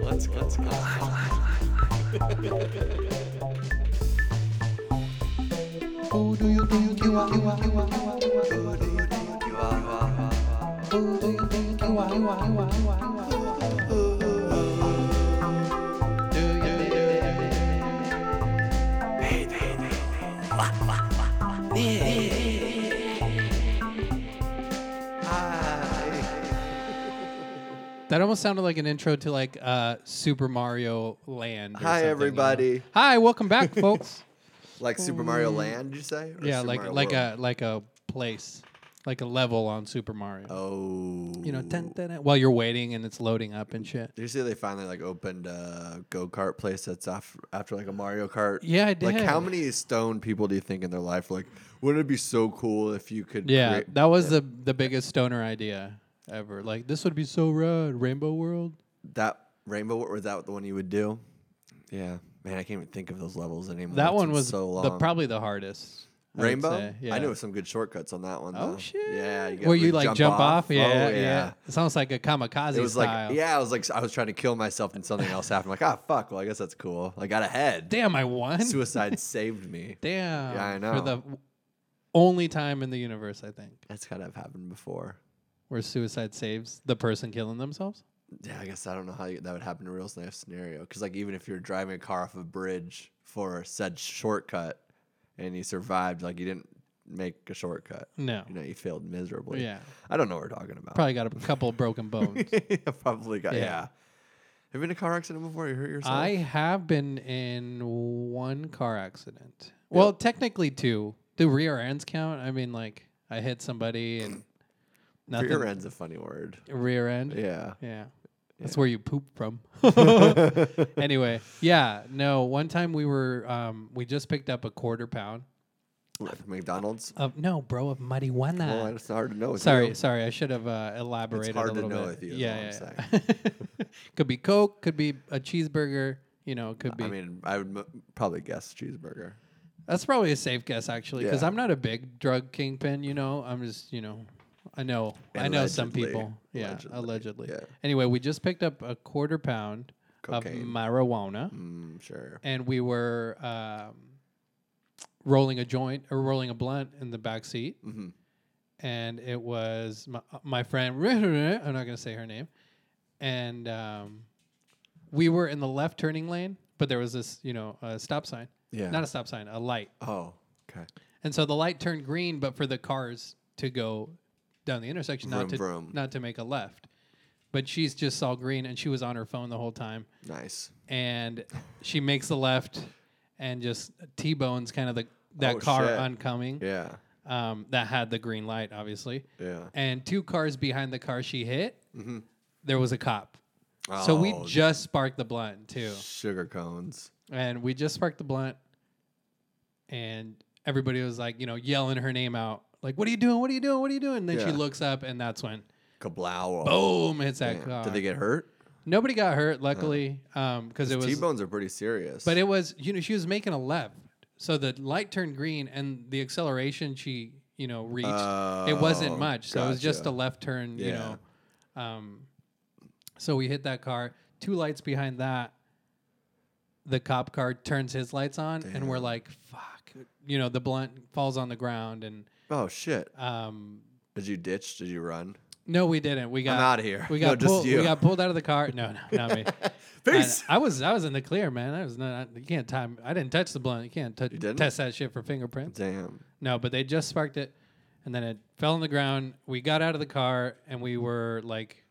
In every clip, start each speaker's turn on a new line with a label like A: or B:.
A: Let's go. Let's
B: Who Oh, do you think you are? You are, you are, you are, you are, you are. Who Oh, do you think you are? You are, you are, you are, you are. Do you think
C: That almost sounded like an intro to like uh, Super Mario Land. or
A: Hi,
C: something, you know?
A: everybody.
C: Hi, welcome back, folks.
A: Like Super Mario Land, did you say? Or
C: yeah,
A: Super
C: like
A: Mario
C: like
A: World?
C: a like a place, like a level on Super Mario.
A: Oh.
C: You know, dun, dun, dun, while you're waiting and it's loading up and shit.
A: Did you see they finally like opened a go kart place that's off after like a Mario Kart?
C: Yeah, I
A: Like, how
C: did.
A: many stone people do you think in their life like wouldn't it be so cool if you could?
C: Yeah,
A: create-
C: that was the the biggest stoner idea ever. Like this would be so rad, Rainbow World.
A: that Rainbow World, was that the one you would do? Yeah, man, I can't even think of those levels anymore.
C: That
A: It's
C: one
A: been
C: was
A: so long.
C: the probably the hardest. I would
A: Rainbow.
C: say. Yeah.
A: I know some good shortcuts on that one.
C: Oh
A: though.
C: shit!
A: Yeah, got-
C: where
A: we
C: you like jump, off?
A: Oh,
C: Yeah, yeah, It's almost like a kamikaze
A: It was
C: style.
A: like yeah, I was like I was trying to kill myself and something else happened. Like ah fuck, well I guess that's cool. I got ahead.
C: Damn, I won.
A: Suicide saved me.
C: Damn.
A: I
C: For
A: know.
C: the w- only time in the universe, I think,
A: That's gotta have happened before.
C: where suicide saves the person killing themselves.
A: Yeah, I guess I don't know how you, that would happen in a real life scenario. Because like even if you're driving a car off a bridge for said shortcut, and you survived, like you didn't make a shortcut.
C: No.
A: You know, you failed miserably.
C: Yeah.
A: I don't know what we're talking about.
C: Probably got a couple broken bones.
A: Probably got yeah.
C: Yeah.
A: Have you been in a car accident before? You hurt yourself?
C: I have been in one car accident. Well, technically two. Do rear ends count? I mean, like I hit somebody and nothing.
A: Rear end's a funny word.
C: Rear end.
A: Yeah.
C: Yeah. That's where you poop from. anyway, yeah, no. One time we were, um, we just picked up a quarter pound
A: Like McDonald's.
C: of no, bro, of marijuana.
A: Well, it's hard to know. with
C: Uh, sorry,
A: you.
C: sorry, I should have uh, elaborated
A: hard to
C: a little
A: know
C: bit.
A: with you, is
C: yeah,
A: what
C: yeah, yeah. could be Coke, could be a cheeseburger. You know, could be.
A: I mean, I would m- probably guess cheeseburger.
C: That's probably a safe guess actually, because
A: Yeah.
C: I'm not a big drug kingpin. You know, I'm just you know, I know I know some
A: Allegedly.
C: people. Yeah,
A: Allegedly,
C: allegedly.
A: yeah.
C: Anyway, we just picked up a quarter pound
A: Cocaine.
C: of marijuana,
A: Mm, sure.
C: and we were um, rolling a joint or rolling a blunt in the back seat,
A: hmm
C: and it was my, my friend. I'm not going to say her name, and um, we were in the left turning lane, but there was this you know a stop sign,
A: Yeah.
C: not a stop sign, a light.
A: oh, okay.
C: And so the light turned green, but for the cars to go down the intersection,
A: Vroom,
C: not to
A: vroom.
C: not to make a left. But she's just saw green, and she was on her phone the whole time.
A: Nice.
C: And she makes the left, and just t bones kind of the that
A: Oh,
C: car
A: shit.
C: oncoming
A: Yeah.
C: um, that had the green light, obviously.
A: Yeah.
C: And two cars behind the car she hit, there was a cop. So we
A: Mm-hmm. Oh,
C: just sparked the blunt too,
A: Sugar cones.
C: and we just sparked the blunt, and everybody was like, you know, yelling her name out, like, "What are you doing? What are you doing? What are you doing?" And then she
A: Yeah.
C: looks up, and that's when
A: Kablow.
C: boom hits that
A: Yeah.
C: car.
A: Did they get Uh-huh. hurt?
C: Nobody got hurt, luckily, because it was.
A: T-bones are pretty serious.
C: But it was, you know, she was making a left, so the light turned green, and the acceleration she, you know, reached, it
A: Oh,
C: wasn't much. So it was just
A: gotcha.
C: a left turn, you
A: Yeah.
C: know. Um, so we hit that car. Two lights behind that, the cop car turns his lights on, and we're like, "Fuck!" You know, the blunt falls on the ground, and
A: oh shit!
C: um,
A: Did you ditch? Did you run?
C: no, we didn't. We got
A: outta here.
C: We
A: No,
C: got
A: just
C: pulled,
A: you.
C: We got pulled out of the car. No, no, not me.
A: Peace.
C: I, I was I was in the clear, man. I was not. You can't time. I didn't touch the blunt. You can't touch.
A: didn't?
C: test that shit for fingerprints.
A: Damn.
C: No, but they just sparked it, and then it fell on the ground. We got out of the car, and we were like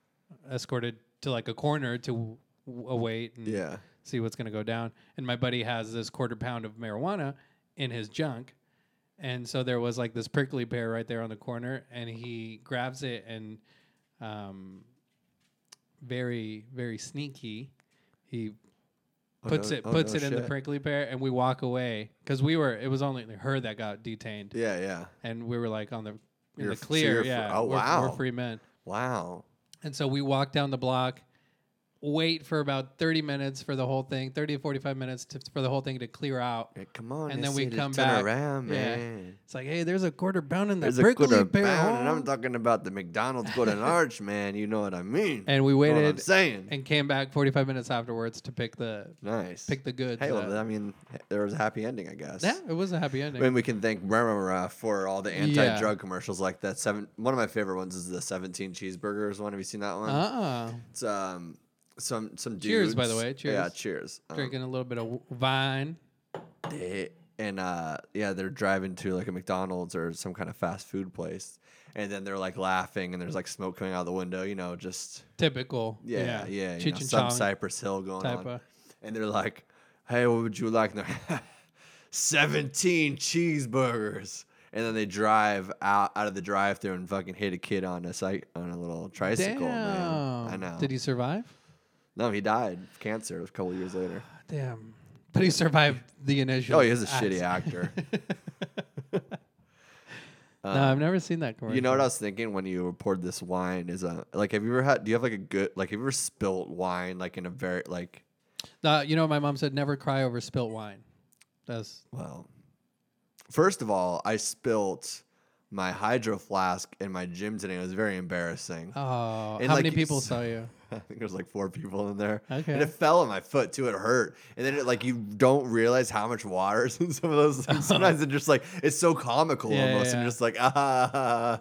C: escorted to like a corner to w- w- await and
A: Yeah.
C: see what's gonna go down. And my buddy has this quarter pound of marijuana in his junk, and so there was like this prickly pear right there on the corner, and he grabs it and, um, very very sneaky, he
A: Oh,
C: puts
A: no-
C: it
A: oh,
C: puts
A: no
C: it in the
A: shit.
C: prickly pear, and we walk away because we were it was only her that got detained,
A: Yeah. Yeah.
C: and we were like on the in
A: You're
C: the
A: f- so
C: clear,
A: you're fr-
C: yeah,
A: oh,
C: we're,
A: wow.
C: we're free men,
A: Wow.
C: and so we walked down the block. wait for about 30 minutes for the whole thing, 30 to 45 minutes to, for the whole thing to clear out.
A: Yeah, come on, I
C: And then we
A: said to
C: come
A: turn
C: back.
A: around,
C: Yeah.
A: man.
C: It's like, hey, there's a quarter pound in the
A: There's a
C: Berkeley
A: quarter
C: Bear
A: pound, and I'm
C: Hall.
A: talking about the McDonald's Golden Arch, man. You know what I mean?
C: And we
A: You know what I'm
C: waited
A: saying
C: and came back 45 minutes afterwards to pick the
A: nice.
C: pick the goods.
A: hey, well,
C: up.
A: I mean, there was a happy ending, I guess.
C: yeah, it was a happy ending.
A: And we can thank Remember for all the anti-drug commercials like that. Seven. One of my favorite ones is the 17 cheeseburgers one. Have you seen that one?
C: uh-uh.
A: It's um some some dudes.
C: Cheers, by the way.
A: Yeah,
C: Cheers.
A: cheers. Um,
C: Drinking a little bit of w- wine.
A: they and uh yeah they're driving to like a mcdonald's or some kind of fast food place and then they're like laughing and there's like smoke coming out the window you know just
C: Typical.
A: yeah yeah, you know,
C: Cheech and
A: some
C: Chong
A: cypress hill going
C: type
A: on
C: of.
A: and they're like hey what would you like and they're 17 cheeseburgers and then they drive out out of the drive through and fucking hit a kid on a cy- on a little tricycle man. i
C: Damn.
A: know
C: Did he survive?
A: no he died of cancer a couple years later
C: Damn. But he survived the initial.
A: oh he is a shitty actor
C: no, I've never seen that commercial.
A: Um, You know what I was thinking when you poured this wine is a like have you ever had do you have like a good like have you ever spilt wine like in a very like
C: Uh, you know, my mom said, "Never cry over spilt wine." That's
A: well first of all I spilt my hydro flask in my gym today it was very embarrassing
C: oh,
A: And
C: how
A: like
C: many people
A: s-
C: saw you?
A: I think there was like four people in there and
C: Okay.
A: it fell on my foot too it hurt and then it like you don't realize how much water is in some of those things sometimes it's just like it's so comical
C: Yeah,
A: almost
C: yeah.
A: and just like ah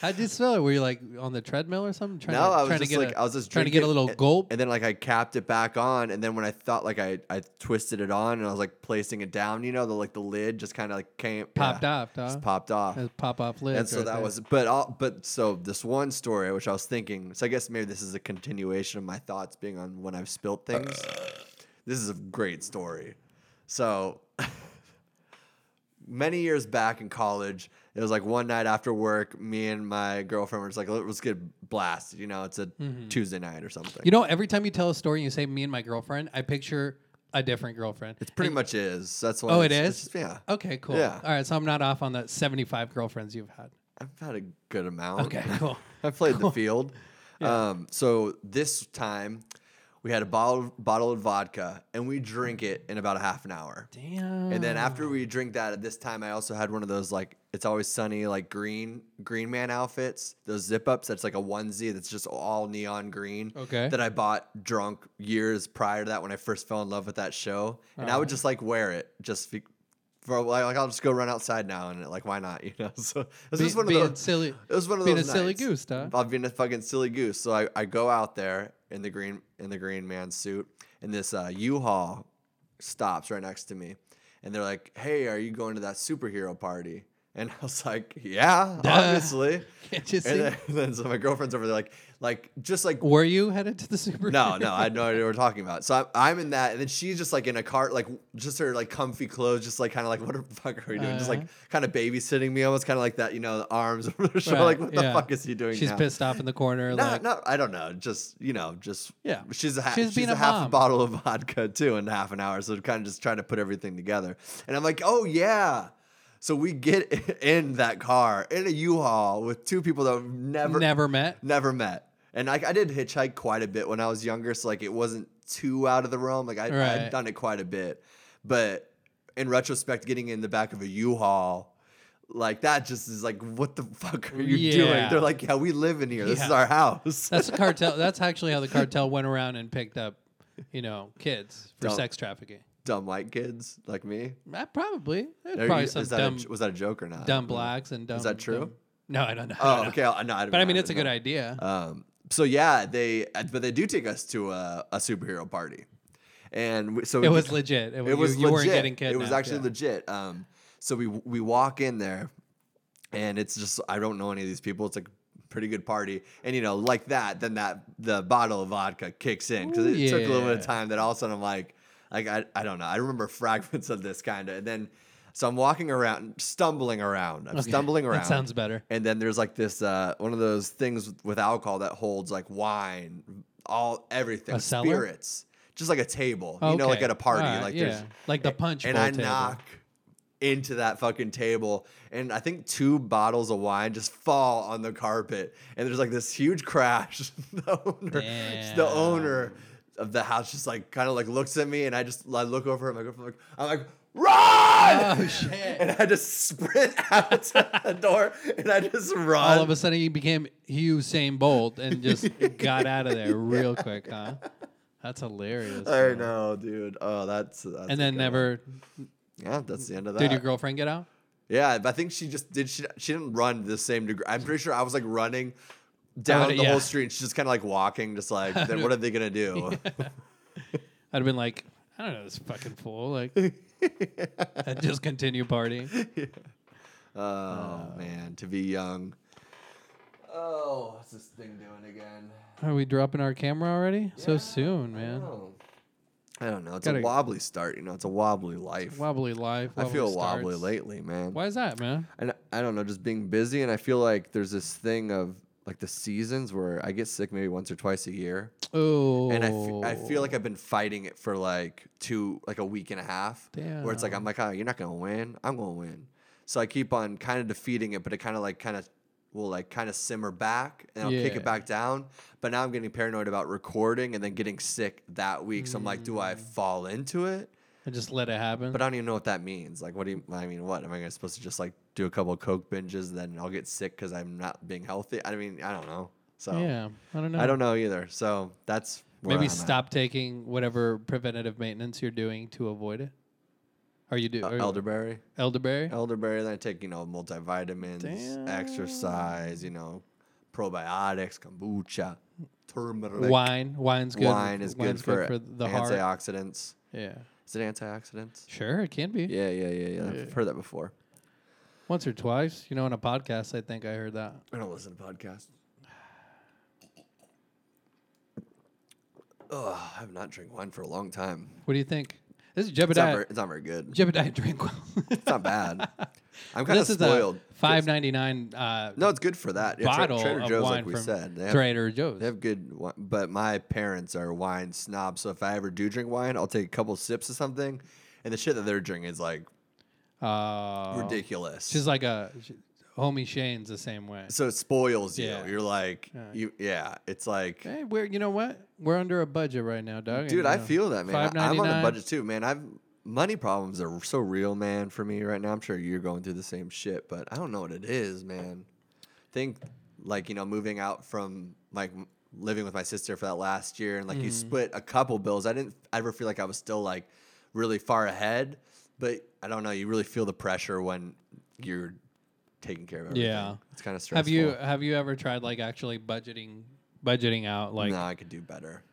C: How'd you spell it? Were you like on the treadmill or something? Trying
A: No,
C: to,
A: I was
C: trying to
A: just
C: get
A: like
C: a-
A: I was just
C: trying to get a
A: drinking
C: little
A: and-
C: gulp.
A: and then like I capped it back on, and then when I thought like I I twisted it on, and I was like placing it down, you know, the like the lid just kind of like came
C: Popped
A: yeah,
C: off,
A: just
C: dog.
A: popped off,
C: Those pop off lids.
A: and so
C: right
A: that
C: there.
A: was. But all but so this one story, which I was thinking, so I guess maybe this is a continuation of my thoughts being on when I've spilled things. this is a great story. So many years back in college, it was like one night after work, me and my girlfriend were just like, let's get blasted. You know, it's a Tuesday night or something.
C: Mm-hmm. You know, every time you tell a story and you say "me and my girlfriend," I picture a different girlfriend.
A: it's pretty much is. That's why.
C: Oh, it
A: it's, it's
C: is?
A: just- yeah.
C: Okay, cool.
A: Yeah.
C: All right, so I'm not off on the 75 girlfriends you've had.
A: I've had a good amount.
C: Okay, cool.
A: I played the field. Um, so this time we had a bottle, bottle of vodka and we drink it in about a half an hour.
C: Damn.
A: And then after we drink that, at this time I also had one of those like it's always sunny like green green man outfits, those zip ups. That's like a onesie that's just all neon green.
C: Okay.
A: That I bought drunk years prior to that when I first fell in love with that show, and I
C: Uh-huh.
A: would just like wear it just be, for like, like I'll just go run outside now and like why not you know? So it was
C: Be-
A: just one of
C: being
A: those
C: silly.
A: It was one of
C: being
A: those
C: a silly
A: nights.
C: goose, huh?
A: I've been a fucking silly goose. So I, I go out there in the green in the green man suit, and this uh, U-Haul stops right next to me, and they're like, "Hey, are you going to that superhero party?" And I was like, "Yeah, obviously."
C: Can't you see?
A: and then, then so my girlfriend's over there, like, like just like
C: Were you headed to the super?
A: no, no, I had no idea what we're talking about. So I'm, I'm in that, and then she's just like in a cart, like just her like comfy clothes, just like kind of like what the fuck are we doing? just like kind of babysitting me, almost kind of like that, you know, the arms over the shoulder,
C: Uh-huh. Right,
A: like what
C: yeah.
A: the fuck is he doing?
C: She's
A: now?
C: pissed off in the corner.
A: No,
C: like,
A: no, I don't know. Just you know, just
C: Yeah.
A: She's a ha-
C: She's
A: she's,
C: being
A: a,
C: a
A: half
C: mom.
A: a bottle of vodka too in half an hour, so kind of just trying to put everything together. And I'm like, oh yeah. So we get in that car in a U-Haul with two people that I've never,
C: never met.
A: never met. And I, I did hitchhike quite a bit when I was younger, so like it wasn't too out of the realm. Like I,
C: Right.
A: I'd done it quite a bit, but in retrospect, getting in the back of a U-Haul, like that just is like, what the fuck are you doing?
C: Yeah.
A: They're like, yeah, we live in here. This is
C: Yeah.
A: our house.
C: That's the cartel. That's actually how the cartel went around and picked up, you know, kids for
A: Dumb.
C: sex trafficking.
A: dumb white kids like me.
C: Uh, probably. There's
A: Are
C: probably
A: you-
C: some
A: is that
C: dumb,
A: a, j- was that a joke or not?
C: dumb blacks and dumb.
A: that true?
C: dumb- no, I don't know. I don't
A: Oh,
C: know.
A: okay. I, no, I
C: But I mean, it's a good idea.
A: Um, so yeah, they uh, but they do take us to a, a superhero party, and we, so we
C: it
A: get-
C: was legit. It,
A: It was
C: you, you weren't
A: legit.
C: getting kidnapped.
A: It was actually
C: yeah.
A: legit. Um, so we we walk in there, and it's just I don't know any of these people. It's like a pretty good party, and you know, like that, then that the bottle of vodka kicks in because
C: Ooh,
A: it took a little bit of
C: yeah.
A: time. That all of a sudden I'm like, like I I don't know. I remember fragments of this kind of, and then so I'm walking around, stumbling around. I'm
C: Okay,
A: stumbling around.
C: That sounds better.
A: And then there's like this uh, one of those things with- with alcohol that holds like wine, all everything,
C: A cellar?
A: spirits, just like a table, you know, like
C: Oh, Okay.
A: at a party,
C: All right,
A: like
C: yeah.
A: there's
C: like the punch
A: and
C: bowl
A: I
C: table.
A: knock into that fucking table. And I think two bottles of wine just fall on the carpet. And there's like this huge crash. the owner, the owner of the house just like kind of like looks at me and I just I look over at my girlfriend like I'm like run
C: Oh, shit.
A: and I just sprint out to the door and I just run
C: All of a sudden, he became Usain Bolt and just got out of there real quick, huh? That's hilarious.
A: I
C: man.
A: know dude oh that's, that's a
C: And then
A: good
C: never
A: one. yeah that's the end of that
C: did your girlfriend get out?
A: yeah but I think she just did she she didn't run to the same degree I'm pretty sure I was like running down the
C: yeah.
A: whole street and she's just kind of like walking just like then what are they gonna do
C: I'd have been like, I don't know, this fucking fool. Like, I'd just continue partying.
A: oh man to be young oh what's this thing doing again.
C: Are we dropping our camera already? so soon, man.
A: Oh. I don't know. It's
C: Gotta-
A: a wobbly start, you know. It's a wobbly life.
C: Wobbly life.
A: I feel
C: starts.
A: wobbly lately, man.
C: Why is that, man?
A: And I don't know, just being busy, and I feel like there's this thing of like the seasons where I get sick maybe once or twice a year,
C: Oh,
A: and I fe- I feel like I've been fighting it for like two, like a week and a half, where it's like I'm like, oh, you're not gonna win, I'm gonna win. So I keep on kind of defeating it, but it kind of like kind of will like kind of simmer back, and I'll kick
C: Yeah.
A: it back down. But now I'm getting paranoid about recording and then getting sick that week. So I'm like, do
C: Mm.
A: I fall into it?
C: I just let it happen.
A: But I don't even know what that means. Like, what do you? I mean, what am I gonna supposed to just like do a couple of coke binges, then I'll get sick because I'm not being healthy? I mean, I don't know. So
C: yeah, I don't know.
A: I don't know either. So that's where
C: Maybe
A: I'm at.
C: stop taking whatever preventative maintenance you're doing to avoid it. Are you doing
A: Uh, elderberry,
C: elderberry?
A: elderberry. Then I take you know multivitamins, exercise, you know, probiotics, kombucha, turmeric.
C: Wine, wine's good.
A: Wine is
C: Wine's
A: good for,
C: the heart.
A: antioxidants.
C: Yeah,
A: Is it antioxidants?
C: sure, it can be.
A: Yeah, yeah, yeah, yeah. I've heard that before.
C: Once or twice, you know, on a podcast, I think I heard that.
A: I don't listen to podcasts. Ugh, I have not drank wine for a long time.
C: What do you think? This is
A: It's not, very,
C: Jebediah.
A: it's not very good.
C: Jebediah drink.
A: It's not bad. I'm kind of
C: this is
A: spoiled.
C: a five ninety nine uh,
A: no, it's good for that. Yeah, Tra-
C: bottle
A: Trader
C: of
A: Joe's,
C: wine
A: like we
C: from
A: said, they have,
C: Trader Joe's.
A: they have good wine. But my parents are wine snobs, so if I ever do drink wine, I'll take a couple sips of something, and the shit that they're drinking is like
C: Oh.
A: ridiculous.
C: She's like a she, homie Shane's the same way.
A: so it spoils you.
C: Yeah.
A: You're like, you, yeah. It's like
C: Hey, we're you know what? We're under a budget right now, dog. and,
A: Dude,
C: you
A: I
C: know,
A: feel that, man. I, I'm on the
C: $5.99.
A: budget too, man. I've money problems are so real, man, for me right now. I'm sure you're going through the same shit, but I don't know what it is, man. Think like, you know, moving out from like m- living with my sister for that last year and like you
C: Mm-hmm.
A: split a couple bills. I didn't ever feel like I was still like really far ahead, but I don't know, you really feel the pressure when you're taking care of everything.
C: Yeah.
A: It's kind of stressful.
C: Have you have you ever tried like actually budgeting budgeting out like
A: No, I could do better.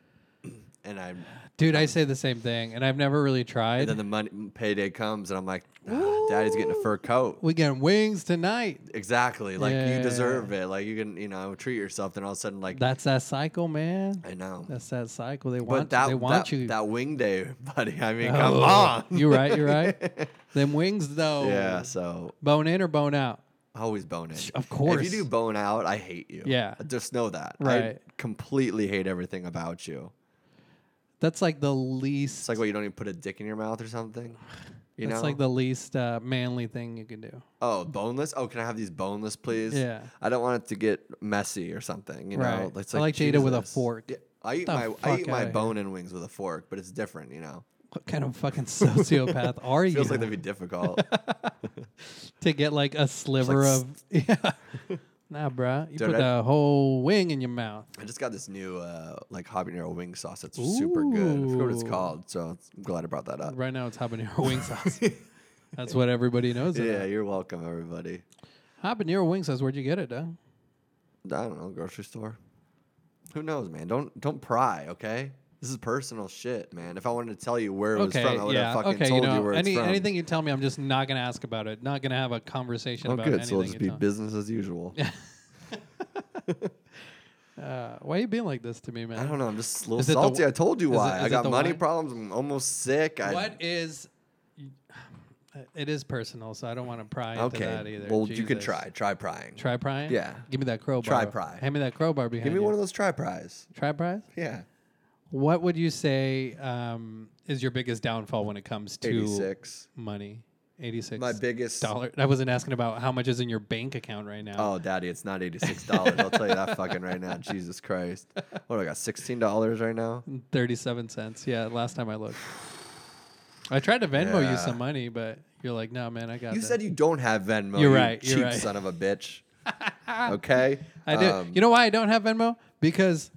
A: And I
C: dude, I say the same thing and I've never really tried.
A: And then the money payday comes, and I'm like, "Ah, Daddy's getting a fur coat.
C: we getting wings tonight.
A: Exactly. Like you
C: Yeah.
A: deserve it. Like you can, you know, treat yourself. Then all of a sudden, like
C: That's that cycle, man.
A: I know.
C: That's that cycle. They
A: But
C: want
A: that
C: they want
A: that,
C: you.
A: that wing day, buddy. I mean,
C: Oh,
A: come on.
C: You're right, you're right. Them wings though.
A: Yeah. So
C: Bone in or bone out?
A: always bone it.
C: Of course.
A: If you do bone out, I hate you.
C: Yeah.
A: Just know that. I
C: Right.
A: completely hate everything about you.
C: That's like the least
A: It's like, what you don't even put a dick in your mouth or something. You
C: that's
A: know.
C: like the least uh, manly thing you can do.
A: Oh, boneless. Oh, can I have these boneless, please?
C: Yeah.
A: I don't want it to get messy or something. You know,
C: Right.
A: it's
C: I like to eat it with a
A: Jesus.
C: fork.
A: Yeah, I eat
C: the
A: my I
C: fuck
A: eat
C: outta
A: my
C: here.
A: bone and wings with a fork, but it's different. You know,
C: What kind of fucking sociopath are you?
A: feels like that'd be difficult.
C: to get like a sliver
A: s-
C: of yeah. nah, bruh. You
A: Dude,
C: put
A: I-
C: the whole wing in your mouth.
A: I just got this new uh, like habanero wing sauce that's super good. I forgot what it's
C: Ooh.
A: called, so I'm glad I brought that up.
C: Right now, it's habanero wing sauce. That's what everybody knows. it
A: Yeah,
C: as.
A: you're welcome, everybody.
C: habanero wing sauce. Where'd you get it, Doug?
A: I don't know, grocery store. Who knows, man? Don't don't pry, okay? This is personal shit, man. If I wanted to tell you where it was
C: Okay,
A: from, I would
C: yeah.
A: have fucking
C: Okay, you
A: told you,
C: know,
A: where
C: any,
A: it's from.
C: anything you tell me, I'm just not gonna ask about it. Not gonna have a conversation
A: Oh,
C: about
A: good.
C: anything.
A: So it'll just
C: you
A: be
C: tell me.
A: business as usual.
C: Uh, why are you being like this to me, man?
A: I don't know. I'm just a little
C: Is it the
A: salty.
C: wi-
A: I told you
C: is it-
A: why.
C: is
A: I
C: it
A: got
C: the
A: money
C: wine?
A: problems. I'm almost sick. I,
C: What is? It is personal, so I don't want to pry into
A: Okay.
C: that either.
A: well, you can
C: Jesus.
A: try. Try prying.
C: Try prying.
A: Yeah.
C: Give me that crowbar.
A: Try pry.
C: Hand me that crowbar behind
A: Give me
C: you.
A: one of those try pries.
C: try pries.
A: Yeah.
C: What would you say um, is your biggest downfall when it comes to
A: 86.
C: money? eighty six
A: My biggest
C: dollar. I wasn't asking about how much is in your bank account right now.
A: Oh, daddy, it's not eighty six dollars. I'll tell you that fucking right now. Jesus Christ. What do I got? Sixteen dollars right now.
C: Thirty seven cents. Yeah, last time I looked. I tried to Venmo
A: Yeah.
C: you some money, but you're like, no, man, I got.
A: You
C: this."
A: said you don't have Venmo.
C: You're
A: you
C: right, you're
A: cheap
C: right.
A: son of a bitch. okay.
C: I do.
A: Um,
C: you know why I don't have Venmo? Because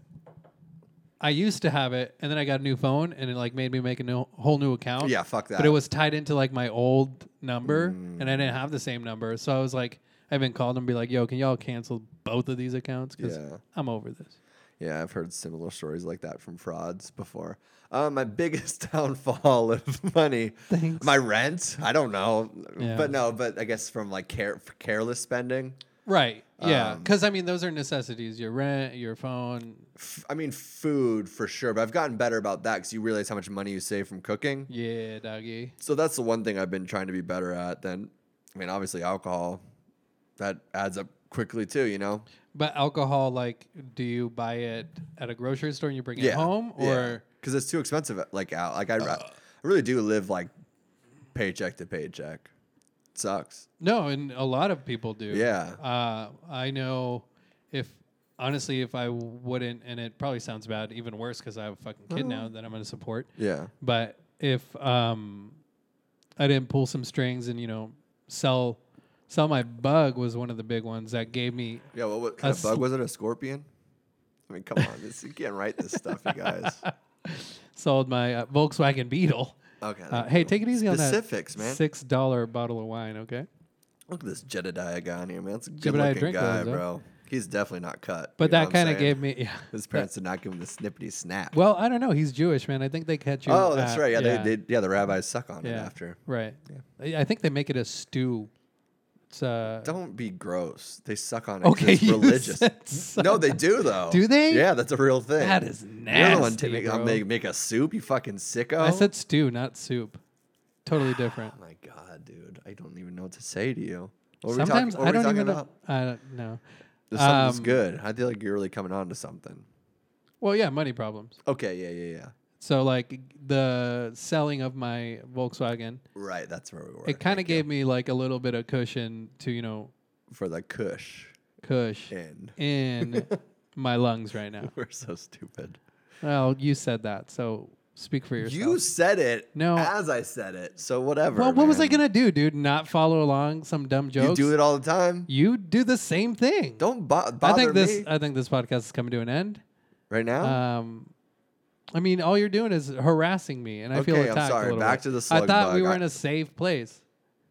C: I used to have it, and then I got a new phone, and it like made me make a new, whole new account.
A: Yeah, fuck that. Mm.
C: But it was tied into like my old number, and I didn't have the same number, so I was like, I haven't called them, and be like, yo, can y'all cancel both of these accounts? Because
A: Yeah.
C: I'm over this.
A: Yeah, I've heard similar stories like that from frauds before. Uh, my biggest downfall of money,
C: Thanks.
A: my rent. I don't know,
C: Yeah.
A: but no, but I guess from like care, careless spending.
C: Right. Yeah.
A: Um,
C: Because I mean, those are necessities: your rent, your phone.
A: F- I mean, food for sure, but I've gotten better about that because you realize how much money you save from cooking.
C: Yeah, doggy.
A: So that's the one thing I've been trying to be better at. Then, I mean, obviously alcohol, that adds up quickly too. You know,
C: But alcohol, like, do you buy it at a grocery store and you bring it home, or? Uh.
A: because it's too expensive. uh, Like out, like I, ra- I really do live like paycheck to paycheck. It sucks.
C: No, and a lot of people do.
A: Yeah.
C: Uh, I know if, honestly, if I wouldn't, and it probably sounds bad, even worse because I have a fucking kid
A: Oh.
C: now that I'm going to support.
A: Yeah.
C: But if um, I didn't pull some strings and, you know, sell, sell my bug was one of the big ones that gave me,
A: Yeah, what, what kind
C: A
A: of bug
C: sl-
A: was it? A scorpion? I mean, come on, this you can't write this stuff, you guys.
C: Uh, sold my uh, Volkswagen Beetle.
A: Okay.
C: Uh, hey, take it easy
A: Specifics,
C: on that
A: man.
C: $6 bottle of wine, okay?
A: Look at this Jedediah guy on here, man. That's a good
C: Jedediah
A: looking
C: drink
A: guy,
C: those, huh?
A: bro. He's definitely not cut. you
C: But
A: know
C: that
A: what I'm
C: kind of
A: saying?
C: gave me, yeah.
A: his
C: that-
A: parents did not give him the snippity snap.
C: Well, I don't know. He's Jewish, man. I think they catch you.
A: oh, that's
C: at-
A: right. Yeah, They, they yeah the rabbis suck on it
C: yeah,
A: after.
C: Right. I I think they make it a stew. It's uh,
A: Don't be gross. They suck on it. 'cause
C: okay.
A: it's
C: you
A: religious.
C: said so-
A: No, they do though.
C: Do they?
A: Yeah, that's a real thing.
C: That is
A: You're the one
C: nasty,
A: to make,
C: bro.
A: make, make a soup. You fucking sicko.
C: I said stew, not soup. Totally different.
A: Oh my god, dude! I don't even know what to say to you. What were we talking-
C: Sometimes
A: what were
C: I
A: we
C: don't
A: talking
C: even
A: about?
C: know. I don't know.
A: There's something's
C: Um,
A: good. I feel like you're really coming on to something.
C: Well, yeah, money problems.
A: Okay, yeah, yeah, yeah.
C: So like the selling of my Volkswagen,
A: Right, that's where we were.
C: it kind
A: Thank
C: of
A: you.
C: gave me like a little bit of cushion to you know
A: for the Kush
C: cush
A: in.
C: in my lungs right now.
A: We're so stupid.
C: Well, you said that, so speak for yourself.
A: You said it.
C: No.
A: as I said it. So whatever.
C: Well, what was
A: man.
C: I gonna do, dude? Not follow along some dumb
A: You
C: jokes?
A: do it all the time.
C: You do the same thing.
A: Don't bo-
C: I
A: bother
C: think this. uh,
A: me
C: I think this podcast is coming to an end.
A: right now.
C: Um, I mean, all you're doing is harassing me, and I feel
A: Okay, I'm
C: attacked.
A: sorry.
C: A little
A: Back
C: bit.
A: to the
C: I
A: slug
C: thought we
A: bug.
C: were
A: I-
C: in a safe place.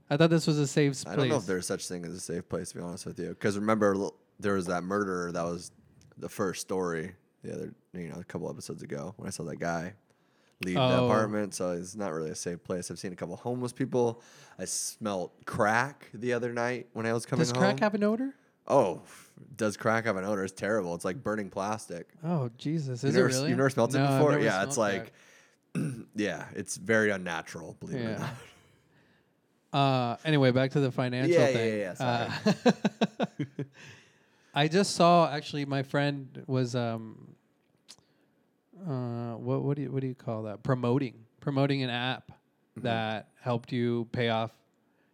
C: I thought this was a safe place.
A: I don't know if there's such thing as a safe place. To be honest with you, because remember l- there was that murderer that was the first story the other, you know, a couple episodes ago when I saw that guy leave the
C: Oh.
A: apartment. So it's not really a safe place. I've seen a couple homeless people. I smelt crack the other night when I was coming
C: Does
A: home.
C: crack have an odor?
A: Oh, f- does crack have an odor? It's terrible. It's like burning plastic.
C: Oh Jesus! Is
A: you never,
C: it really?
A: You've never smelled it
C: No, I've
A: before?
C: never
A: Yeah, it's
C: smelled
A: like, yeah, it's very unnatural. Believe it or
C: Yeah.
A: not.
C: crack. Uh, anyway, back to the financial
A: Yeah, yeah,
C: thing.
A: yeah, yeah,
C: Uh, I just saw actually my friend was um, uh, what what do you what do you call that? Promoting promoting an app
A: Mm-hmm.
C: that helped you pay off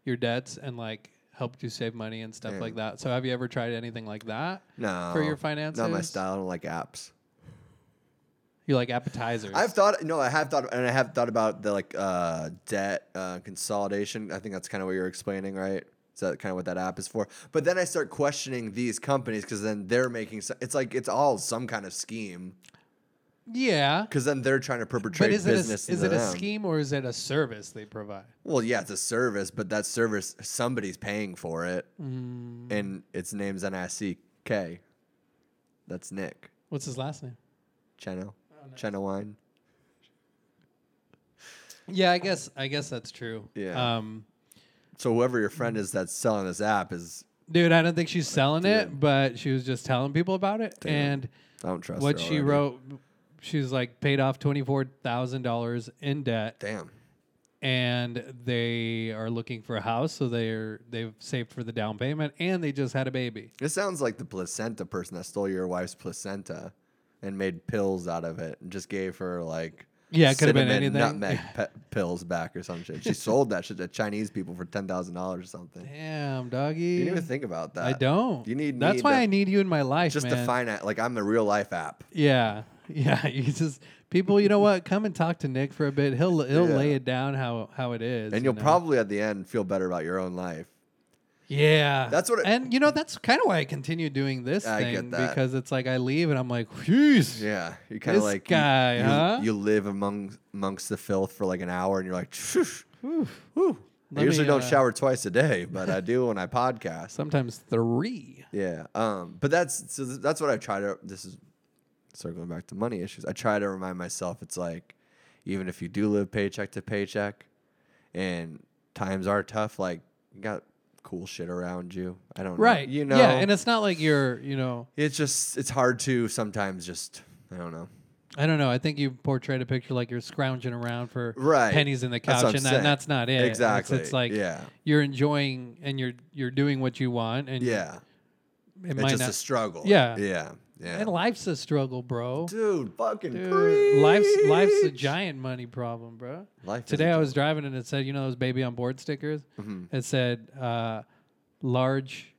C: your debts and like helped you save money and stuff
A: Yeah.
C: like that. So have you ever tried anything like that?
A: No.
C: your
A: Not my
C: finances?
A: style. I don't like apps.
C: You like appetizers?
A: I've thought no, I have thought and I have thought about the like uh debt uh consolidation. I think that's kind of what you're explaining, right? Is that kind of what that app is for? But then I start questioning these companies because then they're making so, it's like it's all some kind of scheme
C: yeah.
A: because then they're trying to perpetrate
C: But is it, a,
A: business.
C: s- is
A: into
C: it a
A: them.
C: scheme or is it a service they provide?
A: Well, yeah, it's a service, but that service somebody's paying for it,
C: Mm.
A: and its name's N I C K. That's Nick
C: What's his last name?
A: Channel
C: Oh,
A: Channel Wine.
C: Yeah, I guess I guess that's true.
A: Yeah.
C: Um,
A: So whoever your friend is that's selling this app is
C: dude, I don't think she's selling
A: Dude.
C: it, but she was just telling people about it. And
A: I don't trust
C: what
A: her
C: she
A: already.
C: wrote, she's like paid off twenty four thousand dollars in debt,
A: Damn.
C: and they are looking for a house, so they're they've saved for the down payment, and they just had a baby.
A: This sounds like the placenta person that stole your wife's placenta and made pills out of it and just gave her like
C: Yeah, it could have been
A: cinnamon
C: anything.
A: nutmeg pe- pills back or some shit. She sold that shit to Chinese people for ten thousand dollars or something.
C: Damn, doggy.
A: You didn't even think about that.
C: I don't.
A: You need
C: That's
A: need
C: why
A: to-
C: I need you in my life,
A: just
C: man.
A: to find out. Like I'm the real life app.
C: Yeah, yeah. You just people. You know what? Come and talk to Nick for a bit. He'll he'll
A: Yeah.
C: lay it down how how it is,
A: And
C: you
A: you'll
C: know?
A: probably at the end feel better about your own life.
C: Yeah,
A: That's what it-
C: and you know that's kind of why I continue doing this
A: I
C: thing
A: get that.
C: because it's like I leave and I'm like, jeez.
A: Yeah, you kind of
C: This
A: like you-
C: guy,
A: you,
C: huh?
A: you live among amongst the filth for like an hour, and you're like, "Phew, whew." I
C: Let
A: usually
C: me,
A: don't
C: uh,
A: shower twice a day, but I do when I podcast.
C: Sometimes three.
A: Yeah. Um. But that's so th- that's what I try to. This is circling back to money issues. I try to remind myself it's like, even if you do live paycheck to paycheck, and times are tough, like you got cool shit around you. I don't know.
C: Right.
A: You know.
C: Yeah, and it's not like you're. You know,
A: it's just it's hard to sometimes just I don't know.
C: I don't know. I think you portrayed a picture like you're scrounging around for
A: Right.
C: pennies in the
A: That's
C: couch,
A: what I'm
C: and, that,
A: saying.
C: that's not it. It's-
A: Exactly.
C: It's, like
A: Yeah.
C: you're enjoying and you're you're doing what you want, and
A: Yeah.
C: it
A: It's
C: might
A: just
C: not.
A: a struggle.
C: Yeah.
A: Yeah. Yeah.
C: and life's a struggle, bro.
A: Dude, fucking
C: Dude, life's life's a
A: preach.
C: giant money problem, bro.
A: Life is a
C: Today I was driving and it said, you know those baby on board stickers?
A: Mm-hmm.
C: It said uh, large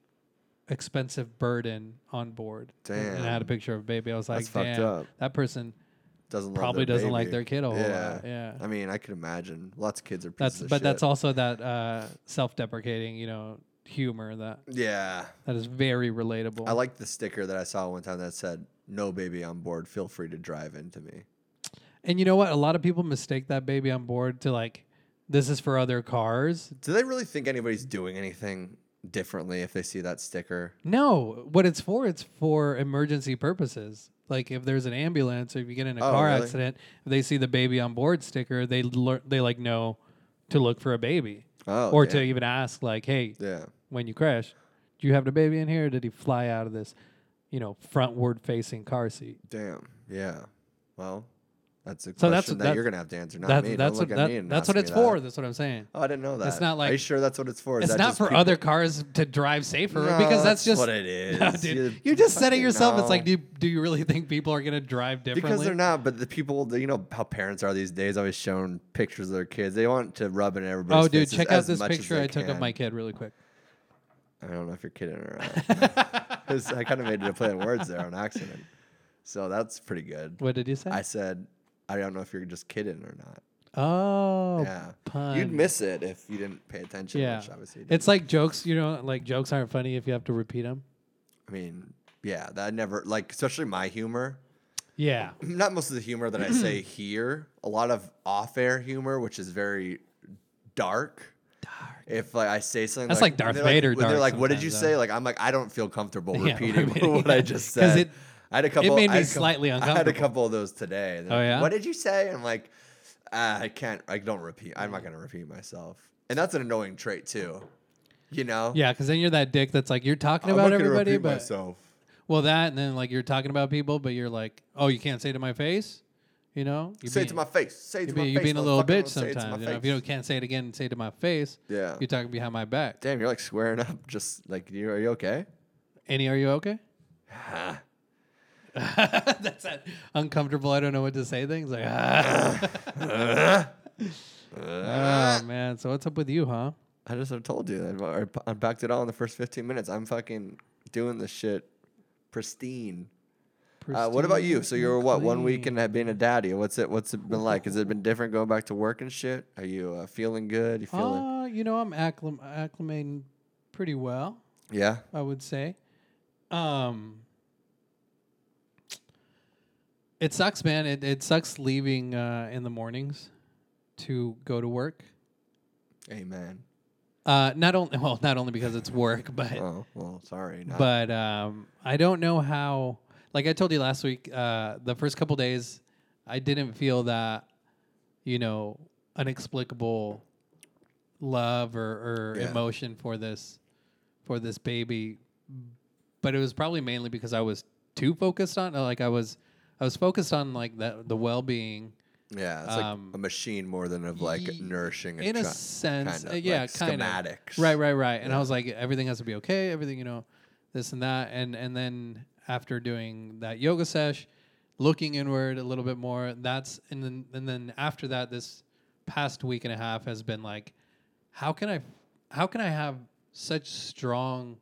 C: expensive burden on board. And- And I had a
A: Damn.
C: picture of a baby. I was like,
A: That's fucked
C: damn,
A: up.
C: that person
A: doesn't love
C: probably
A: their
C: doesn't like
A: baby.
C: their kid a whole lot,
A: yeah.
C: yeah.
A: I mean, I can imagine. Lots of kids are pieces
C: that's
A: of
C: but that's
A: shit.
C: also that uh, self deprecating, you know, humor that
A: Yeah.
C: that is very relatable.
A: I like the sticker that I saw one time that said, "No baby on board. Feel free to drive into me."
C: and you know what? A lot of people mistake that baby on board to like this is for other cars.
A: Do they really think anybody's doing anything differently if they see that sticker?
C: No, what it's for, it's for emergency purposes. Like if there's an ambulance or if you get in a
A: Oh,
C: car
A: really?
C: accident, if they see the baby on board sticker, they learn they like know to look for a baby
A: Oh,
C: or to
A: damn.
C: even ask like, "Hey,
A: yeah,
C: when you crash, do you have the baby in here? Or did he fly out of this, you know, frontward facing car seat?"
A: damn, yeah. Well, that's a
C: So
A: question
C: that's-
A: that
C: that-
A: you're gonna have to answer, not
C: That-
A: me. Don't
C: that's what
A: look at
C: that-
A: me and
C: that's what
A: ask me
C: it's for.
A: that.
C: That's what I'm saying.
A: Oh, I didn't know that.
C: It's not
A: Are you
C: like-
A: sure that's what it's for? Is
C: It's
A: that
C: not
A: just
C: for
A: people-
C: other cars to drive safer
A: No,
C: because
A: that's
C: that's, just
A: what it
C: No,
A: is.
C: dude,
A: You
C: you just said it
A: fucking
C: yourself. It's like,
A: know.
C: do do you really think people are gonna drive differently?
A: Because they're not, but the people, you know how parents are these days. Always shown pictures of their kids. They want to rub in everybody's.
C: Oh, dude,
A: faces
C: check out
A: as
C: this
A: much as
C: picture
A: they
C: I took of
A: can.
C: my kid really quick.
A: I don't know if you're kidding or not. 'Cause I kind of made it a play on words there on accident. So that's pretty good.
C: What did you say?
A: I said, I don't know if you're just kidding or not.
C: oh,
A: yeah, you'd
C: pun.
A: miss it if you didn't pay attention.
C: yeah.
A: which obviously you didn't.
C: It's like jokes, you know, like jokes aren't funny if you have to repeat them.
A: I mean, yeah, that never like especially my humor.
C: Yeah.
A: not most of the humor that I say here. A lot of off-air humor, which is very dark. Dark. If like I say something,
C: That's like Darth
A: they're
C: Vader
A: Like, when they're
C: dark
A: like, "What did you
C: sometimes, though."
A: say?" Like I'm like, I don't feel comfortable
C: Yeah,
A: repeating
C: repeating
A: what
C: it.
A: I just
C: 'Cause
A: said.
C: it-
A: I had a couple.
C: made
A: I had
C: me
A: a couple-
C: slightly
A: I had a
C: uncomfortable.
A: couple of those today. and they're
C: Oh,
A: like,
C: yeah?
A: What did you say? And I'm like, "Ah, I can't. I don't repeat. I'm not gonna repeat myself. And that's an annoying trait too. You know.
C: Yeah, because then you're that dick that's like you're talking
A: I'm
C: about
A: not gonna
C: everybody,
A: repeat
C: but
A: myself.
C: well, that and then like you're talking about people, but you're like, oh, you can't say to my face, you know? You
A: Say it
C: being-
A: to my face. Say it
C: You
A: to
C: be,
A: my face.
C: you being a little
A: motherfucker.
C: bitch
A: Say it to my
C: sometimes. You know, if
A: face.
C: you don't, can't say it again and say it to my face,
A: Yeah.
C: you're talking behind my back.
A: Damn, you're like swearing up. Just like, you are you okay?
C: Any, are you okay? That's that uncomfortable. I don't know what to say. Things like, ah. oh man. So what's up with you, huh?
A: I just have told you. I've I unpacked it all in the first 15 minutes. I'm fucking doing this shit pristine. Uh, what about you? So
C: Pristine
A: you're what one week
C: clean.
A: and have been a daddy. What's it? What's it been like? Has it been different going back to work and shit? Are you uh, feeling good? You feeling?
C: Uh, you know, I'm acclim- acclimating pretty well,
A: yeah.
C: I would say. Um, it sucks, man. It it sucks leaving uh, in the mornings to go to work.
A: Amen.
C: Uh, not only well, not only because it's work, but
A: Oh well, sorry. Not,
C: but um, I don't know how. Like I told you last week, uh, the first couple days, I didn't feel that, you know, unexplicable love or, or
A: Yeah.
C: emotion for this, for this baby. But it was probably mainly because I was too focused on, like I was, I was focused on like the the well being
A: yeah, it's like
C: um,
A: a machine more than of like
C: ye-
A: nourishing.
C: in a
A: chi-
C: sense,
A: kind of,
C: uh, yeah,
A: like
C: kind
A: schematics.
C: of. Right, right, right. And I was like, everything has to be okay. Everything, you know, this and that. And and then after doing that yoga sesh, looking inward a little bit more. That's and then and then after that, this past week and a half has been like, how can I, how can I have such strong,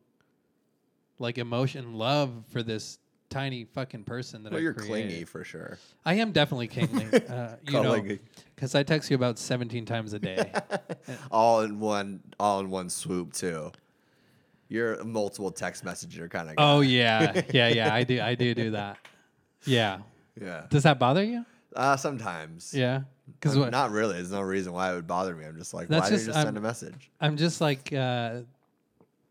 C: like emotion, love for this tiny fucking person that
A: Well,
C: I
A: you're
C: created?
A: clingy for sure.
C: I am definitely kingly, uh, you know,
A: Clingy.
C: because I text you about seventeen times a day.
A: all in one, all in one swoop too. You're a multiple text messenger kind of guy.
C: oh yeah, yeah, yeah. I do, I do do that. Yeah.
A: yeah.
C: Does that bother you?
A: Uh, sometimes.
C: Yeah. Because
A: I'm-
C: what?
A: Not really. There's no reason why it would bother me. I'm just like,
C: That's
A: why
C: just-
A: did you just send
C: I'm-
A: a message?
C: I'm just like uh,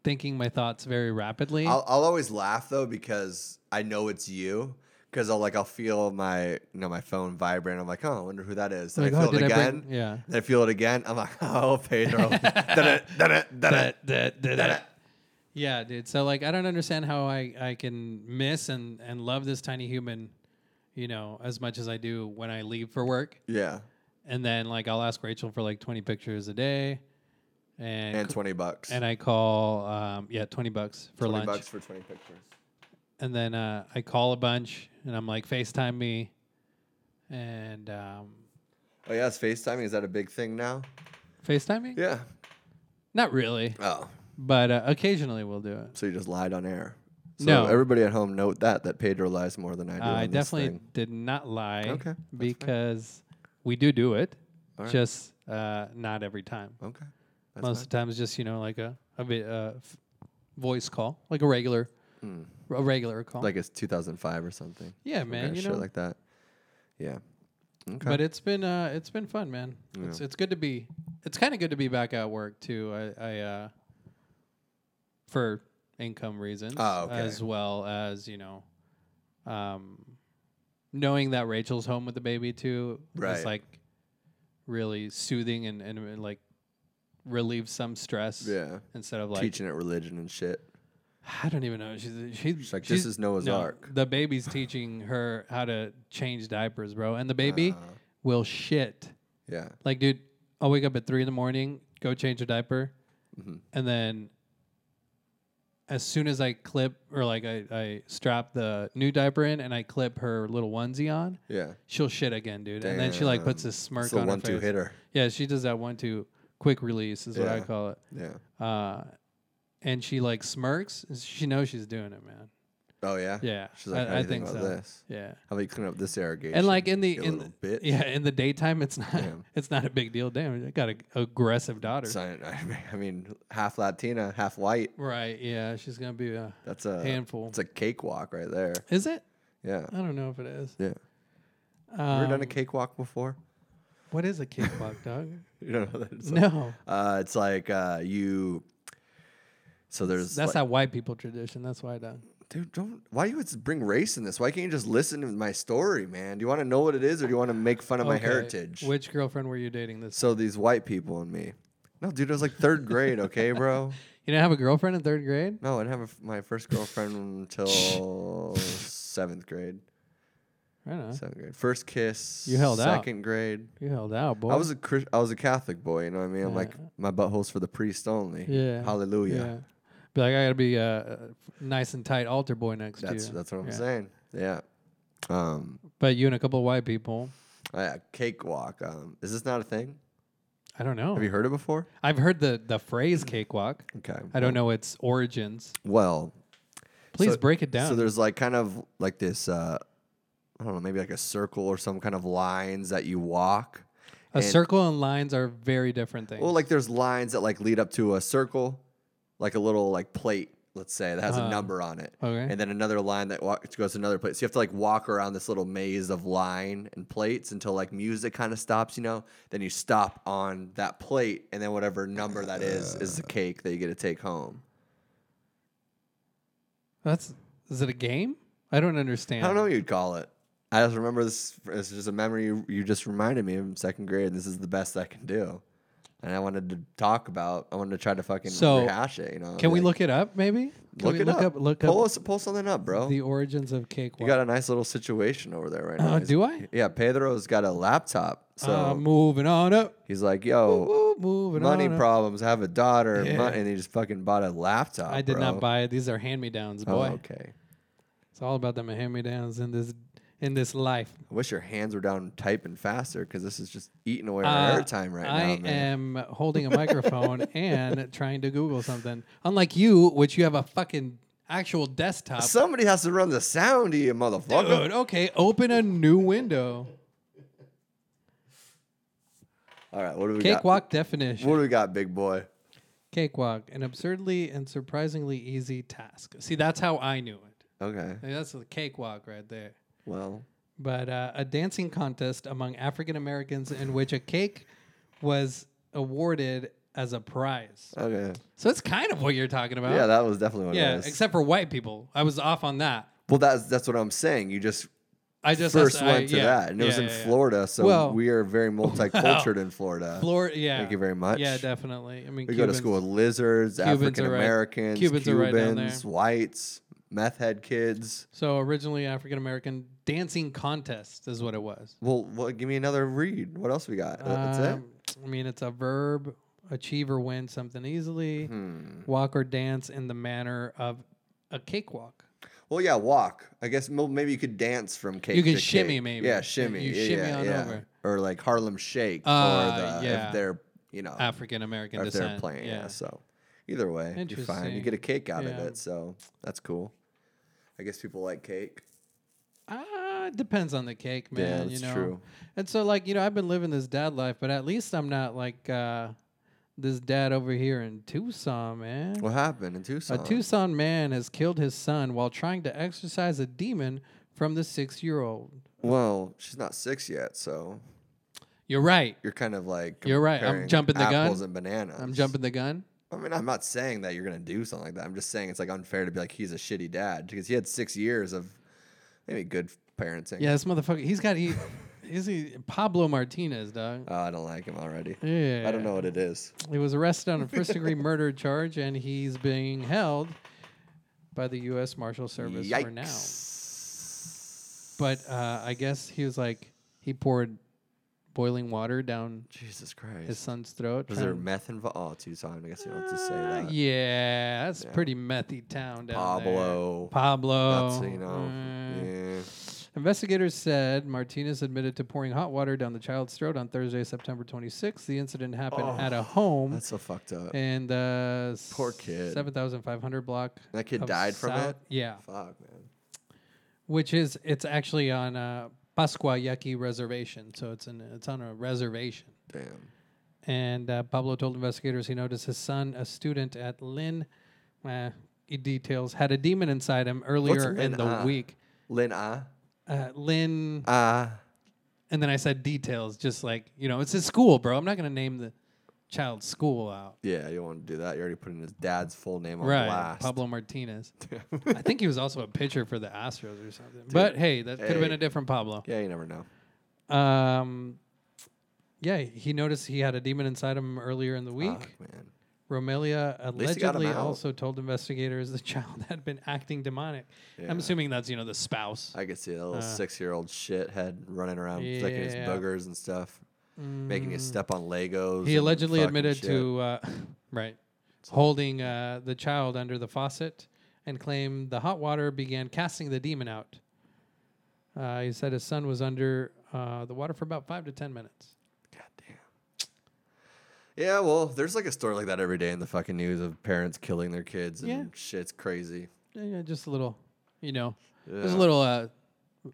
C: thinking my thoughts very rapidly.
A: I'll, I'll always laugh though because I know it's you. Because I'll like I'll feel my you know my phone vibrate. I'm like, oh, I wonder who that is. Then
C: Like,
A: I
C: oh,
A: feel it
C: did I bring-
A: again.
C: yeah.
A: Then I feel it again. I'm like, oh, Pedro. Dun-dun, dun-dun, dun-dun.
C: yeah, dude. So like, I don't understand how I I can miss and and love this tiny human, you know, as much as I do when I leave for work.
A: yeah,
C: And then like I'll ask Rachel for like 20 pictures a day, and
A: and twenty bucks.
C: and I call um yeah 20 bucks for
A: 20
C: lunch.
A: bucks for twenty pictures.
C: and then uh, I call a bunch, and I'm like Facetime me, and um,
A: Oh yeah, it's FaceTiming. Is that a big thing now?
C: Facetime me.
A: Yeah.
C: Not really,
A: Oh,
C: but uh, occasionally we'll do it.
A: so you just lied on air. So
C: No.
A: everybody at home, note that that Pedro lies more than I do.
C: Uh, I
A: on this
C: definitely
A: thing.
C: did not lie
A: Okay, that's fine.
C: because we do do it,
A: All right.
C: just uh, not every time.
A: Okay. That's
C: Most of the time, it's just you know like a a bit, uh, f- voice call, like a regular, a regular call.
A: Hmm. like it's 2005 or something.
C: yeah,
A: Some
C: man,
A: kinda
C: you
A: shit
C: know.
A: like that. Yeah. Okay.
C: But it's been uh, it's been fun, man. It's it's good to be. It's kind of good to be back at work too. I, I uh, for income reasons,
A: Oh, okay.
C: as well as you know, um, knowing that Rachel's home with the baby too
A: Right.
C: is like really soothing and, and, and, like relieves some stress.
A: yeah.
C: Instead of like,
A: Teaching it religion and shit.
C: I don't even know. She's she's,
A: She's like,
C: she's-
A: "This is Noah's Ark."
C: The baby's teaching her how to change diapers, bro, and the baby
A: Ah.
C: will shit.
A: Uh, Yeah.
C: Like, dude, I'll wake up at three in the morning, go change a diaper,
A: Mm-hmm.
C: and then as soon as I clip or like I, I strap the new diaper in and I clip her little onesie on,
A: Yeah.
C: she'll shit again, dude. And then she like puts
A: Damn.
C: a smirk
A: It's a
C: on her
A: one-two
C: face.
A: hitter.
C: Yeah, she does that one two quick release is what I
A: Yeah.
C: call it.
A: Yeah.
C: Uh, and she like smirks. She knows she's doing it, man.
A: Oh yeah.
C: Yeah,
A: She's like,
C: I-
A: How do
C: I
A: you think,
C: think
A: about
C: so.
A: this?
C: Yeah.
A: How about you clean up this irrigation?
C: And like in the
A: you
C: in
A: little bitch.
C: yeah in the daytime, it's not
A: Damn.
C: it's not a big deal. Damn, I got an aggressive daughter.
A: So, I mean- I mean, half Latina, half white.
C: Right. Yeah. She's gonna be a.
A: That's a
C: Handful.
A: Uh, It's a cakewalk right there.
C: Is it?
A: Yeah.
C: I don't know if it is.
A: Yeah.
C: Um,
A: You ever done a cakewalk before?
C: What is a cakewalk, dog?
A: You don't know that. It's like-
C: no,
A: Uh, it's like uh, you. So there's
C: that's
A: like,
C: that white people tradition. That's why I done.
A: dude. Don't why you would bring race in this? Why can't you just listen to my story, man? Do you want to know what it is, or do you want to make fun of my
C: Okay,
A: heritage?
C: Which girlfriend were you dating this?
A: so these white people and me. No, dude, I was like third grade. Okay, bro.
C: You didn't have a girlfriend in third grade?
A: No, I didn't have a f my first girlfriend until seventh grade.
C: Right on.
A: Seventh grade. First kiss.
C: You held out.
A: Second grade.
C: You held out, boy.
A: I was a Chris- I was a Catholic boy. You know what I mean? I'm
C: Yeah.
A: like my butthole's for the priest only.
C: Yeah.
A: Hallelujah.
C: Be like, I gotta be uh, uh, nice and tight altar boy next
A: That's
C: to you.
A: that's what I'm
C: Yeah.
A: saying. Yeah. Um,
C: But you and a couple of white people.
A: oh yeah, cakewalk. Um, is this not a thing?
C: I don't know.
A: Have you heard it before?
C: I've heard the the phrase cakewalk.
A: Okay.
C: I don't know its origins.
A: Well,
C: Please
A: So-
C: break it down.
A: so there's like kind of like this. Uh, I don't know, maybe like a circle or some kind of lines that you walk.
C: a
A: and-
C: circle and lines are very different things.
A: Well, like there's lines that like lead up to a circle, like a little like plate, let's say that has a
C: Um,
A: number on it,
C: okay.
A: and then another line that walk, goes to another plate. So you have to like walk around this little maze of line and plates until like music kind of stops, you know. Then you stop on that plate, and then whatever number that is is the
C: Uh.
A: cake that you get to take home.
C: That's is it a game? I don't understand.
A: I don't know what you'd call it. I just remember this. It's just a memory you, you just reminded me of second grade. This is the best I can do, and I wanted to talk about. I wanted to try to fucking
C: So,
A: rehash it. You know,
C: Can we
A: like,
C: look it up? Maybe Can
A: look
C: we
A: it
C: look
A: up.
C: Look
A: pull
C: up
A: us, pull something up, bro.
C: the origins of cakewalk.
A: you got a nice little situation over there right now.
C: oh,
A: He's-
C: do I?
A: Yeah, Pedro's got a laptop, so
C: uh, moving on up.
A: he's like, "Yo,
C: Ooh, moving
A: money
C: on up.
A: problems. Have a daughter,
C: Yeah.
A: mon- and he just fucking bought a laptop."
C: I did
A: bro.
C: not buy it. These are hand me downs,
A: Oh,
C: boy.
A: okay.
C: It's all about them hand me downs in this in this life.
A: I wish your hands were down typing faster because this is just eating away
C: Uh,
A: our airtime right
C: I
A: now, man.
C: am holding a microphone and trying to Google something. Unlike you, which you have a fucking actual desktop.
A: Somebody has to run the sound, you motherfucker.
C: Dude, okay, open a new window.
A: All right, what do we got?
C: Cakewalk definition.
A: What do we got, big boy?
C: Cakewalk, an absurdly and surprisingly easy task. See, that's how I knew it.
A: Okay,
C: Like, That's the cakewalk right there.
A: well,
C: But uh, a dancing contest among African Americans in which a cake was awarded as a prize.
A: okay,
C: So it's kind of what you're talking about.
A: yeah, that was definitely what
C: yeah
A: it was.
C: except for white people. I was off on that.
A: well, that's that's what I'm saying. You just
C: I just
A: first
C: I-
A: went to
C: yeah,
A: that, and it was
C: yeah,
A: in
C: yeah, yeah.
A: Florida, so
C: Well-
A: we are very multicultural in Florida.
C: Florida, yeah.
A: Thank you very much.
C: Yeah, definitely. I mean,
A: we go to
C: Cubans-
A: school with lizards,
C: Cubans are right-
A: African Americans,
C: Cubans
A: Cubans,
C: are right down there.
A: whites, meth head kids.
C: So originally African American dancing contest is what it was.
A: Well, what, give me another read. What else we got? That's it.
C: Um, I mean, it's a verb, achieve or win something easily,
A: Hmm.
C: walk or dance in the manner of a cakewalk.
A: Well, yeah, walk. I guess mo- maybe you could dance from cake.
C: You can
A: to
C: shimmy,
A: cake.
C: maybe.
A: Yeah,
C: You-
A: shimmy.
C: you
A: yeah,
C: shimmy
A: yeah,
C: on
A: yeah.
C: over.
A: Or like Harlem Shake
C: Uh,
A: for the
C: yeah.
A: if they're you know
C: African American
A: if
C: descent.
A: they're playing. Yeah. So either way, you're fine. You
C: Interesting.
A: get a cake out
C: Yeah.
A: of it, so that's cool. I guess people like cake.
C: Ah, it depends on the cake, man.
A: Yeah,
C: you
A: that's
C: know.
A: true.
C: And so, like, you know, I've been living this dad life, but at least I'm not like uh, this dad over here in Tucson, man.
A: What happened in Tucson?
C: A Tucson man has killed his son while trying to exorcise a demon from the six-year-old.
A: well, she's not six yet, so
C: You're right.
A: you're kind of like
C: You're right. I'm
A: comparing
C: jumping the gun.
A: Apples and bananas.
C: I'm jumping the gun.
A: I mean, I'm not saying that you're gonna do something like that. I'm just saying it's like unfair to be like he's a shitty dad because he had six years of maybe good parenting.
C: Yeah, this motherfucker. He's got he. Is he Pablo Martinez, dog?
A: Oh, I don't like him already.
C: Yeah.
A: I don't know what it is.
C: He was arrested on a first degree murder charge and he's being held by the U.S. Marshal Service for now.
A: Yikes.
C: But uh, I guess he was like, he poured boiling water down
A: Jesus
C: his
A: Christ.
C: son's throat.
A: Was there
C: trying-
A: meth involved? Oh, Tucson. I guess you don't have to say
C: Uh,
A: that.
C: Yeah, that's pretty methy town down there.
A: Pablo.
C: Pablo.
A: That's, you know.
C: Mm.
A: yeah.
C: Investigators said Martinez admitted to pouring hot water down the child's throat on Thursday, September 26th. The incident happened at a home
A: Oh, That's so fucked up.
C: and uh,
A: Poor kid.
C: 7,500 block.
A: That kid
C: of
A: died from
C: South-
A: it?
C: Yeah,
A: Fuck, man.
C: which is it's actually on uh, Pascua Yaqui Reservation, so it's an it's on a reservation.
A: Damn.
C: And uh, Pablo told investigators he noticed his son, a student at Lynn, uh, he details had a demon inside him earlier in
A: Lynn
C: the
A: Ah?
C: week.
A: Lynn, ah?
C: Uh, Lynn.
A: Ah.
C: And then I said details, just like, you know, it's his school, bro. I'm not going to name the child's school out.
A: Yeah, you don't want to do that. You already put in his dad's full name on
C: right.
A: blast.
C: Pablo Martinez. I think he was also a pitcher for the Astros or something. But hey, that could have been
A: Hey.
C: a different Pablo.
A: Yeah, you never know. Ah,
C: Um, yeah, he noticed he had a demon inside him earlier in the week.
A: Fuck, man.
C: Romelia
A: Uh-huh. least he got him
C: allegedly
A: out.
C: also told investigators the child had been acting demonic. I'm assuming that's, you know, the spouse.
A: I could see that little six-year-old shithead running around flicking his
C: Uh. Yeah. Mm.
A: boogers and stuff, making you step on Legos.
C: He
A: and
C: allegedly
A: fucking
C: admitted
A: shit.
C: to uh, right holding uh, the child under the faucet and claimed the hot water began casting the demon out. Uh, he said his son was under uh, the water for about five to ten minutes.
A: God damn. Yeah, well, there's like a story like that every day in the fucking news of parents killing their kids and
C: Yeah.
A: shit's crazy.
C: Yeah, yeah, just a little, you know, there's a
A: Yeah.
C: little uh, b-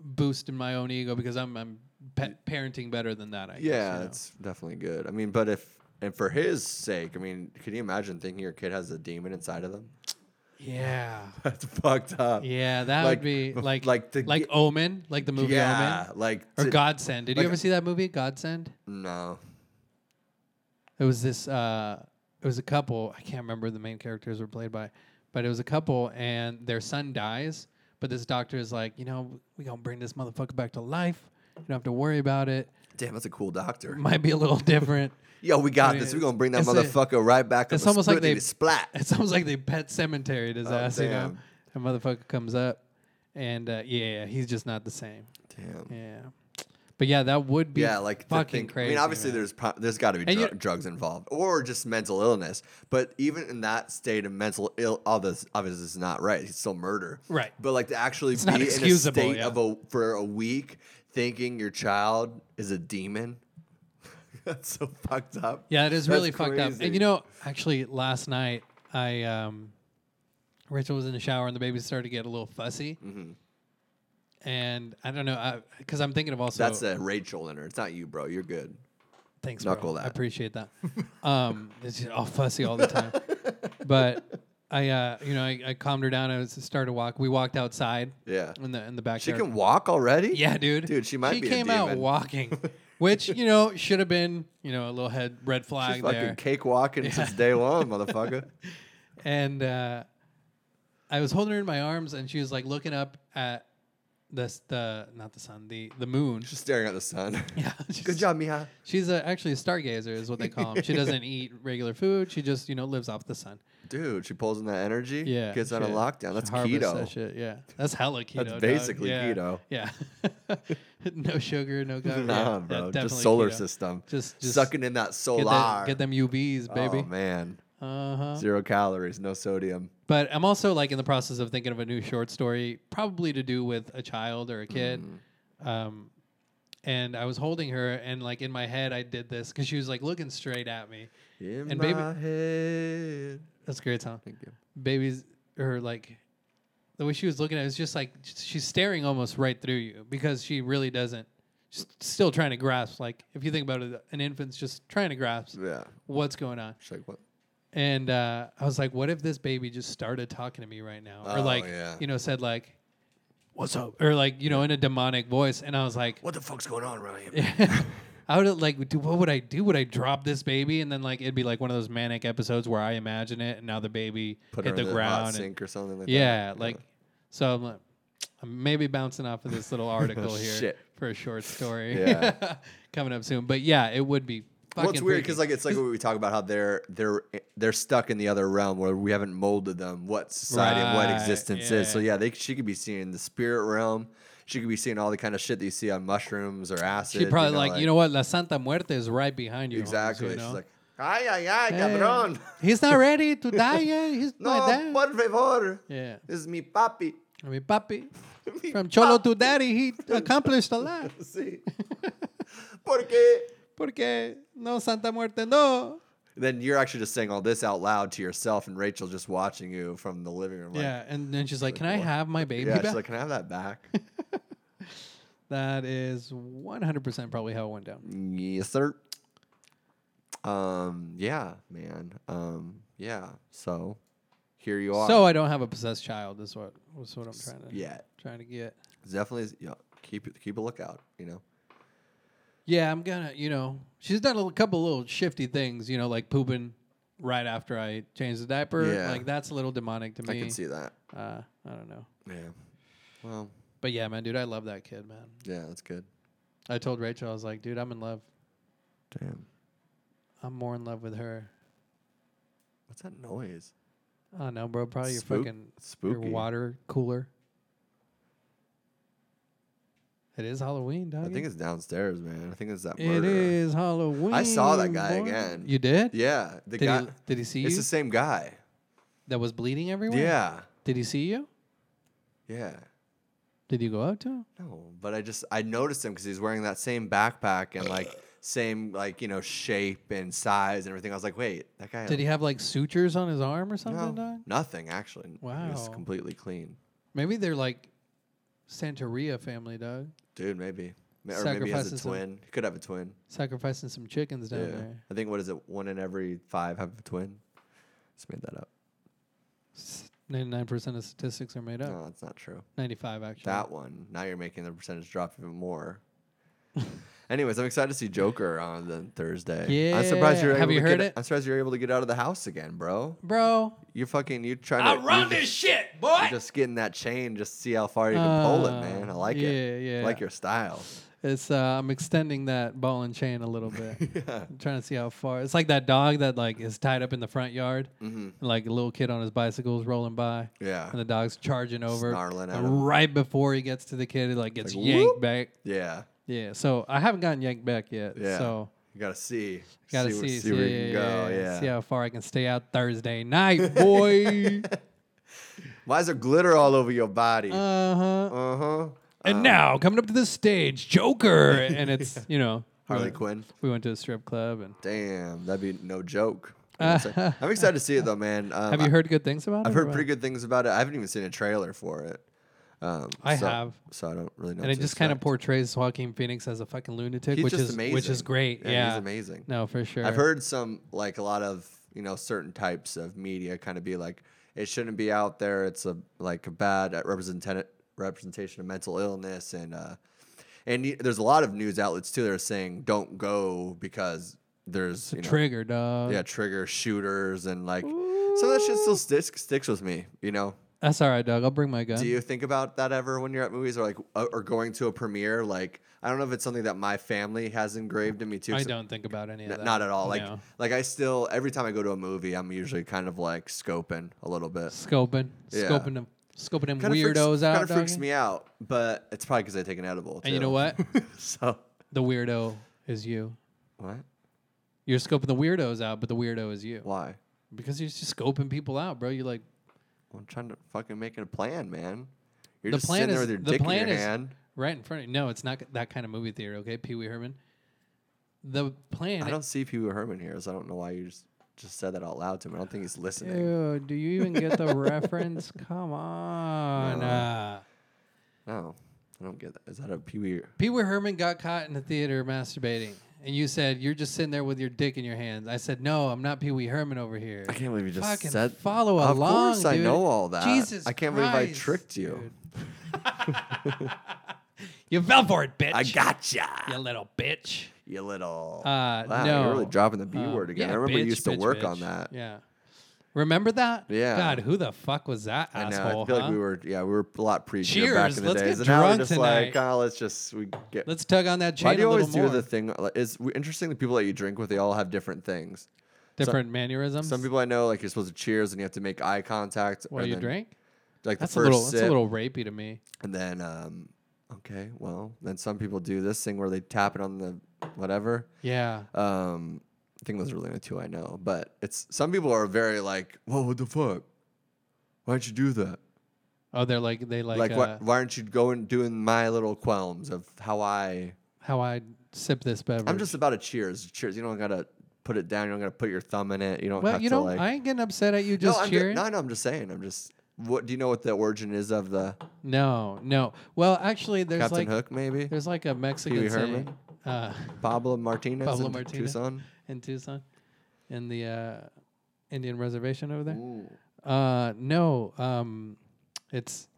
C: boost in my own ego because I'm I'm pa- parenting better than that. I guess, you
A: Yeah,
C: know.
A: it's definitely good. I mean, but if and for his sake, I mean, can you imagine thinking your kid has a demon inside of them?
C: yeah,
A: That's fucked up.
C: yeah. That
A: Like,
C: would be
A: bef-
C: like
A: like
C: like
A: the
C: like
A: ge-
C: Omen, like the movie
A: yeah,
C: Omen
A: like
C: or
A: to-
C: Godsend. Did
A: like
C: you ever see that movie Godsend?
A: No,
C: It was this. Uh, it was a couple. I can't remember who the main characters were played by, but it was a couple, and their son dies. But this doctor is like, you know, we gonna bring this motherfucker back to life. You don't have to worry about it.
A: damn, that's a cool doctor.
C: Might be a little different.
A: Yo, we got
C: I mean,
A: this. We're gonna bring that
C: it's a-
A: motherfucker right back.
C: it's
A: up a
C: almost like
A: split and
C: they-
A: a splat.
C: It sounds like the Pet Cemetery does ass. You know,
A: Oh, damn.
C: a motherfucker comes up, and uh, yeah, he's just not the same.
A: Damn.
C: Yeah, But yeah, that would be
A: yeah, like to
C: fucking
A: think-
C: crazy.
A: I mean, obviously
C: man.
A: there's pro- there's got to be
C: And
A: dru-
C: you-
A: drugs involved or just mental illness. But even in that state of mental ill, all this obviously is not right. It's still murder,
C: Right.
A: But like to actually
C: It's
A: be
C: not
A: in a
C: excusable,
A: state
C: yeah.
A: of a for a week thinking your child is a demon. That's so fucked up.
C: Yeah, it is
A: That's
C: really fucked up. And
A: crazy.
C: you know, actually, last night I um, Rachel was in the shower and the baby started to get a little fussy. And I don't know, because I'm thinking of also.
A: Mm-hmm. that's a Rachel in her. It's not you, bro. You're good.
C: Thanks,
A: Knuckle
C: bro. I
A: that.
C: appreciate that. um, it's just all fussy all the time. but I, uh, you know, I, I calmed her down. I was started to walk. We walked outside.
A: Yeah.
C: In the in the
A: She
C: backyard.
A: can walk already.
C: yeah, dude.
A: Dude, she might
C: She
A: be a
C: came out
A: demon.
C: walking, which you know should have been you know a little head red flag
A: She's
C: there.
A: fucking cake walking since day one, motherfucker.
C: and uh, I was holding her in my arms, and she was like looking up at the s- the not the sun, the the moon.
A: She's staring at the sun.
C: Yeah,
A: Good
C: she's-
A: job, Mija.
C: She's a, actually a stargazer, is what they call them. She doesn't eat regular food. She just you know lives off the sun.
A: Dude, she pulls in that energy.
C: Yeah,
A: Gets on a
C: shit.
A: lockdown.
C: She
A: That's
C: harvests
A: keto.
C: That shit. Yeah, that's hella keto.
A: That's
C: dog.
A: basically
C: yeah.
A: keto.
C: Yeah, no sugar, no gut.
A: Nah,
C: yeah,
A: bro.
C: definitely
A: just solar
C: keto.
A: system.
C: Just, just
A: sucking in that solar.
C: Get, that, get them UBs,
A: Oh
C: baby.
A: man.
C: uh huh.
A: Zero calories, no sodium.
C: But I'm also like in the process of thinking of a new short story, probably to do with a child or a kid. Um, and I was holding her, and like in my head, I did this because she was like looking straight at me.
A: In
C: And
A: my
C: baby-
A: head.
C: That's a great song.
A: Thank you.
C: Baby's or like the way she was looking at it was just like sh- she's staring almost right through you because she really doesn't. She's still trying to grasp. Like if you think about it, an infant's just trying to grasp
A: Yeah.
C: what's going on.
A: She's like, what?
C: And uh, I was like, what if this baby just started talking to me right now? Or
A: Oh,
C: like,
A: yeah.
C: you know, said like, what's up? Or like, you know, in a demonic voice. And I was like,
A: What the fuck's going on around here?
C: I would like, do, what would I do? Would I drop this baby? And then like, it'd be like one of those manic episodes where I imagine it and now the baby
A: Put her
C: hit
A: in
C: the,
A: the hot
C: ground. and-
A: sink or something like
C: yeah.
A: that.
C: Like, so I'm like, I'm maybe bouncing off of this little article here
A: Shit.
C: for a short story
A: Yeah.
C: coming up soon. But yeah, it would be fucking
A: Well, it's weird
C: freaky.
A: because like it's like what we talk about how they're they're they're stuck in the other realm where we haven't molded them what society and what
C: Right,
A: existence is. So yeah, they she could be seeing the spirit realm. She could be seeing all the kind of shit that you see on mushrooms or acid.
C: She probably like, you know what? La Santa Muerte is right behind you. Holmes,"
A: exactly.
C: you know?
A: She's like, ay ay ay,
C: Hey,
A: cabrón.
C: He's not ready to die yet. He's
A: No,
C: not dead.
A: por favor.
C: Yeah.
A: This is mi papi.
C: I mean, Papi,
A: Mi
C: from Cholo to Daddy, he accomplished a lot.
A: papi, sí. Porque.
C: Porque no Santa Muerte, no.
A: Then you're actually just saying all this out loud to yourself, and Rachel just watching you from the living room. Like,
C: Yeah, and then she's like, "Can I
A: what?
C: have my baby
A: Yeah,
C: back?"
A: she's like, can I have that back?
C: that is 100% probably how it went down.
A: Yes, sir. Um, yeah, man. Um, yeah. So here you are.
C: So I don't have a possessed child. Is what was what I'm trying to
A: yeah,
C: trying to get.
A: definitely. is- Yeah, keep it- keep a lookout. You know.
C: Yeah, I'm gonna, you know, she's done a little- couple little shifty things, you know, like pooping right after I change the diaper.
A: Yeah.
C: Like that's a little demonic to me.
A: I can see that.
C: Uh, I don't know.
A: Yeah. Well,
C: But yeah, man, dude, I love that kid, man.
A: yeah, that's good.
C: I told Rachel, I was like, dude, I'm in love.
A: Damn.
C: I'm more in love with her.
A: What's that noise?
C: I don't know, bro. Probably your
A: Spook-
C: fucking your
A: spooky.
C: water cooler. It is Halloween, dog.
A: I think it's downstairs, man. I think it's that
C: it
A: murder.
C: is Halloween.
A: I saw that guy
C: boy.
A: again.
C: You did?
A: Yeah, the
C: Did
A: guy.
C: he, did he see
A: it's
C: you?
A: the same guy.
C: that was bleeding everywhere.
A: Yeah.
C: Did he see you?
A: Yeah.
C: Did you go out to him?
A: No, but I just I noticed him because he's wearing that same backpack and like same like you know shape and size and everything. I was like, wait, that guy.
C: Did he have like sutures on his arm or something?
A: No,
C: dog?
A: nothing actually. he was
C: Wow.
A: completely clean,
C: Maybe they're like Santeria family, dog.
A: dude. Maybe, Ma- or maybe he has a
C: Sacrifices him.
A: twin. He could have a twin.
C: Sacrificing some chickens down
A: Yeah,
C: there.
A: I think what is it? One in every five have a twin. Just made that up.
C: Ninety-nine percent of statistics are made up.
A: No, that's not true.
C: Ninety-five actually.
A: That one. Now you're making the percentage drop even more. Anyways, I'm excited to see Joker on the Thursday. I'm surprised you're
C: Yeah. Have
A: able
C: you
A: to
C: heard
A: get,
C: it?
A: I'm surprised you're able to get out of the house again, bro.
C: bro.
A: You're fucking. You're trying to. you're just-
C: shit, boy.
A: You're just getting that chain, just to see how far you can pull it,
C: Ah,
A: man. I like it.
C: yeah,
A: I
C: yeah.
A: like your style.
C: It's uh, I'm extending that ball and chain a little bit.
A: Yeah.
C: I'm trying to see how far. It's like that dog that like is tied up in the front yard,
A: Mhm.
C: and, like a little kid on his bicycle is rolling by,
A: Yeah.
C: and the dog's charging over.
A: Uh, Snarling at
C: and
A: him.
C: right before he gets to the kid, it like gets
A: like,
C: yanked
A: "Whoop."
C: back.
A: Yeah.
C: Yeah. So I haven't gotten yanked back yet.
A: Yeah.
C: So
A: You gotta see.
C: gotta
A: where-
C: see, see,
A: where
C: yeah,
A: you can
C: yeah,
A: go.
C: yeah,
A: Yeah.
C: See how far I can stay out Thursday night, boy.
A: Why is there glitter all over your body? Uh-huh. Uh um,
C: uh huh.
A: huh.
C: And now coming up to the stage, Joker, and it's you know we
A: Harley
C: went-
A: Quinn.
C: We went to a strip club and.
A: Damn, that'd be no joke. I'm excited- I'm excited to see it though, man. Um,
C: Have you heard good things about it?
A: I've
C: or
A: heard
C: what?
A: pretty good things about it. I haven't even seen a trailer for it. Um,
C: I
A: so-
C: have.
A: so I don't really know.
C: And it just kind of portrays Joaquin Phoenix as a fucking lunatic,
A: He's
C: which
A: just
C: is
A: amazing.
C: which is great.
A: Yeah,
C: Yeah,
A: he's amazing.
C: No, for sure.
A: I've heard some like a lot of you know certain types of media kind of be like it shouldn't be out there. It's a like a bad representation representation of mental illness and uh, and y- there's a lot of news outlets too that are saying don't go because there's you know,
C: Trigger dog.
A: yeah trigger shooters and like some of that shit still sticks sticks with me. You know,
C: That's all right, dog. I'll bring my gun.
A: do you think about that ever when you're at movies or like o- or going to a premiere? Like I don't know if it's something that my family has engraved in me too.
C: I
A: 'cause
C: don't think about any of
A: N-
C: that.
A: not at all. Like
C: No.
A: like I still every time I go to a movie, I'm usually kind of like scoping a little bit.
C: scoping,
A: Yeah.
C: scoping them, scoping them
A: Kinda freaks-
C: weirdos out.
A: Kinda freaks
C: doggy.
A: me out, but it's probably because I take an edible.
C: And you know
A: too.
C: what?
A: so
C: the weirdo is you.
A: what?
C: You're scoping the weirdos out, but the weirdo is you.
A: Why?
C: Because you're just scoping people out, bro. You're like
A: I'm trying to fucking make it a plan, man. You're
C: The
A: just
C: plan
A: sitting there
C: is-
A: with your
C: the
A: dick in your
C: plan is-
A: hand.
C: right in front of you. No, it's not that kind of movie theater, okay? Pee Wee Herman. The plan.
A: I don't see Pee Wee Herman here, so I don't know why you just, just said that out loud to him. I don't think he's listening.
C: Ew, do you even get the reference? Come on.
A: No.
C: Uh,
A: No, I don't get that. Is that a Pee Wee?
C: Pee Wee Herman got caught in the theater masturbating, and you said you're just sitting there with your dick in your hands. I said, no, I'm not Pee Wee Herman over here.
A: I can't believe you just
C: Fucking
A: said.
C: follow
A: of
C: along.
A: course, I
C: dude.
A: know all that.
C: Jesus,
A: I can't believe I
C: Christ,
A: tricked you.
C: dude. you fell for it, bitch.
A: I gotcha.
C: you, little bitch.
A: You little.
C: Uh,
A: wow,
C: no.
A: you're really dropping the B
C: Um,
A: word again.
C: yeah,
A: I remember
C: bitch,
A: you used to
C: bitch,
A: work
C: bitch.
A: on that.
C: Yeah. Remember that?
A: Yeah.
C: God, who the fuck was that
A: I know.
C: asshole?
A: I feel
C: huh?
A: like we were, yeah, we were a lot pre geared back
C: Cheers,
A: in the
C: let's
A: days,
C: get
A: and now we're
C: drunk
A: just like,
C: tonight.
A: oh, let's just we get.
C: Let's tug on that chain
A: Why do you
C: a little
A: always do
C: more.
A: the thing? like, Is we- interesting. The people that you drink with, they all have different things.
C: Different mannerisms.
A: Some people I know, like you're supposed to cheers and you have to make eye contact.
C: While
A: and
C: you
A: then,
C: drink?
A: like
C: That's
A: the
C: a
A: first
C: little.
A: sip,
C: That's a little rapey to me.
A: and then um, okay, well, then some people do this thing where they tap it on the whatever.
C: Yeah.
A: Um, I think those are really the two I know. But it's some people are very like, "Whoa, what the fuck? Why'd you do that?
C: Oh, they're like they like,
A: Like,
C: uh,
A: why, why aren't you going doing my little qualms of how I?
C: how I sip this beverage.
A: I'm just about a cheers. Cheers. You don't gotta put it down. You don't gotta put your thumb in it. You don't
C: well,
A: have
C: you
A: to
C: know,
A: like.
C: I ain't getting upset at you
A: no,
C: just
A: I'm ju-
C: cheering.
A: no, no, I'm just saying. I'm just. What do you know? What the origin is of the
C: no, no. Well, actually, there's
A: Captain
C: like
A: Hook? Maybe
C: there's like a Mexican
A: Pee-wee
C: saying
A: Herman?
C: uh,
A: Pablo Martinez.
C: Pablo
A: in
C: Martinez.
A: Tucson.
C: in Tucson, in the uh, Indian reservation over there.
A: Ooh.
C: Uh, no, um, it's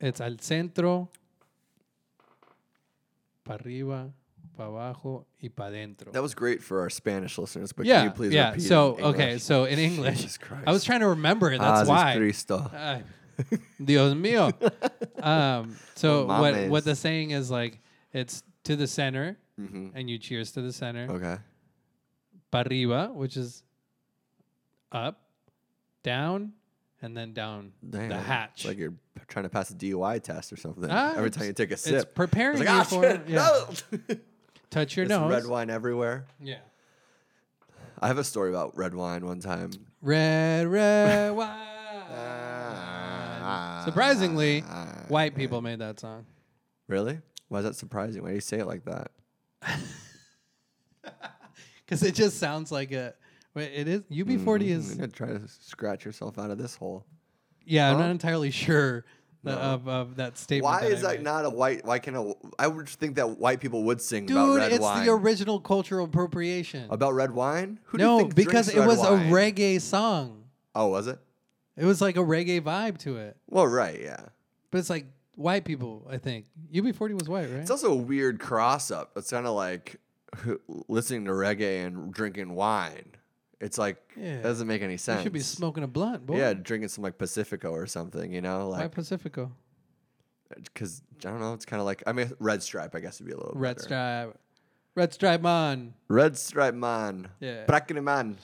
C: it's al centro, pa arriba, pa abajo, y pa dentro.
A: That was great for our Spanish listeners, but
C: yeah,
A: can you please
C: yeah.
A: repeat? it in
C: So okay,
A: English?
C: so in English,
A: Jesus Christ. Ah,
C: I was trying to remember it. That's
A: Jesus
C: why. Uh,
A: Cristo.
C: Ay, Dios mío. Um,
A: No
C: so what
A: mames.
C: what the saying is like it's to the center, and you cheers to the center.
A: Okay.
C: Parriba, which is up, down, and then down
A: Damn,
C: the hatch.
A: It's like you're p- trying to pass a DUI test or something.
C: Ah,
A: Every
C: it's-
A: time you take a
C: it's
A: sip, It's
C: preparing
A: like,
C: you
A: "Ah,
C: for
A: shit,
C: it." Yeah.
A: no!"
C: Touch your
A: There's
C: nose.
A: red wine everywhere.
C: Yeah.
A: I have a story about red wine one time.
C: Red, red
A: Ah.
C: wine. Surprisingly, white people made that song.
A: Really? Why is that surprising? Why do you say it like that?
C: Because it just sounds like a. Wait, it is. UB40
A: I'm
C: is.
A: gonna try to scratch yourself out of this hole.
C: Yeah, I'm
A: Huh?
C: not entirely sure the, of, of that statement.
A: Why is
C: I
A: that
C: made.
A: not a white? Why can't a? I would think that white people would sing about
C: Dude,
A: red
C: it's
A: wine.
C: the original cultural appropriation.
A: about red wine? Who do you
C: no,
A: think
C: because
A: drinks
C: it
A: red
C: was
A: wine?
C: a reggae song.
A: Oh, was it?
C: It was like a reggae vibe to it.
A: Well, right, yeah.
C: But it's like white people, I think. UB40 was white, right?
A: It's also a weird cross up. It's kind of like listening to reggae and drinking wine. It's like
C: Yeah.
A: that doesn't make any sense.
C: you should be smoking a blunt, boy.
A: Yeah, drinking some like Pacifico or something, you know,
C: Why
A: like
C: Pacifico?
A: because I don't know. It's kind of like I mean, Red Stripe, I guess, would be a little
C: Red
A: better.
C: Stripe. Red Stripe man.
A: Red Stripe man,
C: Yeah.
A: Prakini man.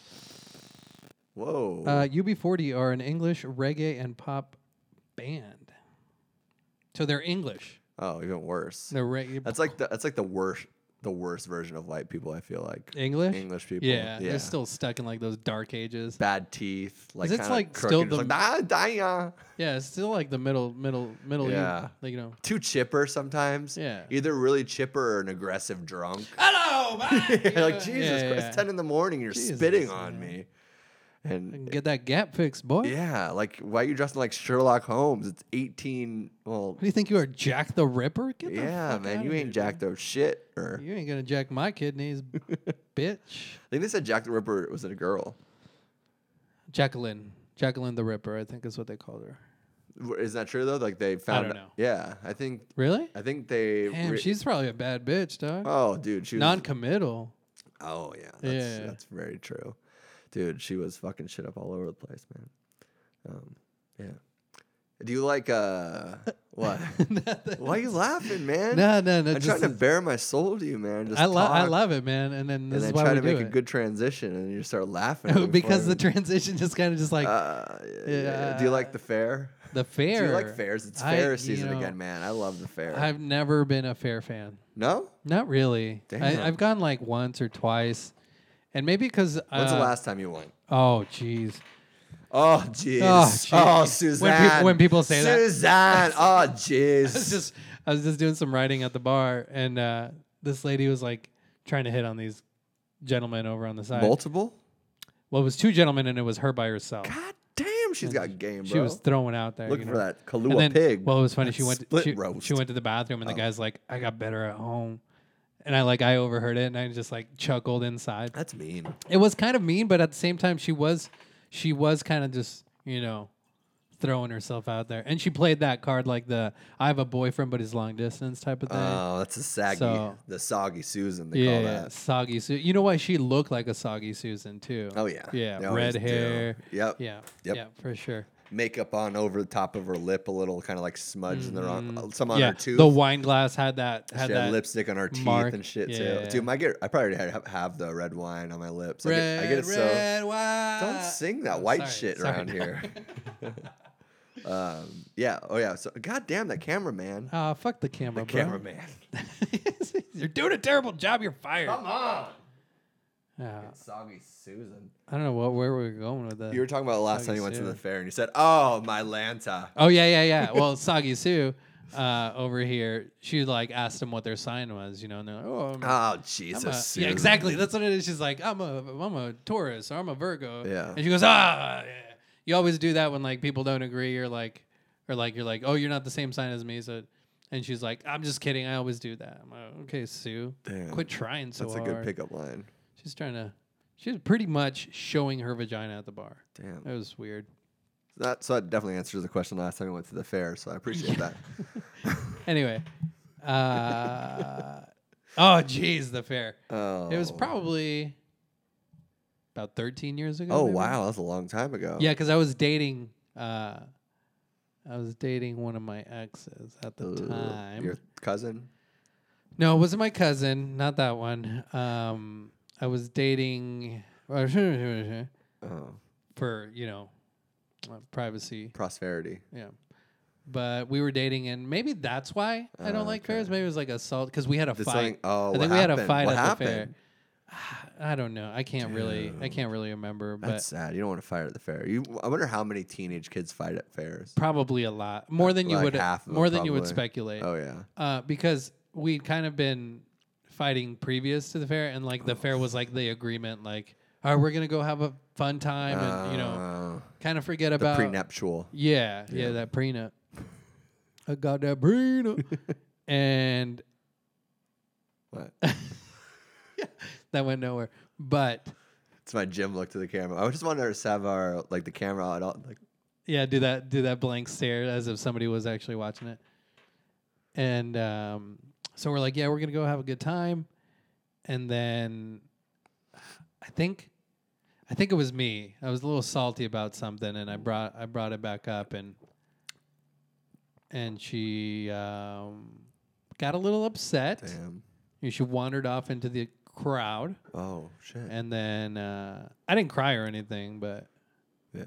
A: Whoa,
C: Uh, UB40 are an English reggae and pop band. So they're English.
A: Oh, even worse.
C: The re-
A: That's like the that's like the worst the worst version of white people. I feel like
C: English.
A: English people.
C: Yeah, they're still stuck in like those dark ages.
A: bad teeth. Like
C: 'Cause it's,
A: kinda
C: like,
A: crooked,
C: still
A: just
C: the-
A: like, "Ah, "Nah, nah, nah."
C: Yeah, it's still like the middle, middle, middle.
A: Yeah.
C: Yeah, like you know.
A: Too chipper sometimes.
C: Yeah.
A: Either really chipper or an aggressive drunk.
C: Hello,
A: You're like Jesus
C: yeah,
A: Christ,
C: yeah.
A: ten in the morning, you're
C: Jesus,
A: spitting on
C: man.
A: me, and
C: Get that gap fixed, boy.
A: yeah, like why are you dressing like Sherlock Holmes? It's eighteen. Well,
C: What do you think you are, Jack the Ripper? Get the
A: yeah,
C: fuck
A: man,
C: outta
A: you
C: here,
A: ain't
C: dude.
A: Jack the shit. Or
C: You ain't gonna jack my kidneys, bitch.
A: I think they said Jack the Ripper was a girl.
C: Jacqueline, Jacqueline the Ripper, I think is what they called her.
A: W- Isn't that true though? Like they found.
C: don't know.
A: Yeah, I think
C: Really?
A: I think they.
C: Damn,
A: re-
C: she's probably a bad bitch, dog.
A: Oh, dude, she was.
C: Non-committal.
A: oh yeah, that's,
C: Yeah.
A: that's very true, dude. She was fucking shit up all over the place, man. Um, yeah. Do you like uh what? Why are you laughing, man?
C: No, no, no.
A: I'm
C: just
A: trying to
C: is-
A: bare my soul to you, man. Just
C: I, lo- I
A: talk,
C: love it, man. And then
A: and
C: this
A: then
C: is why
A: try
C: we
A: to make
C: do
A: a
C: it.
A: good transition, and you start laughing
C: because the
A: before-
C: transition just kind of just like
A: uh, yeah, yeah, yeah. Do you like the fair?
C: the fair.
A: Do you like fairs? It's
C: I-
A: fair
C: you
A: season
C: know,
A: again, man. I love the fair.
C: I've never been a fair fan.
A: no?
C: Not really.
A: Damn.
C: I, I've gone like once or twice, and maybe because uh,
A: When's the last time you went?
C: Oh, jeez.
A: Oh jeez.
C: Oh,
A: Oh,
C: jeez. When peop-
A: Suzanne.
C: when people say that-
A: Suzanne. Oh
C: I was
A: jeez.
C: just I was just doing some writing at the bar, and uh, this lady was like trying to hit on these gentlemen over on the side.
A: Multiple?
C: Well, it was two gentlemen, and it was her by herself.
A: God damn, she's got game, bro.
C: She was throwing out there.
A: looking
C: you know.
A: for that Kahlua
C: and then,
A: pig.
C: Well, it was funny.
A: That
C: She went.
A: split
C: she,
A: roast. Oh.
C: she went to the bathroom, and the guy's like, "I got better at home," and I like I overheard it, and I just like chuckled inside.
A: That's mean.
C: It was kind of mean, but at the same time, she was she was kind of just you know throwing herself out there, and she played that card like the "I have a boyfriend, but he's long distance" type of thing.
A: Oh, that's a saggy,
C: So-
A: the soggy Susan. They
C: yeah,
A: call
C: yeah,
A: that.
C: soggy Susan. You know why she looked like a soggy Susan too?
A: Oh yeah.
C: yeah,
A: They always
C: red
A: do.
C: hair.
A: Yep.
C: Yeah,
A: Yep.
C: yeah, for sure.
A: Makeup on over the top of her lip, a little kind of like smudge in the wrong, uh, some on
C: Mm-hmm. yeah,
A: her tooth.
C: the wine glass had that
A: she
C: had
A: had
C: that
A: lipstick on her teeth
C: mark.
A: and shit
C: Yeah,
A: too.
C: yeah, yeah.
A: Dude, I get, I probably already have, have the red wine on my lips. I
C: Red,
A: get, I get it so.
C: red wine.
A: Don't sing that white
C: Uh, oh, sorry,
A: shit
C: sorry,
A: around
C: no.
A: here. um, yeah. Oh yeah. So goddamn that cameraman.
C: Ah, fuck the camera,
A: the
C: bro.
A: cameraman.
C: You're doing a terrible job. You're fired.
A: Come on.
C: Ah,
A: Soggy Susan.
C: I don't know what where we were going with that.
A: You were talking about the last time
C: Soggy
A: you went to the
C: Susan.
A: fair and you said, "Oh, my Lanta."
C: oh yeah, yeah, yeah. Well, Soggy Sue uh, over here, she like asked them what their sign was, you know, and they're like, oh, I'm,
A: Oh
C: I'm
A: Jesus.
C: a, yeah,
A: Susan.
C: exactly. That's what it is. She's like, I'm a I'm a Taurus or I'm a Virgo.
A: Yeah.
C: and she goes, ah. yeah." You always do that when like people don't agree or like or like you're like, oh, you're not the same sign as me, so. And she's like, "I'm just kidding. I always do that." I'm like, "Okay, Sue,
A: Damn.
C: quit trying so
A: That's a
C: hard."
A: good pickup line.
C: She's trying to. She's pretty much showing her vagina at the bar.
A: Damn.
C: That was weird.
A: That so that definitely answers the question last time we went to the fair. So I appreciate that.
C: Anyway, uh, oh jeez, the fair.
A: Oh,
C: It was probably about 13 years ago.
A: Oh
C: maybe.
A: wow, that was a long time ago.
C: Yeah, because I was dating. Uh, I was dating one of my exes at the
A: Ugh,
C: time.
A: Your cousin.
C: No, it wasn't my cousin. Not that one. Um, I was dating
A: Oh,
C: for you know uh, privacy.
A: prosperity.
C: Yeah. But we were dating, and maybe that's why I don't
A: Ah,
C: like
A: okay.
C: fairs. Maybe it was like assault because we had a
A: Did something-
C: fight.
A: oh,
C: I
A: what
C: think we had a
A: happened?
C: fight
A: What
C: at
A: happened?
C: the fair. I don't know. I can't really. I can't really remember, but
A: That's sad. You don't want to fight at the fair. You. I wonder how many teenage kids fight at fairs.
C: probably a lot more than you
A: Like
C: would
A: half of
C: more
A: them,
C: than you would
A: probably.
C: speculate.
A: Oh yeah.
C: Uh, because we'd kind of been fighting previous to the fair, and like the fair was like the agreement, like, all right, we're gonna go have a fun time, and you know,
A: Oh,
C: kind of forget
A: the
C: about
A: prenuptial.
C: Yeah, yeah,
A: Yeah.
C: that prenup. I got that prenup. and
A: What?
C: that went nowhere. But
A: It's my Jim look to the camera. I just wanted to have our like the camera out. all- Like
C: yeah, do that do that blank stare as if somebody was actually watching it. And um, so we're like, yeah, we're gonna go have a good time. And then I think I think it was me. I was a little salty about something and I brought I brought it back up and and she um, got a little upset.
A: damn.
C: You know, she wandered off into the crowd,
A: Oh shit.
C: and then uh, I didn't cry or anything, but
A: Yeah.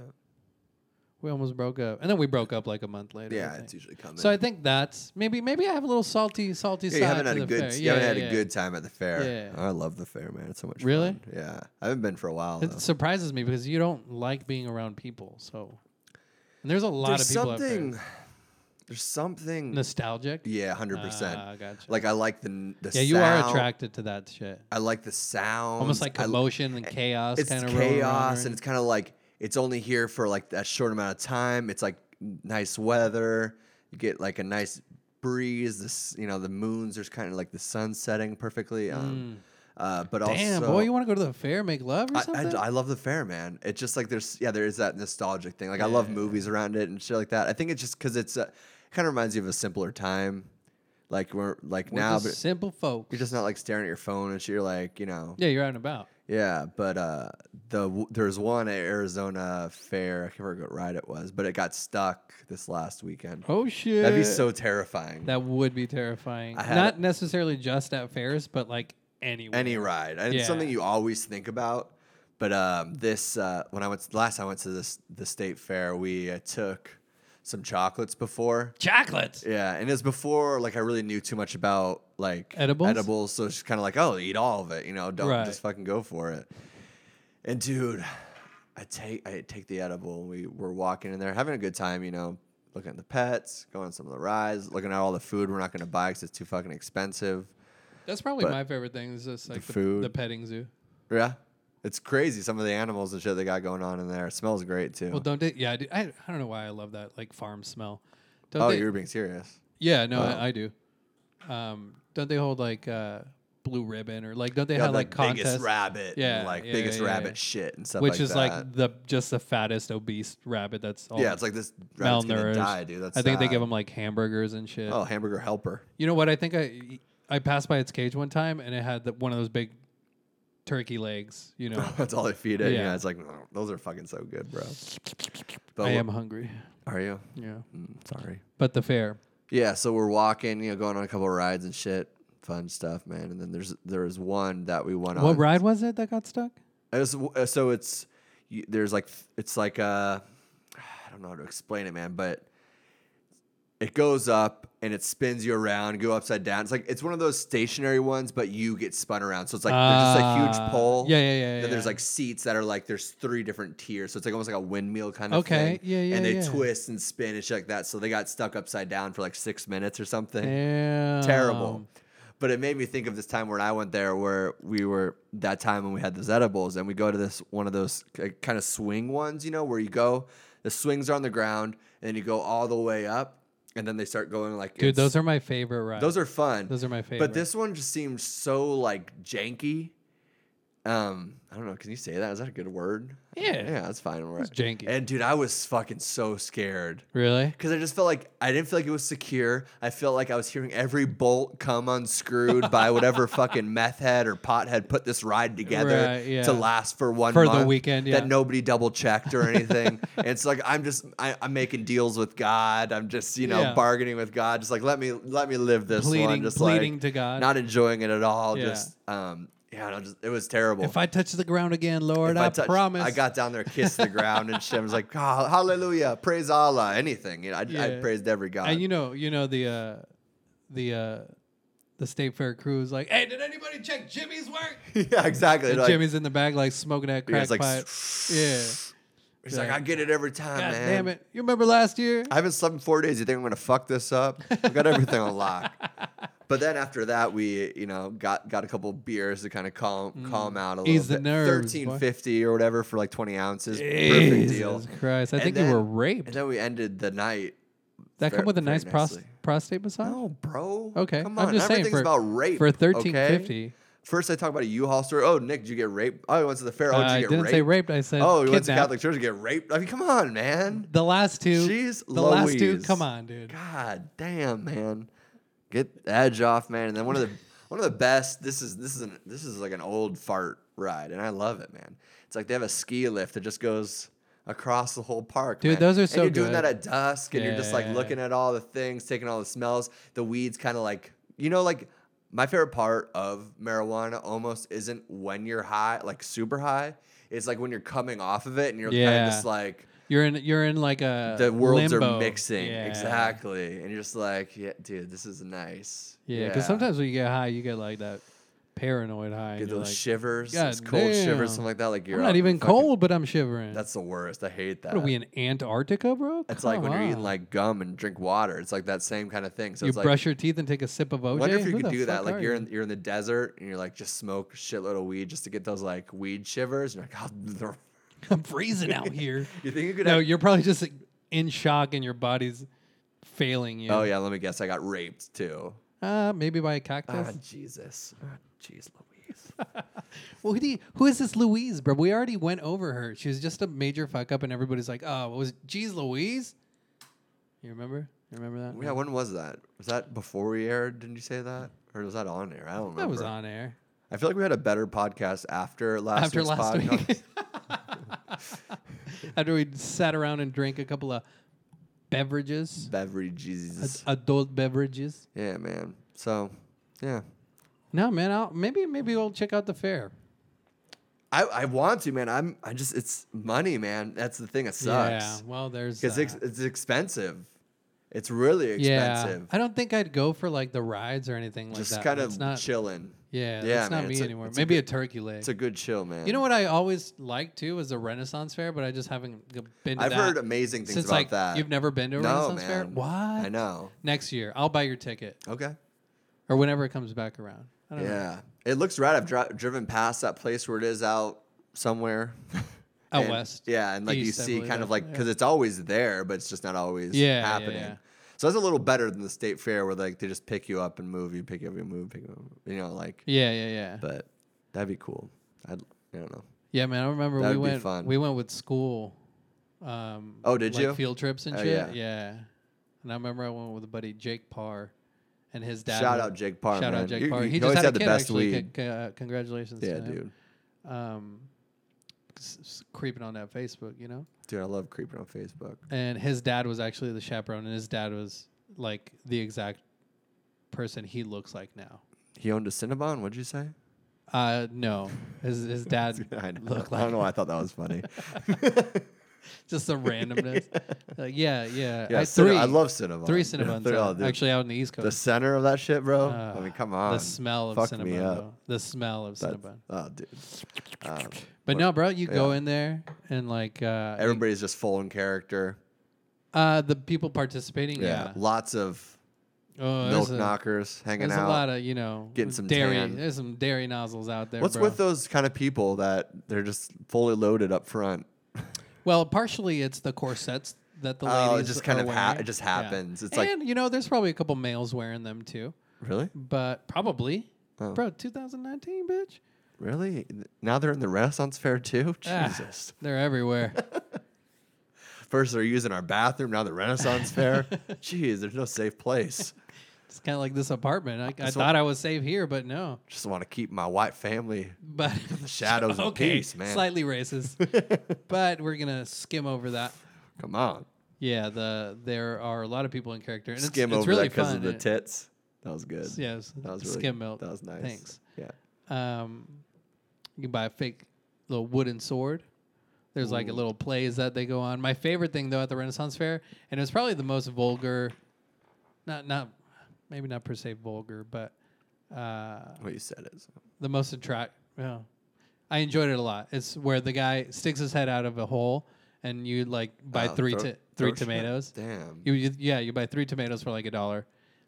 C: We almost broke up, and then we broke up like a month later. I
A: Yeah,
C: think.
A: it's usually coming.
C: So I think that's maybe maybe I have a little salty salty
A: yeah,
C: side.
A: you haven't
C: to
A: had a
C: the
A: good
C: fair.
A: you
C: Yeah,
A: haven't had
C: yeah,
A: a
C: yeah.
A: good time at the fair.
C: Yeah.
A: Oh, I love the fair, man. It's so much
C: Really?
A: fun. Yeah. I haven't been for a while
C: It
A: though.
C: surprises me because you don't like being around people. So and there's a lot
A: there's
C: of people out
A: something
C: there
A: there's something
C: nostalgic.
A: Yeah, 100%.
C: Ah, gotcha.
A: Like I like the n- the
C: yeah, you are
A: sound.
C: attracted to that shit.
A: I like the sound.
C: Almost like commotion and chaos.
A: eh, It's
C: kind of
A: chaos, and it's kind of like it's only here for like that short amount of time. It's like nice weather. You get like a nice breeze. This you know the moons. There's kind of like the sun setting perfectly. Um, uh, but
C: Hmm. damn
A: also,
C: boy, you want to go to the fair, make love or
A: I,
C: something?
A: I, I love the fair, man. It's just like there's yeah, there is that nostalgic thing. Like I love
C: Yeah.
A: movies around it and shit like that. I think it's just because it's uh, kind of reminds you of a simpler time. Like we're like
C: We're
A: now,
C: just
A: but
C: simple folks.
A: you're just not like staring at your phone and shit. You're like you know
C: yeah, you're out and about.
A: yeah, but uh, the w- there's one at Arizona Fair. I can't remember what ride it was, but it got stuck this last weekend.
C: Oh shit,
A: That'd be so terrifying.
C: That would be terrifying.
A: I had
C: Not
A: it.
C: necessarily just at fairs, but like anywhere.
A: Any ride, and it's something
C: Yeah.
A: you always think about. But um, this uh, when I went last, time I went to this the state fair. We uh, took some chocolates before.
C: Chocolates.
A: Yeah, and it's before like I really knew too much about like
C: Edibles?
A: Edibles, so it's just kind of like, oh, eat all of it, you know, don't
C: Right.
A: just fucking go for it. And dude, I take I take the edible. We were walking in there, having a good time, you know, looking at the pets, going on some of the rides, looking at all the food we're not going to buy because it's too fucking expensive.
C: That's probably
A: But
C: my favorite thing is just like the,
A: food. Oh.
C: the petting zoo.
A: Yeah, it's crazy some of the animals and shit they got going on in there. It smells great too.
C: Well, don't they? Yeah, I, do, I, I don't know why I love that like farm smell. Don't
A: oh,
C: they?
A: you were being serious.
C: yeah, no,
A: Oh.
C: I, I do. Um, don't they hold like uh, blue ribbon or like don't they
A: Got
C: have
A: the
C: like
A: biggest
C: contests?
A: rabbit, yeah,
C: Yeah,
A: like
C: yeah,
A: biggest
C: yeah, yeah.
A: rabbit shit and stuff,
C: which
A: like
C: is
A: that.
C: like the just the fattest obese rabbit that's all
A: yeah, it's like this rabbit's gonna
C: malnourished.
A: die, dude. That's
C: I think they
A: sad.
C: give them like hamburgers and shit.
A: Oh, hamburger helper.
C: You know what? I think I I passed by its cage one time and it had the, one of those big turkey legs. You know,
A: That's all they feed it. Yeah,
C: Yeah.
A: it's like "Mm, those are fucking so good, bro. But
C: I
A: we're-
C: am hungry.
A: Are you?
C: Yeah,
A: Mm, sorry.
C: but the fair.
A: Yeah, so we're walking, you know, going on a couple of rides and shit, fun stuff, man. And then there's there was one that we went on.
C: What ride was it that got stuck?
A: It was- uh, so it's you, there's like th- it's like uh I don't know how to explain it, man, but it goes up and it spins you around, go upside down. It's like it's one of those stationary ones, but you get spun around. So it's like there's just a
C: Ah,
A: huge pole.
C: yeah, yeah, yeah,
A: Then there's
C: yeah.
A: like seats that are like there's three different tiers. So it's like almost like a windmill kind of thing.
C: Okay, yeah, yeah,
A: And they
C: yeah.
A: twist and spin and shit like that. So they got stuck upside down for like six minutes or something
C: Damn. Um,
A: terrible. But it made me think of this time when I went there, where we were that time when we had those edibles, and we go to this one of those kind of swing ones, you know, where you go, the swings are on the ground, and then you go all the way up, and then they start going like,
C: Dude,
A: it's-
C: those are my favorite rides.
A: those are fun.
C: Those are my
A: But
C: favorite.
A: this one just seemed so like janky. Um, I don't know. Can you say that? Is that a good word?
C: Yeah.
A: yeah, that's fine. We're
C: It's
A: right.
C: janky.
A: And dude, I was fucking so scared
C: really.
A: because I just felt like I didn't feel like it was secure. I felt like I was hearing every bolt come unscrewed by whatever fucking meth head or pot head put this ride together
C: Right, yeah.
A: to last for one
C: For the
A: month
C: weekend, yeah.
A: that nobody double checked or anything. and it's like I'm just I, I'm making deals with God. I'm just you know
C: Yeah.
A: bargaining with God. Just like let me let me live this one.
C: Pleading-
A: Just
C: pleading
A: like
C: to God.
A: not enjoying it at all.
C: Yeah.
A: Just um yeah, and I'm just, it was terrible.
C: If I touch the ground again,
A: If
C: Lord, I,
A: touched-
C: promise.
A: I got down there, kissed the ground, and shit. I was like, "Ah, hallelujah, praise Allah, anything. You know, I, I
C: Yeah.
A: praised every god.
C: And you know, you know the uh, the uh, the state fair crew is like, "Hey, did anybody check Jimmy's work?"
A: yeah, exactly.
C: And
A: Like,
C: Jimmy's in the bag, like smoking that
A: Yeah,
C: crack
A: it's like,
C: pipe. yeah.
A: he's like, I get it every time,
C: God
A: man. Ah,
C: damn it! You remember last year?
A: I haven't slept in four days. You think I'm gonna fuck this up? I got everything on lock. But then after that, we you know got got a couple beers to kind of calm calm out a little
C: Mm. Ease the
A: bit.
C: nerves, boy.
A: Thirteen fifty or whatever for like twenty ounces. Perfect deal.
C: Jesus Christ! I
A: And
C: think
A: then-
C: you were
A: And
C: raped.
A: then we ended the night.
C: That
A: fair-
C: come with a
A: very
C: nice pros-
A: nicely.
C: prostate massage.
A: No, bro.
C: Okay,
A: Come
C: I'm
A: on.
C: just saying,
A: Everything's
C: for-
A: about rape.
C: for
A: thirteen fifty.
C: 13.50.
A: First, I talk about a U-Haul story. Oh, Nick, did you get raped? Oh, you went to the fair. Oh,
C: Uh,
A: did you
C: I
A: get
C: didn't
A: raped?
C: say raped. I said
A: Oh, you went to
C: kidnapped.
A: Catholic church to get raped. I mean, come on, man.
C: The last two.
A: Jeez
C: the last two.
A: Louise.
C: Come on, dude.
A: God damn, man. Get the edge off, man. And then one of the one of the best. This is this is an, this is like an old fart ride, and I love it, man. It's like they have a ski lift that just goes across the whole park.
C: Dude,
A: man.
C: those are
A: and
C: so
A: you're doing
C: good.
A: that at dusk, and you're just like
C: Yeah.
A: looking at all the things, taking all the smells. The weeds kind of like you know like. My favorite part of marijuana almost isn't when you're high, like super high. It's like when you're coming off of it and you're kind
C: Yeah.
A: of just like,
C: You're in you're in like a
A: the worlds
C: Uh, limbo.
A: are mixing
C: Yeah.
A: exactly, and you're just like, yeah, dude, this is nice.
C: Yeah, because sometimes when you get high, you get like that paranoid
A: you
C: high. And
A: get
C: you're
A: those
C: like,
A: shivers,
C: "God
A: those cold shivers,
C: damn.
A: something like that. Like you're
C: I'm
A: out
C: not
A: in
C: even
A: fucking-
C: cold, but I'm shivering.
A: That's the worst. I hate that.
C: what are we in Antarctica, bro?
A: it's like when
C: Come
A: you're eating
C: on.
A: like gum and drink water. It's like that same kind of thing. So
C: you
A: it's like
C: brush your teeth and take a sip of OJ.
A: wonder if you
C: Who
A: could
C: the
A: do that.
C: fuck
A: Like
C: are
A: you're
C: you?
A: in you're in the desert and you're like just smoke a shitload of weed just to get those like weed shivers. You're like, oh,
C: I'm freezing out here.
A: you think you could?
C: no,
A: have-
C: you're probably just like, in shock and your body's failing you.
A: oh yeah, let me guess. I got raped too.
C: Uh, maybe by a
A: Ah,
C: cactus.
A: Jesus. Ah, Jeez, Louise.
C: well, who, do you- who is this Louise, bro? We already went over her. She was just a major fuck up, and everybody's like, "Oh, what was Jeez Louise?" You remember? You remember that?
A: Yeah, when was that? Was that before we aired? Didn't you say that, or was that on air? I don't remember.
C: that was on air
A: I feel like we had a better podcast after last
C: after
A: week's
C: last
A: podcast.
C: week. after we sat around and drank a couple of beverages,
A: Beverage Jesus.
C: adult beverages.
A: yeah, man. So, yeah.
C: No, man. I'll, maybe maybe we'll check out the fair.
A: I, I want to, man. I'm I just it's money, man. That's the thing. It
C: Yeah.
A: sucks
C: Well, there's
A: because it's,
C: that.
A: it's expensive. It's really expensive.
C: Yeah, I don't think I'd go for like the rides or anything like
A: just
C: that.
A: kind
C: That's
A: of
C: not,
A: chilling. Yeah,
C: Yeah, that's not
A: man,
C: me
A: it's a-
C: anymore.
A: it's a
C: Maybe a,
A: good-
C: turkey leg.
A: It's a good chill, man.
C: you know what I always liked too was the Renaissance Fair, but I just haven't g- been to
A: I've
C: that
A: heard amazing things
C: since
A: about
C: like
A: that.
C: you've never been to a
A: no,
C: Renaissance
A: man.
C: Fair. What?
A: I know.
C: Next year, I'll buy your ticket
A: Okay.
C: or whenever it comes back around. I don't know.
A: Yeah, it looks rad. I've dri- driven past that place where it is out somewhere.
C: Out
A: And-
C: west.
A: Yeah, and like
C: East,
A: you
C: I
A: see,
C: believe,
A: kind of
C: yeah.
A: like because it's always there, but it's just not always
C: Yeah, yeah,
A: happening.
C: yeah.
A: So that's a little better than the state fair where like they just pick you up and move you, pick you up and move, pick you up. You know, like.
C: Yeah, yeah, yeah.
A: But that'd be cool. I'd, I don't know.
C: yeah, man. I remember
A: That
C: we
A: would be
C: went.
A: fun.
C: We went with school. Um,
A: Oh, did
C: like
A: you?
C: field trips and
A: Oh,
C: shit?
A: yeah.
C: Yeah. And I remember I went with a buddy Jake Parr, and his dad.
A: Shout
C: was-
A: out Jake Parr.
C: Shout
A: man.
C: out Jake
A: You-
C: Parr.
A: you
C: He
A: always
C: just had,
A: had the
C: a kid,
A: best
C: actually.
A: weed.
C: Con- con- uh, congratulations.
A: Yeah,
C: to him.
A: dude.
C: Um, s- s- creeping on that Facebook, you know.
A: Dude, I love creeping on Facebook.
C: And his dad was actually the chaperone, and his dad was like the exact person he looks like now.
A: He owned a Cinnabon. What'd you say?
C: Uh, no, his his dad
A: I, know.
C: looked
A: I don't
C: like
A: know. why I thought that was funny.
C: just the randomness. Like, yeah, yeah.
A: Yeah,
C: I,
A: Cinna-
C: three,
A: I love Cinnabon.
C: three
A: Cinnabon.
C: Cinnabons uh, actually out in the East
A: The
C: Coast.
A: center of that shit, bro. I
C: Uh,
A: mean, come on.
C: the smell of
A: Fuck
C: Cinnabon.
A: me up.
C: though. The smell of
A: That's-
C: Cinnabon.
A: oh, dude. Um,
C: But
A: what-
C: no, bro, you go
A: yeah.
C: in there and like uh, you-
A: everybody's just full in character.
C: uh, the people participating. Yeah,
A: Lots of
C: Oh, there's
A: milk
C: a-
A: knockers hanging
C: There's
A: out.
C: a lot of you know
A: getting some
C: dairy.
A: tan.
C: There's some dairy nozzles out there.
A: What's
C: bro.
A: with those kind of people that they're just fully loaded up front?
C: Well, partially it's the corsets that the
A: Oh, it
C: ladies.
A: just kind
C: are
A: of ha-
C: wearing.
A: it just
C: Yeah.
A: happens. It's like-
C: and you know, there's probably a couple males wearing them too,
A: Really?
C: but probably.
A: Oh.
C: Bro, 2019, bitch.
A: Really? Now they're in the Renaissance Fair too?
C: Ah,
A: Jesus.
C: they're everywhere.
A: First they're using our bathroom, now the Renaissance Fair. Jeez, there's no safe place.
C: it's kind of like this apartment. I, I
A: That's what-
C: thought I was safe here, but no.
A: Just want to keep my white family.
C: But
A: shadows of
C: okay,
A: peace, man.
C: Slightly racist, but we're gonna skim over that.
A: Come on.
C: Yeah, the there are a lot of people in character, and
A: Skim
C: it's, it's
A: over
C: really
A: that because of
C: fun. eh?
A: the
C: It-
A: tits. That was good.
C: Yes.
A: That was really
C: skim milk.
A: That was nice.
C: Thanks.
A: Yeah.
C: Um, you can buy a fake little wooden sword. There's like a little plays that they go on. My favorite thing though at the Renaissance Fair, and it was probably the most vulgar, not not maybe not per se vulgar, but uh,
A: What you said is
C: the most attract. Well, I enjoyed it a lot. It's where the guy sticks his head out of a hole, and you like buy
A: Oh,
C: three
A: throw-
C: to, three
A: throw shit.
C: tomatoes.
A: Damn.
C: You, you yeah, you buy three tomatoes for like a dollar,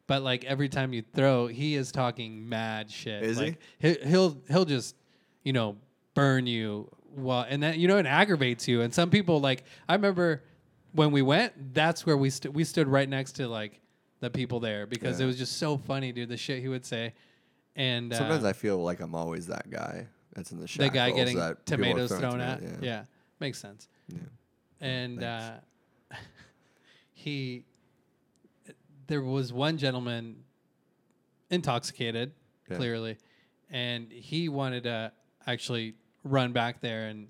C: but like every time you throw, he is talking mad shit.
A: Is he?
C: like, he? He'll he'll just you know burn you. Well, and that you know it aggravates you. And some people like I remember when we went, that's where we stood. We stood right next to like the people there because it
A: Yeah.
C: was just so funny, dude. The shit he would say, and
A: Sometimes
C: uh,
A: I feel like I'm always that guy that's in the
C: the
A: shackles.
C: guy
A: that
C: getting
A: people are
C: tomatoes
A: throwing
C: thrown at.
A: tomato-
C: Yeah. makes sense. And uh, he, there was one gentleman intoxicated,
A: Yeah.
C: clearly, and he wanted to actually run back there and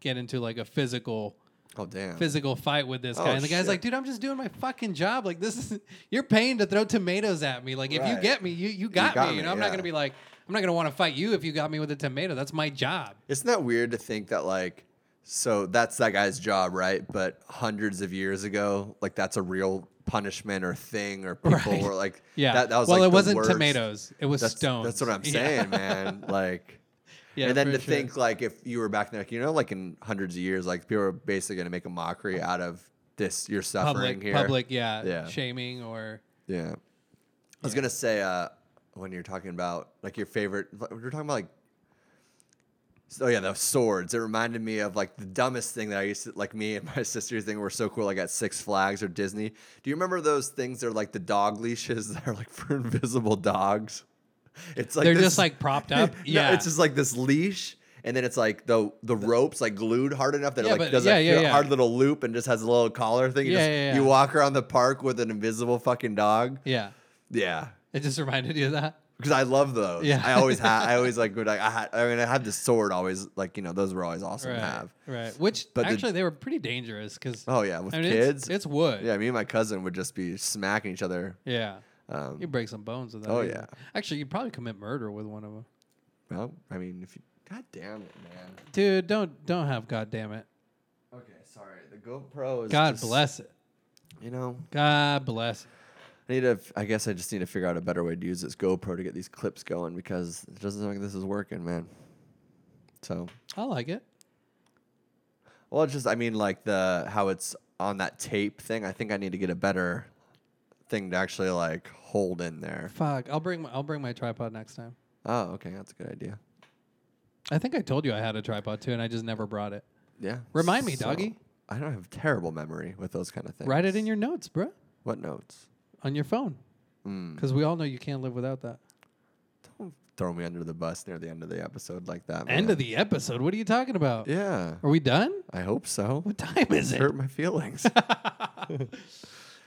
C: get into like a physical
A: Oh damn.
C: physical fight with this
A: Oh,
C: guy. And the guy's
A: shit.
C: like, dude, I'm just doing my fucking job. Like this is you're paying to throw tomatoes at me. Like if you
A: Right.
C: get me, you you got,
A: got
C: me.
A: me,
C: You know, I'm
A: yeah.
C: not gonna be like I'm not gonna want to fight you if you got me with a tomato. That's my job.
A: Isn't that weird to think that like So that's that guy's job, right? But hundreds of years ago, like that's a real punishment or thing, or people
C: Right.
A: were like,
C: Yeah.
A: that, that was
C: well,
A: like
C: it
A: the
C: wasn't
A: worst.
C: tomatoes. It was
A: That's,
C: stones.
A: that's what I'm
C: Yeah.
A: saying, man. Like,
C: Yeah,
A: and then
C: for
A: to
C: sure.
A: think like if you were back there, like, you know, like in hundreds of years, like people are basically gonna make a mockery out of this your suffering
C: public,
A: here.
C: public, yeah,
A: Yeah.
C: shaming or
A: Yeah. I was gonna say uh, when you're talking about like your favorite, like, we were talking about like. Oh yeah, the swords. It reminded me of like the dumbest thing that I used to like. Me and my sister think were so cool. Like at Six Flags or Disney. Do you remember those things? They're like the dog leashes that are like for invisible dogs. It's like
C: they're
A: this-
C: just like propped up.
A: no,
C: yeah,
A: it's just like this leash, and then it's like the the ropes like glued hard enough that
C: Yeah,
A: it
C: but-
A: like does
C: yeah,
A: a
C: yeah, yeah.
A: hard little loop and just has a little collar thing. You,
C: Yeah,
A: just,
C: yeah, yeah.
A: you walk around the park with an invisible fucking dog.
C: yeah.
A: Yeah,
C: It just reminded you of that.
A: because I love those.
C: Yeah.
A: I always had. I always like would like I had. I mean, I had the sword always like you know those were always awesome
C: Right,
A: to have.
C: right. Which
A: But the-
C: actually they were pretty dangerous because
A: Oh yeah, with
C: I mean,
A: kids.
C: it's, it's wood.
A: yeah, me and my cousin would just be smacking each other.
C: yeah.
A: Um,
C: You break some bones with that.
A: Oh,
C: either.
A: yeah.
C: Actually, you'd probably commit murder with one of them.
A: well, I mean, if you, God damn it, man.
C: Dude, don't don't have God damn it.
A: Okay, sorry. The GoPro is.
C: God
A: just-
C: bless it.
A: You know,
C: God bless. It.
A: I need to. I guess I just need to figure out a better way to use this GoPro to get these clips going because it doesn't look like this is working, man. So,
C: I like it.
A: well, it's just I mean, like the how it's on that tape thing. I think I need to get a better thing to actually like hold in there.
C: Fuck. I'll bring my, I'll bring my tripod next time.
A: Oh, okay, that's a good idea.
C: I think I told you I had a tripod too, and I just never brought it.
A: Yeah.
C: Remind me, doggy.
A: I don't have terrible memory with those kind of things.
C: Write it in your notes, bruh,
A: what notes?
C: on your phone,
A: Mm.
C: because we all know you can't live without that.
A: Don't throw me under the bus near the end of the episode like that.
C: End of
A: man.
C: the episode. What are you talking about?
A: Yeah,
C: Are we done?
A: I hope so.
C: What time is it?
A: Hurt my feelings.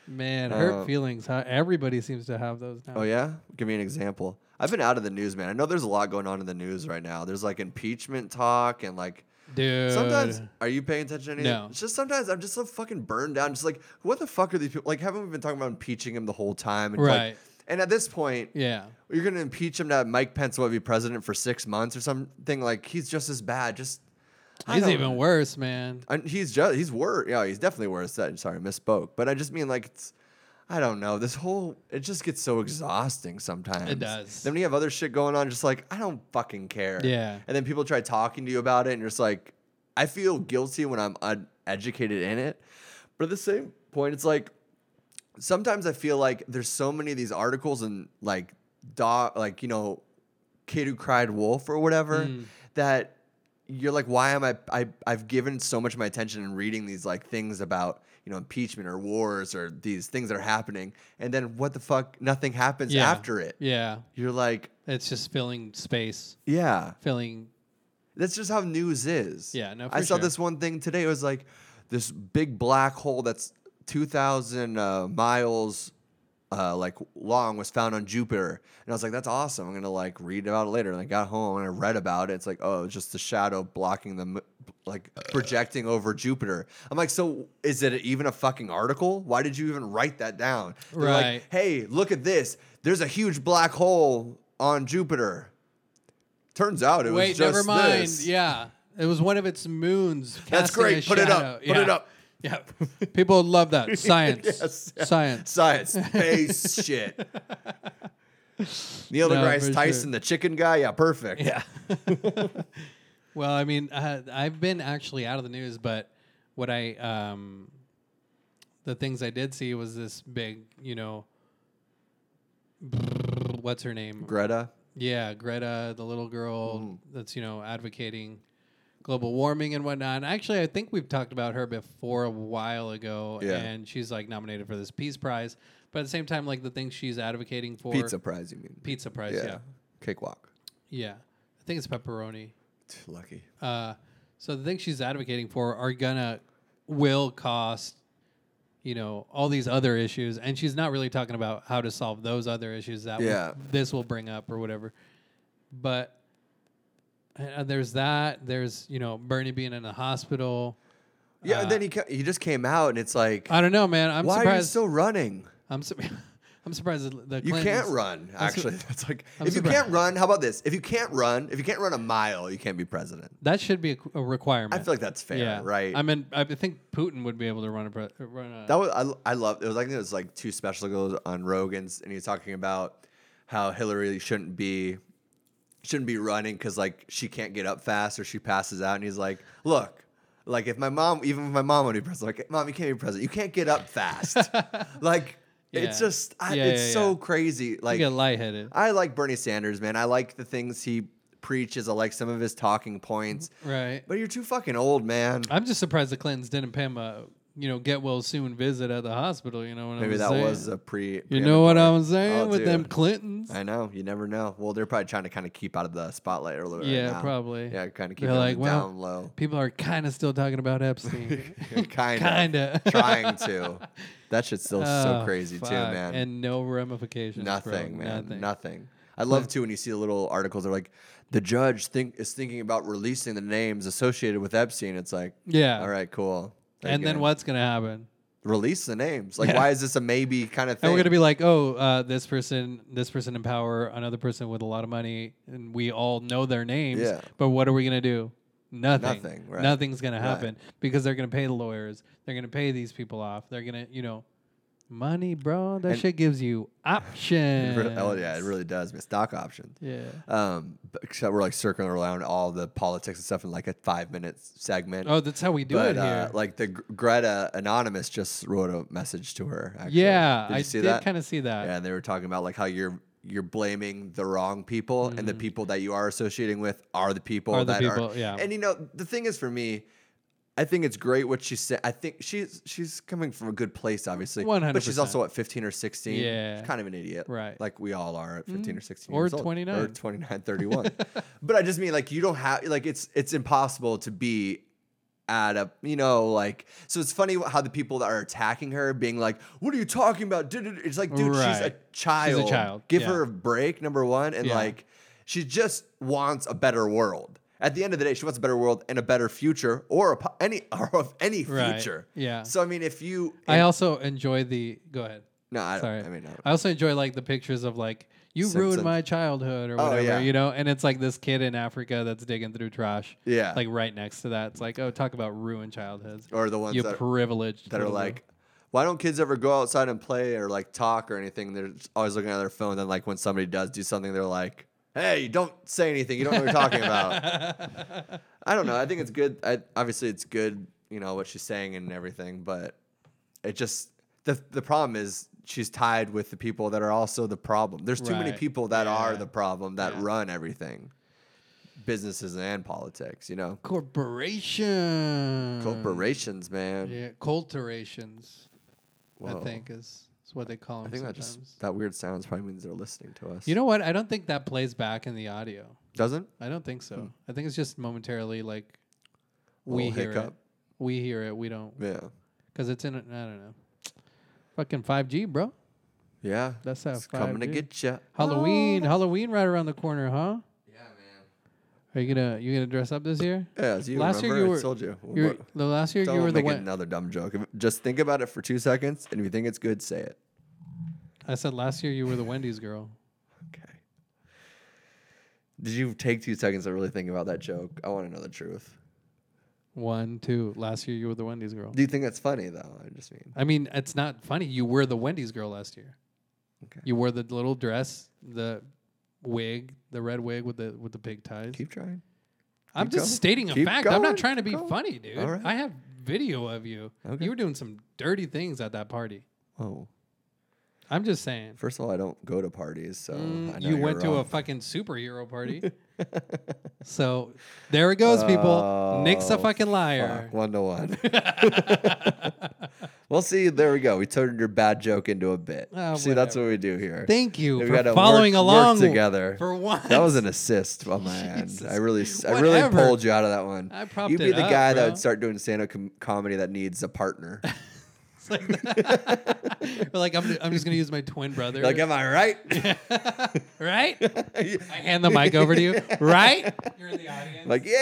C: Man, hurt
A: Uh,
C: feelings. Huh? Everybody seems to have those now.
A: Oh yeah, give me an example. I've been out of the news, man. I know there's a lot going on in the news right now. There's like impeachment talk and like
C: dude.
A: sometimes are you paying attention to anything?
C: Uh, No.
A: It's just sometimes I'm just so fucking burned down. Just like what the fuck are these people? Like haven't we been talking about impeaching him the whole time? And like-
C: Right.
A: and at this point,
C: yeah,
A: you're gonna impeach him that Mike Pence will be president for six months or something. Like he's just as bad. Just I
C: he's
A: don't-
C: even worse, man.
A: I, he's just he's worse. Yeah, he's definitely worse. That sorry, misspoke. But I just mean like it's. I don't know. This whole it just gets so exhausting sometimes.
C: does.
A: Then when you have other shit going on, just like I don't fucking care.
C: Yeah.
A: And then people try talking to you about it, and you're just like, I feel guilty when I'm uneducated in it. But at the same point, it's like sometimes I feel like there's so many of these articles and like dog, like you know, kid who cried wolf or whatever
C: Hmm.
A: that you're like, why am I, I? I've given so much of my attention in reading these like things about you know impeachment or wars or these things that are happening, and then what the fuck? Nothing happens
C: Yeah.
A: after it.
C: Yeah,
A: You're like,
C: it's just filling space,
A: yeah,
C: filling.
A: that's just how news is.
C: Yeah, no,
A: I
C: for
A: saw
C: sure.
A: this one thing today. It was like this big black hole that's two thousand uh, miles uh, like long was found on Jupiter, and I was like, "That's awesome! I'm gonna like read about it later." And I got home and I read about it. It's like, oh, it's just the shadow blocking the m- like projecting over Jupiter. I'm like, so is it even a fucking article? Why did you even write that down? They're
C: Right.
A: like, hey, look at this. There's a huge black hole on Jupiter. Turns out it
C: Wait,
A: was just
C: never mind.
A: this.
C: Yeah, it was one of its moons.
A: That's
C: casting a
A: great. Put it up.
C: shadow.
A: Put it
C: Yeah.
A: up.
C: Yeah, people would love that science.
A: Yes, yeah.
C: Science.
A: Science, space shit. Neil
C: No,
A: deGrasse
C: for
A: Tyson,
C: sure.
A: the chicken guy. Yeah, perfect.
C: Yeah. well, I mean, uh, I've been actually out of the news, but what I um, the things I did see was this big, you know, what's her name?
A: Greta.
C: Yeah, Greta, the little girl
A: Mm.
C: that's you know advocating global warming and whatnot. And actually, I think we've talked about her before a while ago,
A: Yeah.
C: and she's like nominated for this Peace Prize. But at the same time, like the things she's advocating for
A: Pizza prize, you mean?
C: pizza prize, yeah, yeah.
A: Cakewalk.
C: I think it's pepperoni.
A: Tch, Lucky.
C: Uh, so the things she's advocating for are gonna will cost, you know, all these other issues, and she's not really talking about how to solve those other issues that w-
A: Yeah.
C: this will bring up or whatever. But uh, there's that. There's you know Bernie being in the hospital.
A: Yeah, and then he ca- he just came out, and it's like,
C: I don't know, man. Uh, I'm
A: why are you
C: surprised.
A: still running?
C: I'm su- I'm surprised the- the
A: You
C: Clintons-
A: can't run.
C: I'm su-
A: Actually, that's like
C: I'm
A: if you
C: surprised.
A: can't run. How about this? If you can't run, if you can't run a mile, you can't be president.
C: That should be a, qu- a requirement.
A: I feel like that's fair, right?
C: I mean, I think Putin would be able to run a pre- run a.
A: That was I, I love it was like it was like two special goes on Rogan's and he was talking about how Hillary shouldn't be shouldn't be running because like she can't get up fast or she passes out and he's like look like if my mom even if my mom would be president like mom you can't be president you can't get up fast like it's
C: Yeah.
A: just I,
C: Yeah,
A: it's
C: yeah,
A: so
C: yeah.
A: crazy
C: you
A: like
C: get lightheaded.
A: I like Bernie Sanders man I like the things he preaches I like some of his talking points
C: right.
A: but you're too fucking old man
C: I'm just surprised the Clintons didn't pay him a you know get well soon visit at the hospital. You know what
A: maybe
C: I'm
A: that
C: saying?
A: was a pre
C: You know what
A: premonitory.
C: I'm saying
A: Oh,
C: with them
A: dude.
C: Clintons?
A: I know. You never know. Well, they're probably trying to kind of keep out of the spotlight or a little bit.
C: Yeah,
A: now.
C: probably.
A: Yeah, kind of keep
C: They're
A: it on
C: like,
A: the
C: well,
A: down low.
C: People are kind of still talking about Epstein.
A: kind of.
C: Kinda.
A: trying to. That shit's still so
C: Oh,
A: crazy
C: fuck.
A: too, man.
C: And no ramifications. bro.
A: nothing, man. Nothing.
C: Nothing.
A: I love too when you see the little articles. They're like, the judge think is thinking about releasing the names associated with Epstein. It's like,
C: Yeah.
A: all right, cool. Are you
C: And then
A: gonna
C: what's gonna happen?
A: Release the names. Like,
C: Yeah.
A: why is this a maybe kind of thing?
C: And we're gonna be like, oh, uh, this person, this person in power, another person with a lot of money, and we all know their names.
A: Yeah.
C: But what are we gonna do? Nothing.
A: Nothing, right.
C: Nothing's gonna
A: Right.
C: happen because they're gonna pay the lawyers. They're gonna pay these people off. They're gonna, you know, money, bro. That
A: And-
C: shit gives you
A: It
C: options.
A: re- oh yeah, it really does. man. Stock options.
C: Yeah.
A: Um, but- except we're like circling around all the politics and stuff in like a five minute segment.
C: Oh, that's how we do
A: but,
C: it
A: Uh,
C: here.
A: like the Gr- Greta Anonymous just wrote a message to her. Actually.
C: yeah,
A: did you
C: I
A: see
C: did
A: that?
C: kind of see that.
A: yeah, and they were talking about like how you're you're blaming the wrong people, and the people that you are associating with are the people
C: Mm-hmm. Are the
A: that
C: people,
A: are.
C: yeah.
A: And you know the thing is for me. I think it's great what she said. I think she's she's coming from a good place, obviously. But she's
C: 100%.
A: also at 15 or 16.
C: Yeah.
A: She's kind of an idiot.
C: Right. Mm.
A: Like we all are at 15 or 16.
C: Or
A: years old.
C: 29.
A: Or 29, 31. but I just mean like you don't have like it's it's impossible to be at a you know like so it's funny how the people that are attacking her being like what are you talking about Dude, dude, dude." it's like dude she's a
C: Right.
A: child
C: child,
A: give
C: yeah.
A: her a break number one and
C: Yeah.
A: like she just wants a better world at the end of the day she wants a better world and a better future or a, po- any or of any
C: Right.
A: future
C: Yeah.
A: so i mean if you
C: I also enjoy the. Go ahead.
A: no i,
C: Sorry.
A: I mean no.
C: I also enjoy like the pictures of like you
A: Simpson.
C: ruined my childhood or
A: Oh,
C: whatever,
A: yeah.
C: you know. And it's like this kid in Africa that's digging through trash.
A: Yeah.
C: Like right next to that, it's like, oh, talk about ruined childhoods.
A: or the ones
C: you
A: that are-
C: privileged
A: that are like, why don't kids ever go outside and play or like talk or anything? They're just always looking at their phone. Then like when somebody does do something, they're like, hey, don't say anything. You don't know what you're talking about. I don't know. I think it's good. I, obviously, it's good. You know what she's saying and everything, but it just the the problem is she's tied with the people that are also the problem. There's too many
C: Right.
A: people that are
C: Yeah.
A: the problem that
C: Yeah.
A: run everything, businesses and politics. You know,
C: corporations.
A: corporations, man.
C: Mm. Yeah, corporations.
A: Whoa.
C: I think is, is what they call
A: I
C: them
A: think that
C: sometimes.
A: just that weird sounds probably means they're listening to us.
C: you know what? I don't think that plays back in the audio.
A: doesn't
C: I don't think so. I think it's just momentarily like we
A: Hmm. Little
C: hear it.
A: hiccup.
C: We hear it. We don't
A: Yeah,
C: because it's in. a- I don't know. Fucking five G, bro.
A: yeah.
C: That's how
A: it's coming to
C: 5G.
A: get you.
C: Halloween, Halloween right around the corner, huh? Are you gonna you gonna dress up this year?
A: Yeah, as you
C: Last year
A: remember,
C: you
A: I
C: were-
A: told you.
C: You were,
A: What-
C: the last year
A: Don't
C: you were the
A: make it
C: one.
A: another dumb joke. If- Just think about it for two seconds, and if you think it's good, say it.
C: I said last year you were the Wendy's girl.
A: Okay. Did you take two seconds to really think about that joke? I want to know the truth.
C: One, two. Last year you were the Wendy's girl.
A: Do you think that's funny though? I just mean
C: I mean, it's not funny. You were the Wendy's girl last year.
A: Okay.
C: You wore the little dress, the wig, the red wig with the with the big ties.
A: keep trying.
C: I'm
A: keep
C: just
A: going.
C: stating a
A: Keep
C: fact. I'm
A: going.
C: not trying to be
A: Go.
C: funny, dude.
A: All right.
C: I have video of you.
A: Okay.
C: You were doing some dirty things at that party.
A: Oh,
C: I'm just saying.
A: first of all, I don't go to parties, so
C: Mm,
A: Oh, I know
C: you
A: you're
C: went to a
A: wrong.
C: fucking superhero party. so there it goes, people. Nick's a
A: Oh,
C: fucking liar.
A: Fuck, one to one. well, see, there we go. We turned your bad joke into a bit.
C: Oh,
A: see, that's what we do here.
C: Thank you
A: We gotta
C: for following
A: work- work
C: along
A: together.
C: For once,
A: That was an assist on my end. I
C: Jesus.
A: really, I really
C: Whatever.
A: pulled you out of that one.
C: I propped
A: You'd be
C: it
A: the
C: up,
A: guy that
C: bro.
A: would start doing stand-up com- comedy that needs a partner.
C: It's like that. We're like, I'm, I'm just gonna use my twin brother.
A: like, am I right?
C: right? I hand the mic over to you. Right? You're in the audience.
A: like, yeah.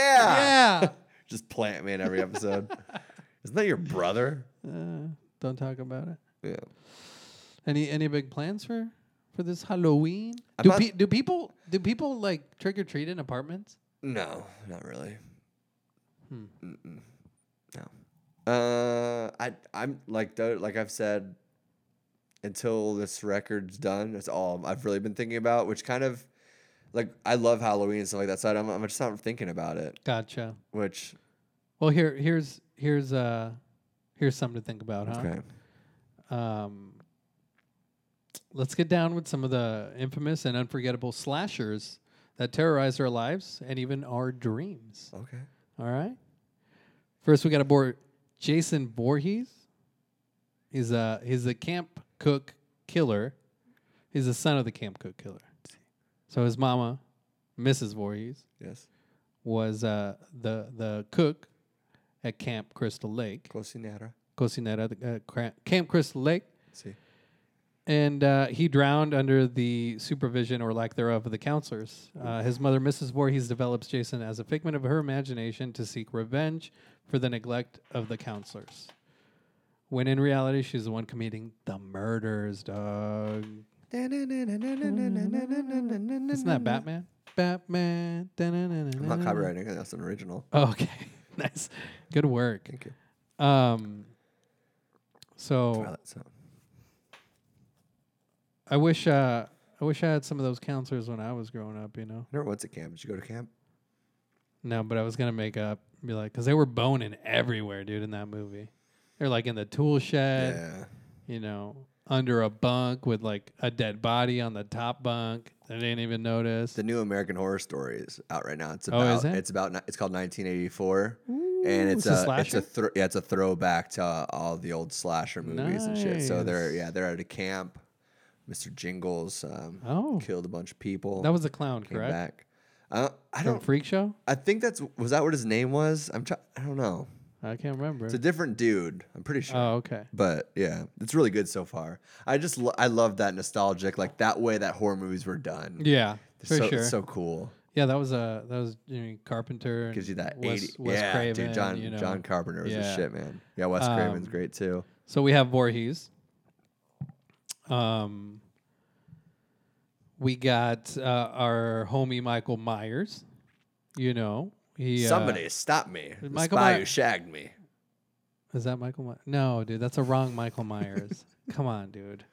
C: yeah.
A: Just plant me in every episode. Isn't that your brother?
C: Uh, don't talk about it.
A: Yeah.
C: Any any big plans for for this Halloween?
A: I'm
C: Do
A: not-
C: pe- do people do people like trick or treat in apartments?
A: No, not really.
C: Hmm.
A: Mm-mm. No. Uh, I I'm like tho- like I've said, until this record's done, that's all I've really been thinking about. Which kind of, like, I love Halloween and stuff like that. So I'm I'm just not thinking about it.
C: Gotcha.
A: Which
C: Well, here here's here's uh here's something to think about, huh?
A: okay,
C: Um, let's get down with some of the infamous and unforgettable slashers that terrorize our lives and even our dreams.
A: okay,
C: All right. First, we got aboard Jason Voorhees. He's a he's a camp cook killer. He's the son of the camp cook killer. So his mama, Mrs. Voorhees,
A: yes,
C: was uh, the the cook at Camp Crystal Lake,
A: cocinera.
C: cocinera at uh, Cra- Camp Crystal Lake,
A: See,
C: and uh, he drowned under the supervision or lack thereof of the counselors. Uh, his mother, Mrs. Voorhees, develops Jason as a figment of her imagination to seek revenge for the neglect of the counselors. When in reality, she's the one committing the murders, dog. Isn't that Batman? Batman.
A: I'm not copywriting. it, That's an original.
C: Okay, nice. Good work.
A: Thank you.
C: Um, so
A: Twilight Zone.
C: I wish uh, I wish I had some of those counselors when I was growing up. You know.
A: I never went to camp. Did you go to camp?
C: No, but I was gonna make up, be like, because they were boning everywhere, dude, in that movie. They're like in the tool shed,
A: yeah.
C: you know, under a bunk with like a dead body on the top bunk. They didn't even notice.
A: The new American Horror Story is out right now. It's
C: Oh,
A: about
C: is it?
A: it's about ni- it's called 1984, and it's,
C: it's a
A: a, it's
C: slasher?
A: a thro- yeah, it's a throwback to uh, all the old slasher movies and shit. So they're yeah they're at a camp. Mr. Jingles um,
C: oh,
A: killed a bunch of people.
C: that was the clown,
A: came
C: correct?
A: back. Uh, I
C: From
A: don't.
C: Freak Show?
A: I think that's was that what his name was. I'm try- I don't know.
C: I can't remember.
A: It's a different dude. I'm pretty sure.
C: Oh, okay.
A: But yeah, it's really good so far. I just lo- I love that nostalgic like that way that horror movies were done.
C: Yeah, for
A: so,
C: sure.
A: So cool.
C: yeah, that was uh, that was Jimmy Carpenter. and
A: Gives you that
C: Wes,
A: 80.
C: Wes
A: yeah,
C: Craven,
A: dude. John
C: you know.
A: John Carpenter was
C: Yeah.
A: a shit man. Yeah, Wes Craven's
C: Um,
A: great too.
C: So we have Voorhees. Um, we got uh, our homie Michael Myers. You know, he uh,
A: Somebody stop me. The
C: Michael
A: spy
C: Myers-
A: who shagged me.
C: is that Michael? My- no, dude, that's a wrong Michael Myers. Come on, dude.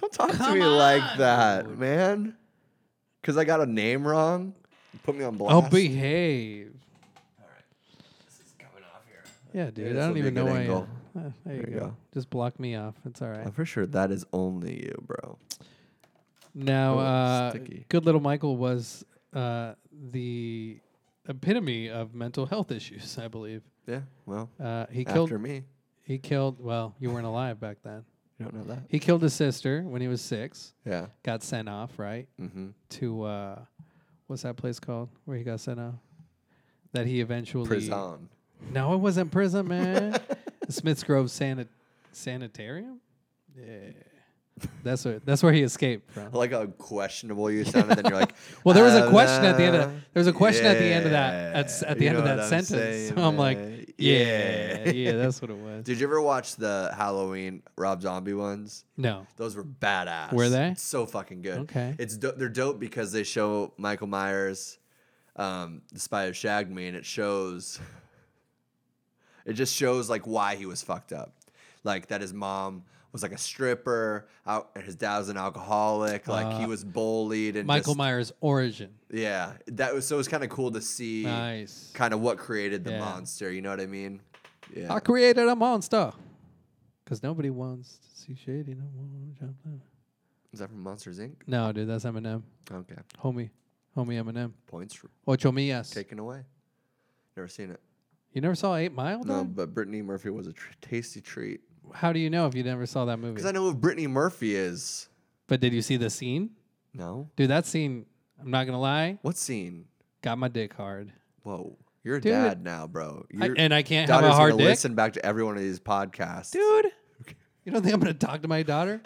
A: Don't talk to
C: Come
A: me
C: on,
A: like that,
C: dude.
A: man. Cause I got a name wrong. You put me on blast.
C: Oh, behave.
A: This is coming off here.
C: Yeah,
A: this
C: dude. I
A: will
C: don't
A: be a
C: even
A: good
C: know why.
A: angle.
C: I am. there you
A: There you
C: go.
A: go.
C: Just block me off. It's all right.
A: I'm pretty sure that is only you, bro.
C: Now,
A: Oh,
C: uh,
A: sticky.
C: good little Michael was uh, the epitome of mental health issues, I believe.
A: Yeah. Well,
C: Uh, he
A: after
C: killed
A: me,
C: He killed, well, you weren't alive back then.
A: you don't know that.
C: He killed his sister when he was six,
A: Yeah.
C: got sent off, right?
A: Mm-hmm.
C: To, uh, what's that place called where he got sent off? That he eventually.
A: Prison.
C: No, it wasn't prison, man. the Smiths Grove Sanit- Sanitarium? Yeah. That's where, that's where he escaped from.
A: I like how questionable you sounded. then you're like,
C: Well, there was a
A: uh,
C: question at the end of
A: uh,
C: there was a question at the end of that at, s-
A: yeah,
C: at the
A: you
C: end of
A: know
C: that
A: what I'm
C: sentence.
A: saying,
C: so I'm like,
A: man.
C: yeah, yeah, that's what it was.
A: Did you ever watch the Halloween Rob Zombie ones?
C: No,
A: Those were badass.
C: Were they?
A: It's so fucking good.
C: Okay.
A: It's do- they're dope because they show Michael Myers, um, the spy who shagged me, and it shows. It just shows like why he was fucked up, like that his mom was like a stripper, out, and his dad was an alcoholic, like he
C: Uh,
A: was bullied and
C: Michael
A: just-
C: Myers' origin.
A: Yeah, that was so. It was kind of cool to see
C: Nice.
A: kind of what created the
C: Yeah.
A: monster. You know what I mean? Yeah.
C: I created a monster. Because nobody wants to see Shady no more. Jump down.
A: Is that from Monsters Inc?
C: No, dude, that's Eminem.
A: Okay.
C: Homie. Homie Eminem.
A: Points for
C: Ocho Millas.
A: taken away. Never seen it.
C: You never saw Eight Mile,
A: No,
C: dog?
A: but Brittany Murphy was a tr- tasty treat.
C: How do you know if you never saw that movie?
A: Because I know who Brittany Murphy is.
C: But did you see the scene?
A: No.
C: Dude, that scene, I'm not going to lie,
A: What scene?
C: got my dick hard.
A: Whoa. You're a
C: Dude.
A: dad now, bro.
C: I-
A: Your
C: and I can't have
A: daughter's
C: a hard
A: gonna
C: dick.
A: listen back to every one of these podcasts.
C: Dude, you don't think I'm going to talk to my daughter?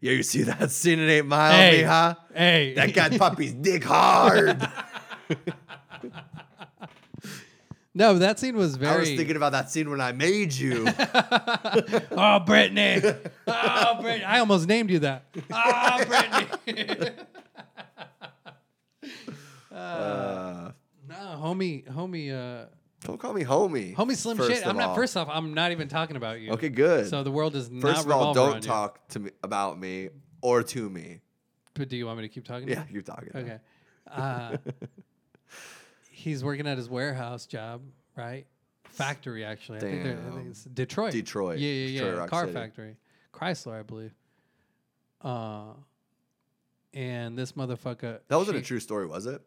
A: Yeah, you see that scene in Eight Mile,
C: Hey.
A: me, huh?
C: Hey.
A: That got puppy's dick hard.
C: No, that scene was very.
A: I was thinking about that scene when I made you.
C: oh, Brittany. Oh, Brittany. I almost named you that. Oh, Brittany.
A: uh,
C: no, homie, homie, uh,
A: don't call me homie.
C: homie, slim
A: first
C: shit. I'm
A: of
C: not.
A: all.
C: First off, I'm not even talking about you.
A: Okay, good.
C: So the world is not
A: first of all,
C: revolve
A: don't
C: around you.
A: talk to me about me or to me.
C: But do you want me to keep talking?
A: Yeah,
C: To
A: you're talking.
C: you? Okay. Uh, he's working at his warehouse job, right? Factory, actually. I think, they're, I think
A: Damn.
C: it's Detroit.
A: Detroit.
C: Yeah, yeah, yeah.
A: Detroit, Rock
C: Car
A: City.
C: factory. Chrysler, I believe. Uh, and this motherfucker.
A: That wasn't a
C: she-
A: true story, was it?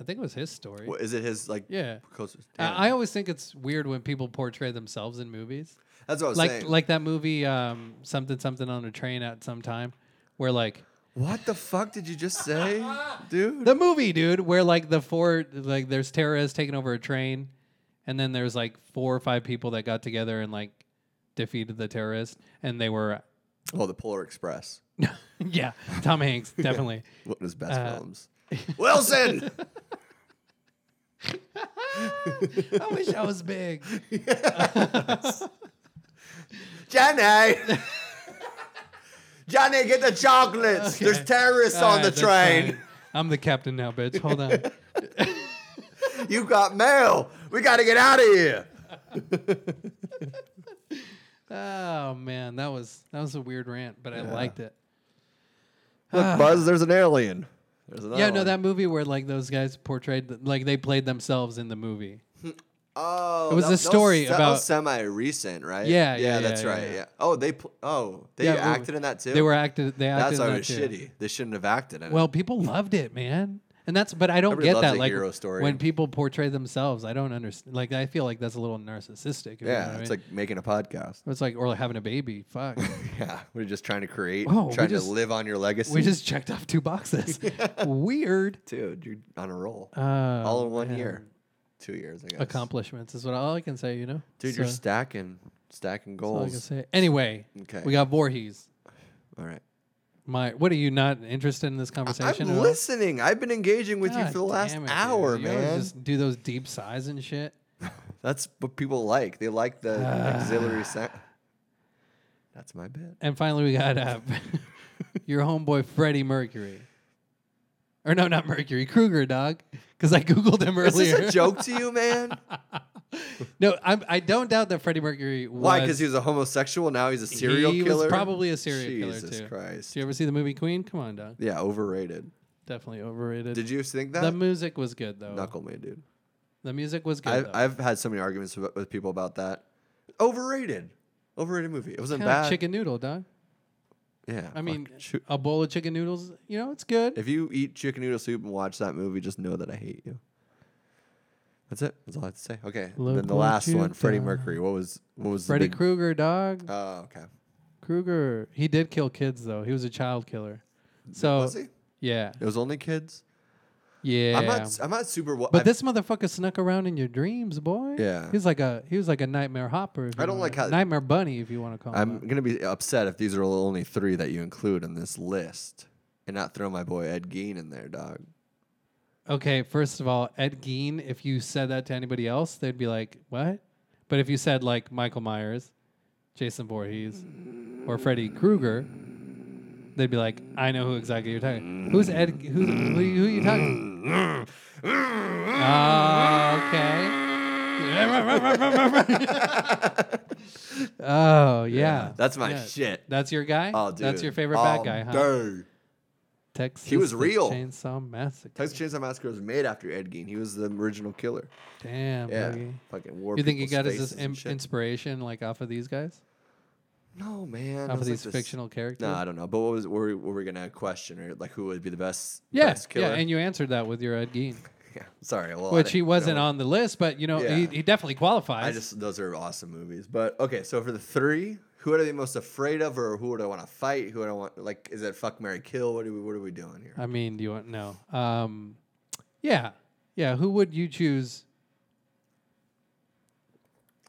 C: I think it was his story.
A: What, is it his like?
C: Yeah.
A: Close, damn.
C: I, I always think it's weird when people portray themselves in movies.
A: That's what I was
C: Like
A: saying.
C: like that movie um, something something on a train at some time where like
A: what the fuck did you just say, dude?
C: the movie dude where like the four like there's terrorists taking over a train and then there's like four or five people that got together and like defeated the terrorist and they were
A: oh, the Polar Express.
C: yeah, Tom Hanks definitely.
A: One of his best
C: Uh,
A: films. Wilson.
C: I wish I was big.
A: Johnny! Johnny, get the chocolates.
C: Okay.
A: There's terrorists
C: All
A: on the
C: right, Ah, that's
A: train.
C: fine. I'm the captain now, bitch. Hold on.
A: You got mail. We got to get out of here.
C: Oh man, that was that was a weird rant, but I liked it.
A: Look, Buzz, there's an alien. There's another
C: Ah. yeah, no,
A: one.
C: that movie where like those guys portrayed th- like they played themselves in the movie.
A: Oh,
C: It was
A: that-
C: a
A: that
C: story
A: that
C: about-
A: was semi-recent, right?
C: Yeah,
A: yeah,
C: yeah,
A: that's
C: yeah,
A: right.
C: yeah.
A: Yeah. Oh, they pl- oh they
C: Yeah, we-
A: acted in that too.
C: They were acted. They acted.
A: That's
C: in
A: why
C: that
A: it was
C: too.
A: shitty. They shouldn't have acted in it.
C: Well, people loved it, man, and that's. But I don't
A: Everybody
C: get
A: loves
C: that.
A: a
C: Like
A: hero story.
C: when people portray themselves, I don't understand. Like I feel like that's a little narcissistic. if you know
A: yeah,
C: what I
A: it's
C: mean.
A: like making a podcast.
C: it's like or like having a baby. Fuck.
A: Yeah, we're just trying to create,
C: Whoa, Oh, we
A: trying
C: just-
A: to live on your legacy.
C: we just checked off two boxes. Weird.
A: dude, you're on a roll.
C: Uh,
A: All in one year, two years, I guess.
C: Accomplishments is what all I can say. You know,
A: Dude, you're
C: So-
A: stacking, stacking
C: that's all I can
A: goals.
C: say. Anyway,
A: Okay.
C: we got Voorhees.
A: All right.
C: My, what are you not interested in this conversation?
A: I'm
C: at all?
A: listening. I've been engaging with you
C: God
A: for the last
C: damn it, dude.
A: hour,
C: You always
A: man.
C: Just do those deep sighs and shit.
A: That's what people like. They like the auxiliary sound. That's my bit.
C: And finally, we got uh, your homeboy Freddie Mercury. Or no, not Mercury, Kruger, dog. Because I googled him
A: Is
C: earlier.
A: this a joke to you, man?
C: No, I'm, I don't doubt that Freddie Mercury was.
A: Why? Because he was a homosexual. Now he's a serial
C: he was
A: killer.
C: probably a serial
A: Jesus
C: killer too.
A: Christ.
C: Did you ever see the movie Queen? Come on, dog.
A: Yeah, overrated.
C: Definitely overrated.
A: Did you think that?
C: The music was good though.
A: Knuckle me, dude.
C: The music was good.
A: I've,
C: though.
A: I've had so many arguments with, with people about that. Overrated. Overrated movie. It wasn't
C: Kinda like
A: bad.
C: chicken noodle, dog.
A: Yeah.
C: I mean,
A: fuck. Choo-
C: a bowl of chicken noodles. You know, it's good.
A: if you eat chicken noodle soup and watch that movie, just know that I hate you. That's it. That's all I have to say. Okay.
C: Look
A: then the
C: what
A: last
C: you've
A: one, Freddie
C: done.
A: Mercury. What was what was
C: Freddy
A: the big...
C: Krueger, dog.
A: Oh, okay.
C: Krueger. He did kill kids though. He was a child killer. So
A: Was he?
C: yeah,
A: It was only kids.
C: yeah.
A: I'm not. I'm not super. Well,
C: but this motherfucker snuck around in your dreams, boy.
A: Yeah.
C: He's like a he was like a nightmare hopper. if
A: I
C: you
A: don't
C: wanna-
A: like how-
C: nightmare bunny, if you want to call him.
A: I'm
C: that.
A: gonna be upset if these are the only three that you include in this list, and not throw my boy Ed Gein in there, dog.
C: Okay, first of all, Ed Gein. If you said that to anybody else, they'd be like, "What?" But if you said like Michael Myers, Jason Voorhees, or Freddy Krueger, they'd be like, "I know who exactly you're talking. Who's Ed? Who who, who are you talking?" oh, okay. oh yeah.
A: That's my
C: Yeah.
A: shit.
C: That's your guy.
A: Oh, dude.
C: That's your favorite
A: All
C: bad guy, huh?
A: Day.
C: Texas.
A: was
C: the
A: real.
C: Chainsaw Massacre.
A: Texas Chainsaw Massacre was made after Ed Gein. He was the original killer.
C: Damn.
A: Yeah,
C: boogie.
A: fucking war.
C: You think he got
A: his
C: his in- inspiration like off of these guys,
A: No, man.
C: off
A: it
C: of
A: was like
C: these
A: this-
C: fictional characters?
A: No, I don't know. But what was were we, were we gonna question or like who would be the best?
C: yeah,
A: best killer?
C: yeah, and you answered that with your Ed Gein,
A: Yeah. Sorry. Well, I
C: which he
A: didn't
C: wasn't
A: know.
C: on the list, but you know he,
A: Yeah.
C: he definitely qualifies.
A: I just those are awesome movies. But okay, so for the three, who would I be most afraid of, or who would I want to fight? Who would I want? Like, is it fuck Mary kill? What are we What are we doing here?
C: I mean, do you want no? Um, yeah, yeah. Who would you choose? I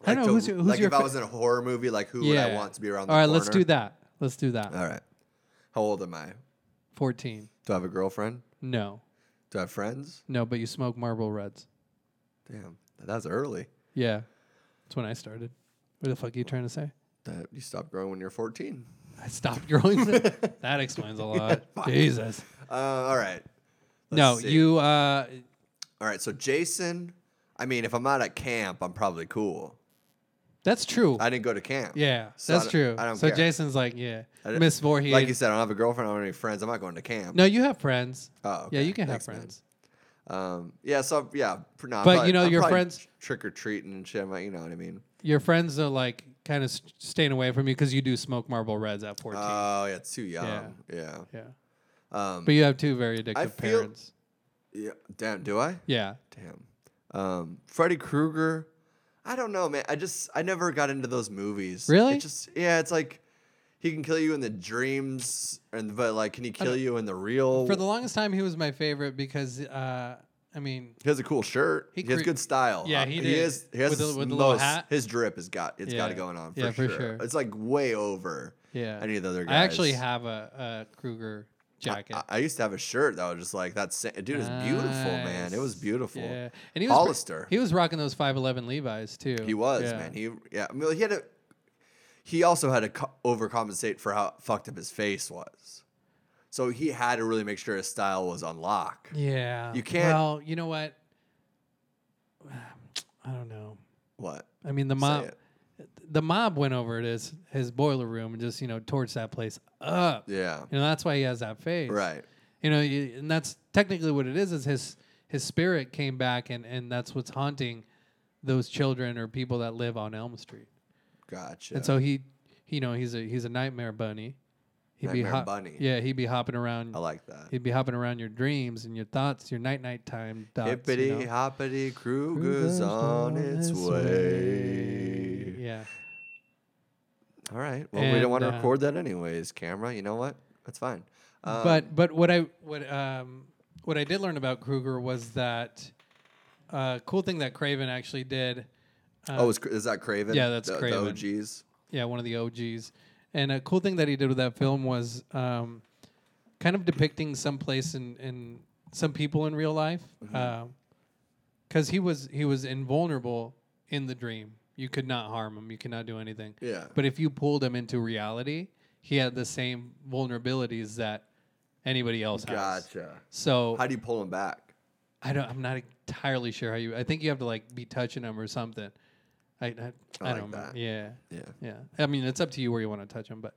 A: Like
C: don't know
A: to-
C: who's, your- who's
A: like
C: your
A: if I
C: fa-
A: was in a horror movie, like who
C: yeah.
A: would I want to be around? The
C: All right, let's
A: corner? Uh,
C: do that. Let's do that.
A: All right. How old am I?
C: Fourteen.
A: Do I have a girlfriend?
C: No,
A: Do I have friends?
C: no, but you smoke Marlboro Reds.
A: Damn. That's early.
C: Yeah. That's when I started. What the fuck are you trying to say?
A: That you stop growing when you're 14.
C: I stopped growing. that explains a lot. Jesus.
A: Uh, all right. Let's
C: no,
A: see.
C: you. Uh,
A: All right. So Jason, I mean, if I'm not at camp, I'm probably cool.
C: that's true.
A: I didn't go to camp.
C: yeah,
A: So I
C: that's
A: don't-
C: true.
A: I don't
C: so
A: care.
C: Jason's like, yeah,
A: I didn't-
C: Miss Voorhees.
A: Like you said, I don't have a girlfriend. I don't have any friends. I'm not going to camp.
C: no, you have friends.
A: Oh,
C: Yeah,
A: okay.
C: you can
A: Thanks,
C: have
A: man.
C: friends.
A: Um, yeah. So yeah. pr- No, I'm
C: But,
A: probably-
C: you know,
A: I'm
C: your
A: probably
C: friends-
A: trick or treating and shit. I'm like, you know what I mean.
C: Your friends are like kind of staying away from you because you do smoke Marble Reds at 14.
A: Oh yeah, too young. Yeah.
C: yeah.
A: Um,
C: But you have two very addictive
A: feel-
C: parents.
A: yeah. Damn. Do I?
C: Yeah.
A: Damn. Um, Freddy Krueger. I don't know, man. I just I never got into those movies.
C: Really?
A: It just yeah, it's like he can kill you in the dreams, and but like, can he kill you in the real?
C: For the longest time, he was my favorite because, uh, I mean,
A: he has a cool shirt.
C: He
A: He, has
C: cre-
A: good style.
C: Yeah,
A: Uh,
C: he did.
A: is. He has
C: With the-
A: his
C: with the little
A: most-
C: hat.
A: His drip has got it's got
C: Yeah.
A: it going on. For
C: Yeah, for
A: sure.
C: sure.
A: It's like way over.
C: yeah.
A: Any of the other
C: I actually
A: guys.
C: have a, a Kruger jacket.
A: I, I used to have a shirt that was just like that. Sa- dude is beautiful, man. It was
C: Nice.
A: beautiful.
C: Yeah. And he was,
A: Hollister.
C: He was rocking those 5'11 Levi's too.
A: He was
C: Yeah.
A: man. He yeah. I mean, he had a. He also had to co- overcompensate for how fucked up his face was, so he had to really make sure his style was on lock.
C: Yeah.
A: You can't-
C: Well, you know what? I don't know.
A: What?
C: I mean, the
A: Say
C: mob,
A: it.
C: the mob went over to his, his boiler room and just you know torched that place up.
A: Yeah.
C: You know that's why he has that face,
A: Right.
C: You know, you, and that's technically what it is. Is his his spirit came back, and and that's what's haunting those children or people that live on Elm Street.
A: Gotcha.
C: And so he, he- you know, he's a he's a nightmare bunny. He'd
A: Nightmare
C: hop-
A: bunny.
C: Yeah, he'd be hopping around.
A: I like that.
C: He'd be hopping around your dreams and your thoughts, your night night time thoughts. you
A: Hippity
C: know.
A: hoppity Kruger's on its way.
C: Yeah.
A: All right. Well, we don't
C: And,
A: want to
C: uh,
A: record that anyways, camera. You know what? That's fine. Um,
C: but but what I what um what I did learn about Kruger was that uh cool thing that Craven actually did. Uh,
A: oh, is, is that Craven?
C: yeah, that's
A: the,
C: Craven.
A: The OGs.
C: yeah, one of the OGs. And a cool thing that he did with that film was um, kind of depicting some place in, in some people in real life,
A: Mm-hmm.
C: because he was he was invulnerable in the dream. You could not harm him. You could not do anything.
A: Yeah.
C: But if you pulled him into reality, he had the same vulnerabilities that anybody else has.
A: Gotcha.
C: uh, So
A: How do you pull him back?
C: I don't. I'm not entirely sure how you. I think you have to like be touching him or something. I I,
A: like
C: I, don't. remember.
A: that.
C: Yeah.
A: Yeah.
C: Yeah. I mean, it's up to you where you want to touch him, but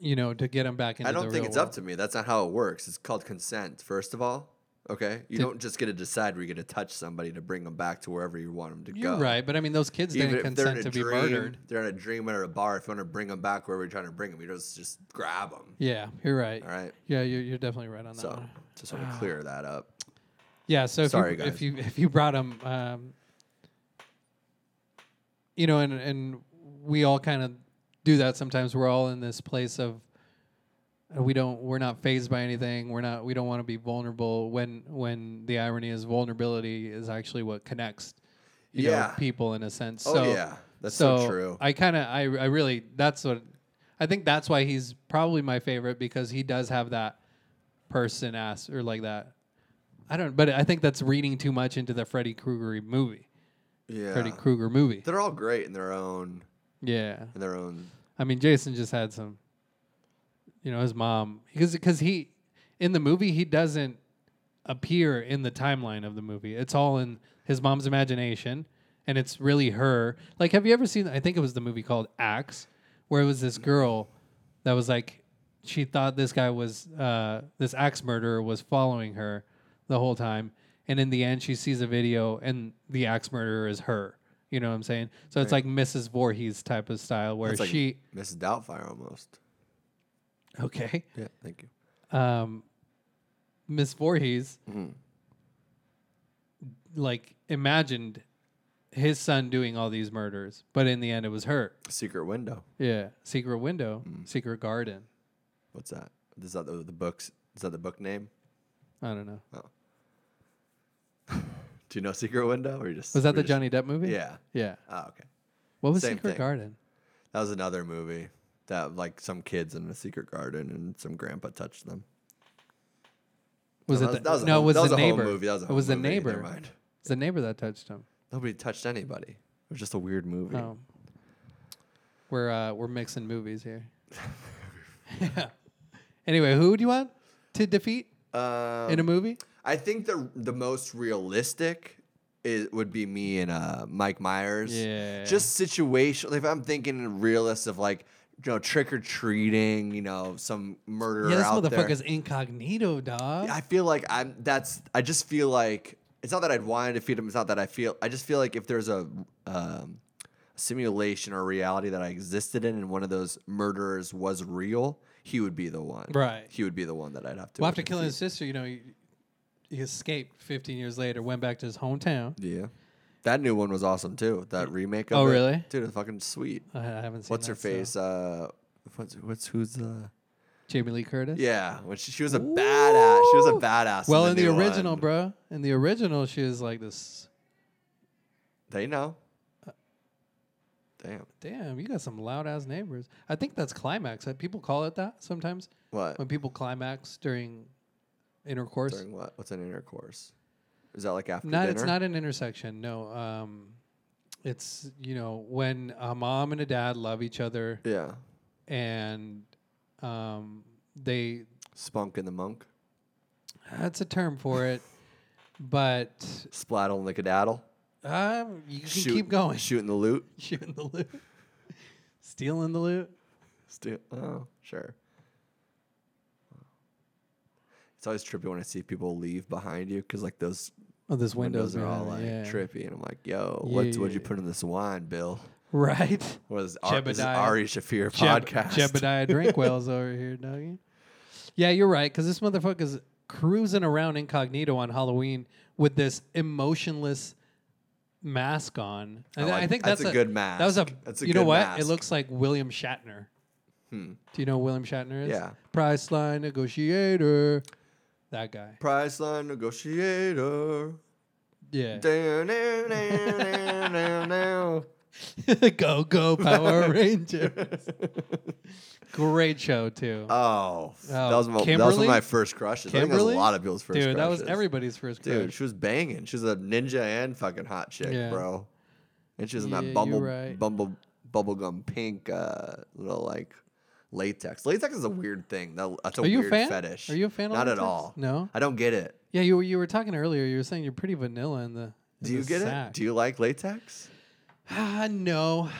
C: you know, to get him back into
A: I
C: the
A: don't think
C: real
A: it's up
C: world.
A: to me. That's not how it works. It's called consent, first of all. Okay? You
C: Did-
A: don't just get to decide where you're going to touch somebody to bring them back to wherever you want them to
C: You're
A: go.
C: right, but I mean, those kids
A: Even
C: didn't
A: if they're in
C: consent
A: a
C: to be
A: dream,
C: murdered.
A: they're in a dream or a bar. If you want to bring them back wherever you're trying to bring them, you just just grab them.
C: Yeah, you're right.
A: All right.
C: Yeah, you're, you're definitely right on that
A: So
C: one.
A: just want to
C: Ah.
A: clear that up.
C: Yeah. So if
A: Sorry,
C: you,
A: guys.
C: if you if you brought him, um, you know, and and we all kind of do that sometimes. We're all in this place of uh, we don't we're not phased by anything. We're not we don't want to be vulnerable. When when the irony is vulnerability is actually what connects, you
A: Yeah.
C: know, people in a sense.
A: Oh,
C: so,
A: yeah. That's so
C: so
A: true.
C: I kind of I I really that's what I think that's why he's probably my favorite because he does have that person ass or like that. I don't, but I think that's reading too much into the Freddy Krueger movie.
A: Yeah.
C: Freddy Krueger movie.
A: They're all great in their own
C: yeah,
A: in their own.
C: I mean Jason just had some, you know, his mom because because he in the movie he doesn't appear in the timeline of the movie. It's all in his mom's imagination, and it's really her. Like, have you ever seen? I think it was the movie called Axe, where it was this girl that was like, she thought this guy was uh, this axe murderer was following her the whole time, and in the end, she sees a video, and the axe murderer is her. You know what I'm saying? So it's like Mrs. Voorhees type of style where
A: It's like
C: she
A: Mrs. Doubtfire almost.
C: okay.
A: Yeah. Thank you.
C: um, Miss Voorhees
A: Mm-hmm.
C: like imagined his son doing all these murders, but in the end it was her.
A: Secret Window.
C: Yeah, secret window,
A: Mm.
C: secret garden.
A: What's that? Is that the, the books? Is that the book name?
C: I don't know.
A: Do you know Secret Window? Or you just
C: Was that
A: we
C: the
A: just-
C: Johnny Depp movie?
A: Yeah.
C: Yeah.
A: Oh, okay.
C: What was
A: Same
C: secret
A: thing.
C: garden?
A: That was another movie that like some kids in a secret garden and some grandpa touched them.
C: Was
A: No,
C: it
A: that
C: the,
A: was- that was a
C: no? it
A: home-
C: was
A: that
C: the
A: was a home
C: neighbor?
A: movie, that was a
C: it was
A: home
C: the
A: movie, never
C: neighbor.
A: mind.
C: It's the neighbor that touched him.
A: Nobody touched anybody. It was just a weird movie.
C: Oh. We're uh, we're mixing movies here. yeah. Anyway, who do you want to defeat
A: Um,
C: in a movie?
A: I think the the most realistic is, would be me and uh, Mike Myers.
C: Yeah.
A: Just situational. If I'm thinking realist of like, you know, trick or treating, you know, some murderer
C: Yeah, this
A: out there.
C: motherfucker's incognito, dog.
A: I feel like I'm. That's. I just feel like it's not that I'd want to defeat him. It's not that I feel. I just feel like if there's a um, simulation or reality that I existed in, and one of those murderers was real, he would be the one.
C: Right.
A: He would be the one that I'd have to.
C: well, after killing his
A: defeat.
C: sister, you know, he, he escaped 15 years later, went back to his hometown.
A: Yeah. That new one was awesome too. That remake. of
C: Oh,
A: it.
C: really?
A: Dude, it's fucking sweet.
C: I haven't seen
A: What's her
C: that, so-
A: face? Uh, what's what's who's the?
C: Jamie Lee Curtis.
A: Yeah, when she, she was a badass. She was
C: Ooh.
A: a badass.
C: Well, in the,
A: new
C: original,
A: one.
C: bro, in the original, she was like this.
A: They know. Damn.
C: Damn, you got some loud ass neighbors. I think that's climax. That people call it that sometimes
A: What?
C: when people climax during intercourse.
A: Uh, During what? What's an intercourse? Is that like after
C: not
A: dinner?
C: it's not an intersection. No, um, it's you know when a mom and a dad love each other
A: yeah.
C: and um, they
A: Spunk and the monk.
C: that's a term for it, but
A: Spladdle and the cadaddle.
C: um, you can
A: Shoot-
C: keep going.
A: Shooting the loot.
C: Shooting the loot, stealing the loot.
A: Still, oh, sure. It's always trippy when I see people leave behind you because like those
C: Oh, this
A: windows,
C: windows,
A: are all
C: behind
A: like
C: it, yeah.
A: trippy, and I'm like, yo, what's what'd you
C: Yeah.
A: put in this wine, Bill?
C: right?
A: What is, Ar- this is
C: Jebediah.
A: Ari Shafir
C: Jeb-
A: podcast?
C: Jebediah drink wells over here, doggy. Yeah, you're right. Because this motherfucker's cruising around incognito on Halloween with this emotionless mask on.
A: I like- that's a good mask.
C: That was a.
A: That's a
C: you know
A: good
C: what? It
A: mask. Hmm.
C: looks like William Shatner. Do you know who William Shatner is?
A: Yeah.
C: Price line negotiator. That guy.
A: Priceline negotiator.
C: Yeah.
A: Down, down, down, down, down.
C: go go Power Rangers. Great show too.
A: Oh, that was my,
C: Oh,
A: that was one
C: Kimberly?
A: of my first crushes. I think that was
C: Kimberly?
A: a lot of people's first
C: Dude, that was
A: crushes.
C: everybody's first crush.
A: Dude, she was banging. She was a ninja and fucking hot chick,
C: Yeah.
A: bro. And she was in
C: Yeah,
A: that
C: you're
A: bubble
C: right.
A: bubble bubblegum pink uh, little like latex. Latex is a weird thing. That, that's a
C: Are you a
A: weird
C: fan?
A: fetish.
C: Are you a fan of
A: Not at
C: latex?
A: all.
C: No?
A: I don't get it.
C: Yeah, you were you were talking earlier. You were saying you're pretty vanilla in the. in
A: Do you
C: the
A: get
C: sack.
A: it? Do you like latex?
C: Ah, no.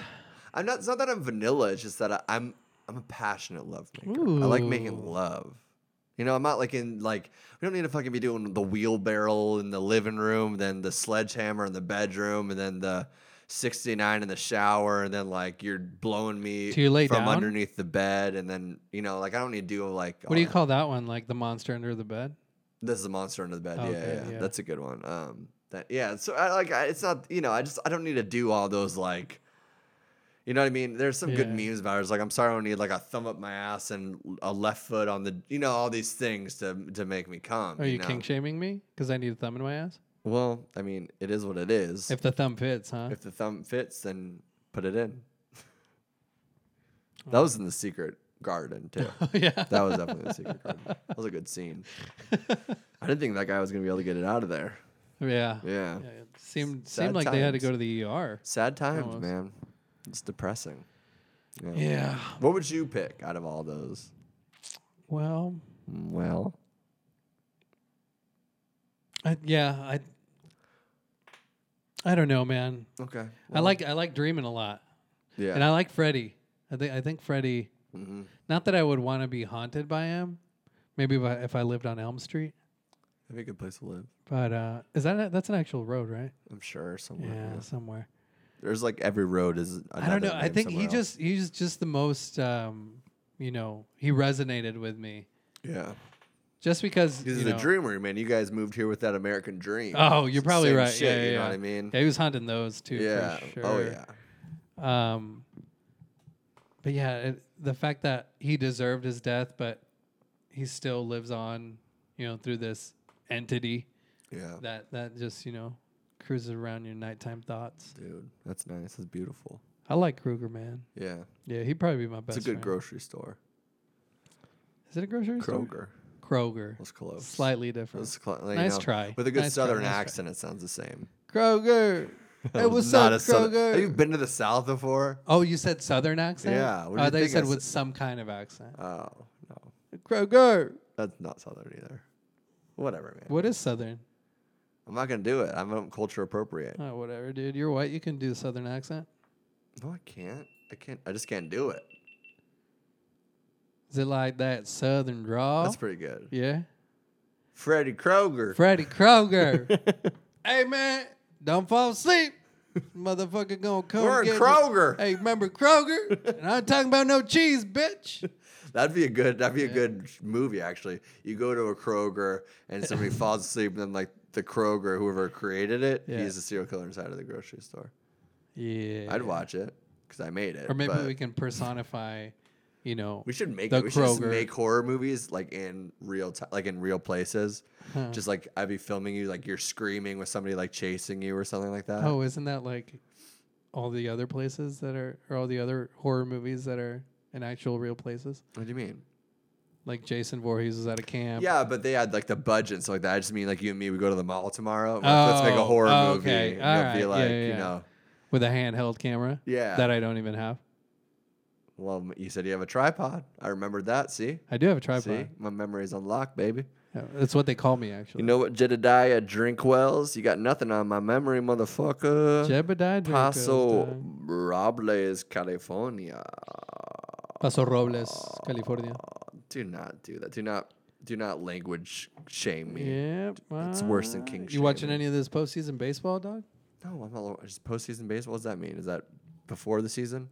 A: I'm not. It's not that I'm vanilla. It's just that I, I'm I'm a passionate love maker. I like making
C: Ooh.
A: love. You know, I'm not like in like we don't need to fucking be doing the wheelbarrow in the living room, then the sledgehammer in the bedroom, and then the 69 in the shower, and then like you're blowing me
C: Do you lay
A: from
C: down?
A: underneath the bed, and then you know, like I don't need to do like
C: What do you
A: all-
C: call that one? Like the monster under the bed?
A: this is a monster under the bed.
C: Okay,
A: yeah, yeah,
C: yeah.
A: that's a good one. Um, that yeah. So I like I, it's not you know I just I don't need to do all those like, you know what I mean. There's some good
C: Yeah.
A: memes about it. It's like I'm sorry I don't need like a thumb up my ass and a left foot on the you know all these things to to make me come.
C: Are you
A: know?
C: king shaming me? Because I need a thumb in my ass.
A: Well, I mean it is what it is. If,
C: If the thumb fits, huh?
A: the thumb fits, then put it in. that was in the secret garden too.
C: yeah.
A: that was definitely the secret garden. That was a good scene. I didn't think that guy was gonna be able to get it out of there.
C: yeah.
A: Yeah.
C: Yeah, it seemed
A: Sad
C: seemed like they had to
A: times.
C: go to the ER.
A: Sad times,
C: Almost.
A: man. It's depressing. Yeah.
C: Yeah.
A: What would you pick out of all those?
C: Well,
A: Mm, Well,
C: I, yeah, I. I don't know, man.
A: okay.
C: I like I like dreaming a lot,
A: Yeah.
C: Uh, and I like Freddy. I think I think Freddy.
A: Mhm.
C: Not that I would want to be haunted by him. Maybe if I, if I lived on Elm Street.
A: That'd be a good place to live.
C: But uh, is that a, that's an actual road, right?
A: I'm sure somewhere.
C: Yeah,
A: yeah.
C: somewhere.
A: There's like every road is.
C: I don't
A: another
C: know. I
A: name
C: think he
A: somewhere else.
C: just he's just the most um, you know he resonated with me
A: Yeah.
C: just because
A: Because
C: you
A: he's a
C: know-
A: dreamer, man. You guys moved here with that American dream.
C: Oh, you're
A: It's the
C: probably
A: same
C: right.
A: shit,
C: yeah, yeah,
A: you know
C: yeah.
A: what I mean?
C: Yeah, he was hunting those too.
A: Yeah.
C: For sure.
A: Oh yeah.
C: Um, but yeah, it, the fact that he deserved his death, but he still lives on, you know, through this entity
A: Yeah.
C: that that just you know cruises around your nighttime thoughts.
A: Dude, that's nice. That's beautiful.
C: I like Kruger, man.
A: Yeah.
C: Yeah, he'd probably be my
A: It's
C: best.
A: a good
C: friend.
A: grocery store.
C: Is it a grocery store?
A: Kroger.
C: Kroger.
A: was close.
C: Slightly
A: It
C: different.
A: was cl- you
C: Nice
A: know,
C: try.
A: With a good
C: Nice try,
A: southern
C: nice try.
A: accent, it sounds the same.
C: Kroger. Hey,
A: That was
C: what's
A: not
C: up,
A: a
C: Kroger?
A: southern- Have you been to the south before?
C: oh, you said Southern accent?
A: Yeah, what do
C: Oh,
A: you
C: I thought
A: think
C: you
A: I
C: said
A: said?
C: with some kind of accent.
A: Oh no,
C: Kroger.
A: that's not southern either. Whatever, man.
C: What is Southern?
A: I'm not gonna do it. I'm not culture appropriate.
C: Oh, whatever, dude. You're white. You can do Southern accent.
A: No, I can't. I can't. I just can't do it.
C: Is it like that Southern draw?
A: That's pretty good.
C: yeah.
A: Freddy Kroger.
C: Freddy Kroger. hey, man. Don't fall asleep. Motherfucker gonna come.
A: We're in
C: get you.
A: Kroger.
C: Hey, remember Kroger? and I ain't talking about no cheese, bitch.
A: That'd be a good. That'd be a good movie actually. You go to a Kroger and somebody falls asleep, and then like the Kroger, whoever created it,
C: Yeah.
A: he's a serial killer inside of the grocery store.
C: Yeah.
A: I'd watch it because I made it.
C: Or maybe
A: but
C: we can personify, you know.
A: We should make
C: the
A: it. We should just
C: Kroger.
A: make horror movies like in real time, like in real places. Just like I'd be filming you, like you're screaming with somebody like chasing you or something like that.
C: Oh, isn't that like all the other places that are, or all the other horror movies that are in actual real places?
A: What do you mean?
C: Like Jason Voorhees was at a camp.
A: Yeah, but they had like the budget and stuff like that. I just mean like you and me, we go to the mall tomorrow. and we're like, Let's make a
C: Oh,
A: horror
C: oh,
A: movie.
C: okay.
A: And
C: All
A: it'd be
C: right.
A: like,
C: Yeah, yeah,
A: you
C: yeah.
A: know,
C: With a handheld camera.
A: Yeah.
C: That I don't even have.
A: well, you said you have a tripod. I remembered that. See,
C: I do have a
A: see,
C: tripod.
A: my memory's unlocked, baby.
C: Yeah, That's what they call me, actually.
A: You know what, Jedediah Drinkwells? You got nothing on my memory, motherfucker.
C: Jebediah Jenkins,
A: Paso
C: dog.
A: Robles, California.
C: Paso Robles,
A: uh,
C: California.
A: Do not do that. Do not do not language shame me.
C: Yep.
A: It's worse than
C: uh,
A: king
C: You watching
A: shaming.
C: any of this postseason baseball, dog?
A: No, I'm not. Just postseason baseball. What does that mean? Is that before the season?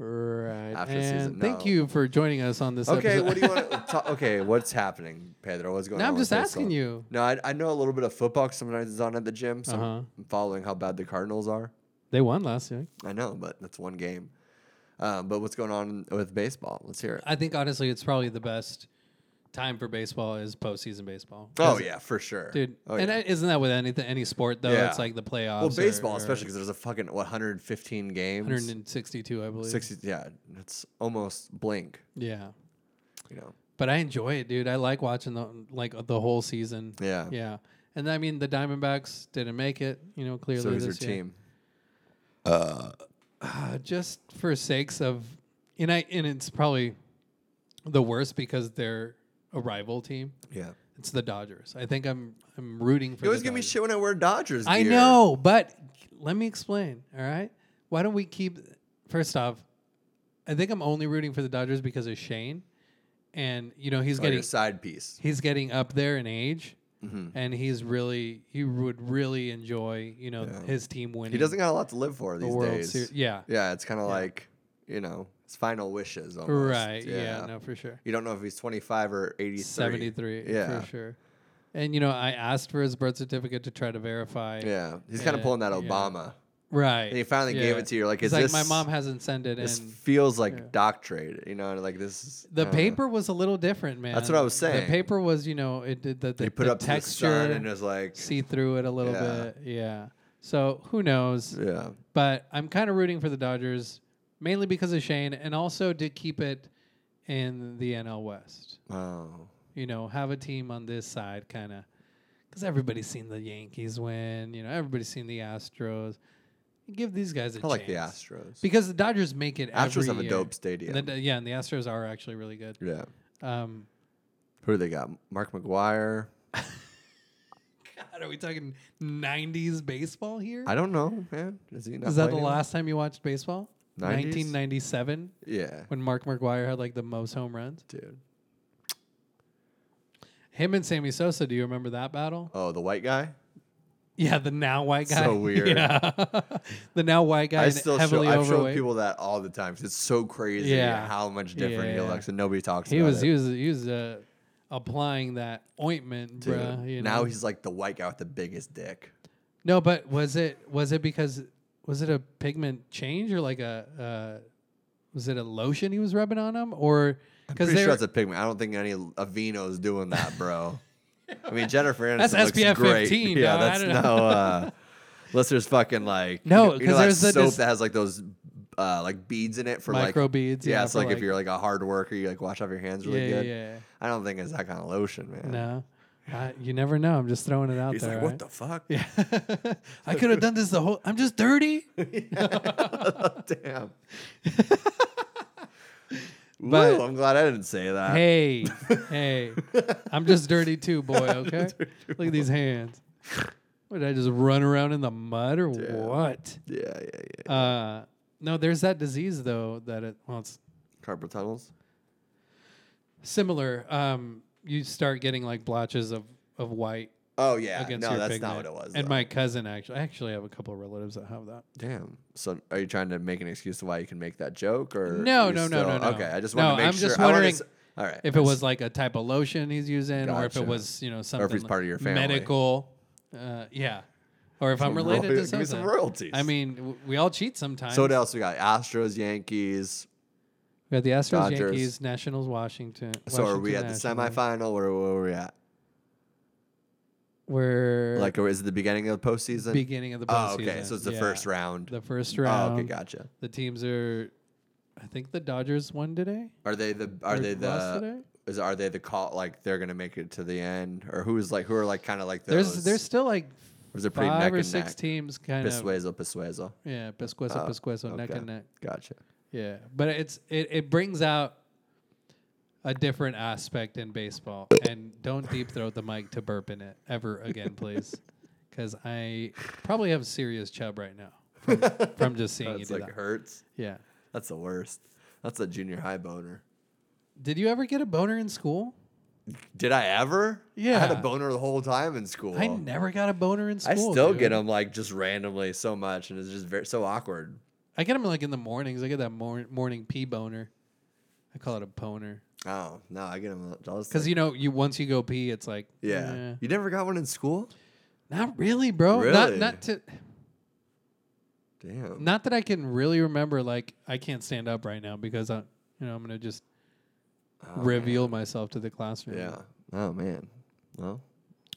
C: Right.
A: After the
C: and
A: season,
C: thank
A: no.
C: you for joining us on this
A: Okay,
C: episode.
A: what do you want? To okay, what's happening, Pedro? What's going
C: No,
A: on?
C: I'm
A: with
C: just asking
A: baseball?
C: you.
A: No, I, I know a little bit of football. 'cause Sometimes it's on at the gym, so
C: Uh-huh.
A: I'm following how bad the Cardinals are.
C: They won last year.
A: I know, but that's one game. Um, but what's going on with baseball? Let's hear it.
C: I think honestly, it's probably the best time for baseball is postseason baseball.
A: Oh
C: 'Cause-
A: yeah, for sure,
C: dude.
A: Oh,
C: and
A: yeah.
C: that- isn't that with anything, any sport though?
A: Yeah.
C: It's like the playoffs.
A: well,
C: or-
A: baseball
C: or
A: especially because there's a fucking what 115 games,
C: 162, I believe.
A: 60. Yeah, it's almost blink.
C: Yeah,
A: You know.
C: but I enjoy it, dude. I like watching the like the whole season.
A: Yeah.
C: yeah. And I mean, the Diamondbacks didn't make it. You know, clearly
A: So who's your
C: this year.
A: team?
C: Uh, just for sakes of, and I and it's probably the worst because they're a rival team.
A: Yeah.
C: It's the Dodgers. I think I'm I'm rooting for.
A: You always
C: the
A: give me
C: Dodgers.
A: shit when I wear Dodgers.
C: I
A: gear.
C: know, but let me explain. All right, why don't we keep? First off, I think I'm only rooting for the Dodgers because of Shane, and you know he's
A: Oh,
C: getting
A: your side piece.
C: he's getting up there in age,
A: Mhm.
C: and he's really he would really enjoy you know
A: Yeah.
C: his team winning.
A: He doesn't got a lot to live for
C: the
A: these
C: World
A: days.
C: Series. Yeah,
A: Yeah, it's kind of like, you know, his final wishes almost.
C: right. Yeah. no, for sure.
A: You don't know if he's 25 or 83.
C: 73
A: Yeah.
C: for sure. And you know, I asked for his birth certificate to try to verify.
A: Yeah. He's kind of
C: Yeah,
A: pulling that
C: yeah.
A: Obama.
C: Right.
A: And he finally gave
C: yeah.
A: it to you. Like,
C: It's
A: is
C: like
A: this,
C: my mom hasn't sent it
A: this
C: in.
A: feels like
C: yeah.
A: doctorate, you know, and like this. is- I
C: The
A: don't know.
C: paper was a little different, man.
A: That's what I was
C: The
A: saying.
C: paper was, you know, it did the, the,
A: They put
C: the
A: up to the sun
C: texture,
A: and it was like,
C: see through it a little
A: Yeah.
C: bit. Yeah. So who knows?
A: yeah.
C: But I'm kind of rooting for the Dodgers, mainly because of Shane, and also to keep it in the NL West.
A: Oh.
C: you know, have a team on this side, kind of, because everybody's seen the Yankees win. You know, everybody's seen the Astros. Give these guys a
A: I like the
C: chance.
A: Astros.
C: because the Dodgers make it.
A: Astros
C: every
A: have a
C: year.
A: dope
C: And
A: stadium.
C: the, yeah, and the Astros are actually really good.
A: yeah.
C: Um,
A: Who do they got? Mark McGuire.
C: God, are we talking '90s baseball here?
A: I don't know, man. Is he not
C: Is that the
A: playing anymore?
C: last time you watched baseball?
A: 90s?
C: 1997,
A: Yeah,
C: when Mark McGuire had like the most home runs.
A: dude.
C: Him and Sammy Sosa. Do you remember that battle?
A: Oh, the white guy.
C: Yeah, the now white guy.
A: So weird.
C: Yeah. the now white guy.
A: I
C: and
A: still show,
C: heavily
A: I've shown
C: overweight.
A: people that all the time. 'cause It's so crazy
C: Yeah.
A: how much different
C: Yeah.
A: he looks, and nobody talks.
C: He
A: about
C: was,
A: it.
C: he was he was uh, applying that ointment,
A: Dude,
C: bruh. you
A: now
C: know?
A: he's like the white guy with the biggest dick.
C: no, but was it was it because was it a pigment change or like a uh, was it a lotion he was rubbing on him or because
A: Pretty
C: they
A: sure
C: were-
A: that's a pigment. I don't think any Avino's doing that, bro. I mean, Jennifer Aniston
C: That's SPF
A: looks great.
C: 15,
A: yeah,
C: dog. I
A: that's
C: don't know.
A: no. Uh, unless there's fucking like
C: No,
A: you know,
C: 'cause
A: that
C: there's the
A: soap
C: dis-
A: that has like those uh, like beads in it for
C: Micro
A: like
C: beads,
A: Yeah,
C: yeah,
A: it's
C: for,
A: like, if
C: like-
A: you're like a hard worker, you like wash off your hands really
C: yeah,
A: good.
C: yeah,
A: I don't think it's that kind of lotion, man.
C: No, I, you never know. I'm just throwing it out
A: He's
C: there.
A: like,
C: right?
A: what the fuck?
C: Yeah. I could have done this the whole I'm just dirty.
A: Damn.
C: But-
A: Woo, I'm glad I didn't say that.
C: hey, hey. I'm just dirty too, boy, okay? Look at these hands. What did I just run around in the mud or
A: Damn.
C: what?
A: Yeah, yeah, yeah.
C: Uh no, there's that disease though that it well it's
A: Carpal tunnels.
C: similar. Um you start getting like blotches of, of white
A: Oh yeah.
C: against
A: no,
C: your
A: that's
C: pigment.
A: not what it was.
C: And
A: though.
C: my cousin actually I actually have a couple of relatives that have that.
A: Damn. So are you trying to make an excuse why you can make that joke or
C: No,
A: you're
C: no, no, no, no.
A: Okay, I just
C: No,
A: want to make
C: I'm
A: sure.
C: just
A: I wanna
C: wondering
A: s- all right.
C: if it was like a type of lotion he's using, or if
A: Gotcha.
C: it was you know something
A: he's part of your family.
C: medical, uh, yeah, or if I'm related to
A: royalties- give
C: something.
A: me some royalties.
C: I mean, w- we all cheat sometimes.
A: So what else we got? Astros, Yankees.
C: we got the Astros,
A: Dodgers.
C: Yankees, Nationals, Washington.
A: So are we at
C: Washington
A: the
C: Nationals.
A: semifinal? Where, where are we at?
C: We're
A: Like, or is it the beginning of the postseason?
C: beginning of the
A: oh,
C: postseason.
A: okay. So it's the
C: yeah.
A: first round.
C: The first round.
A: Oh, okay, gotcha.
C: The teams are. I think the Dodgers won today.
A: Are they the? Are
C: Or
A: they
C: lost
A: the?
C: today?
A: Is are they the call? Like they're gonna make it to the end, or who is like who are like kind of like those?
C: There's there's still like
A: was it pretty
C: five
A: neck
C: or
A: and
C: six
A: neck?
C: teams kind of
A: Pisuezo, Pisuezo.
C: yeah pescuezo
A: Oh,
C: pescuezo neck
A: okay.
C: and neck.
A: Gotcha.
C: Yeah, but it's it, it brings out a different aspect in baseball. And don't deep throat the mic to burp in it ever again, please, because I probably have serious chub right now from, from just seeing you
A: That's
C: do
A: like
C: that.
A: hurts.
C: Yeah.
A: That's the worst. That's a junior high boner.
C: Did you ever get a boner in school?
A: Did I ever? I had a
C: Yeah.
A: boner the whole time in school.
C: I never got a boner in school.
A: I still
C: dude.
A: get them like just randomly so much, and it's just very so awkward.
C: I get them like in the mornings. I get that mor- morning pee boner. I call it a boner
A: Oh no, I get them
C: because you know you once you go pee, it's like
A: yeah.
C: "Eh."
A: You never got one in school?
C: not really, bro. Not
A: Really?
C: not to.
A: Damn.
C: not that I can really remember. Like I can't stand up right now because I, you know, I'm gonna just
A: Oh,
C: reveal myself to the classroom.
A: Yeah. Oh man. Well,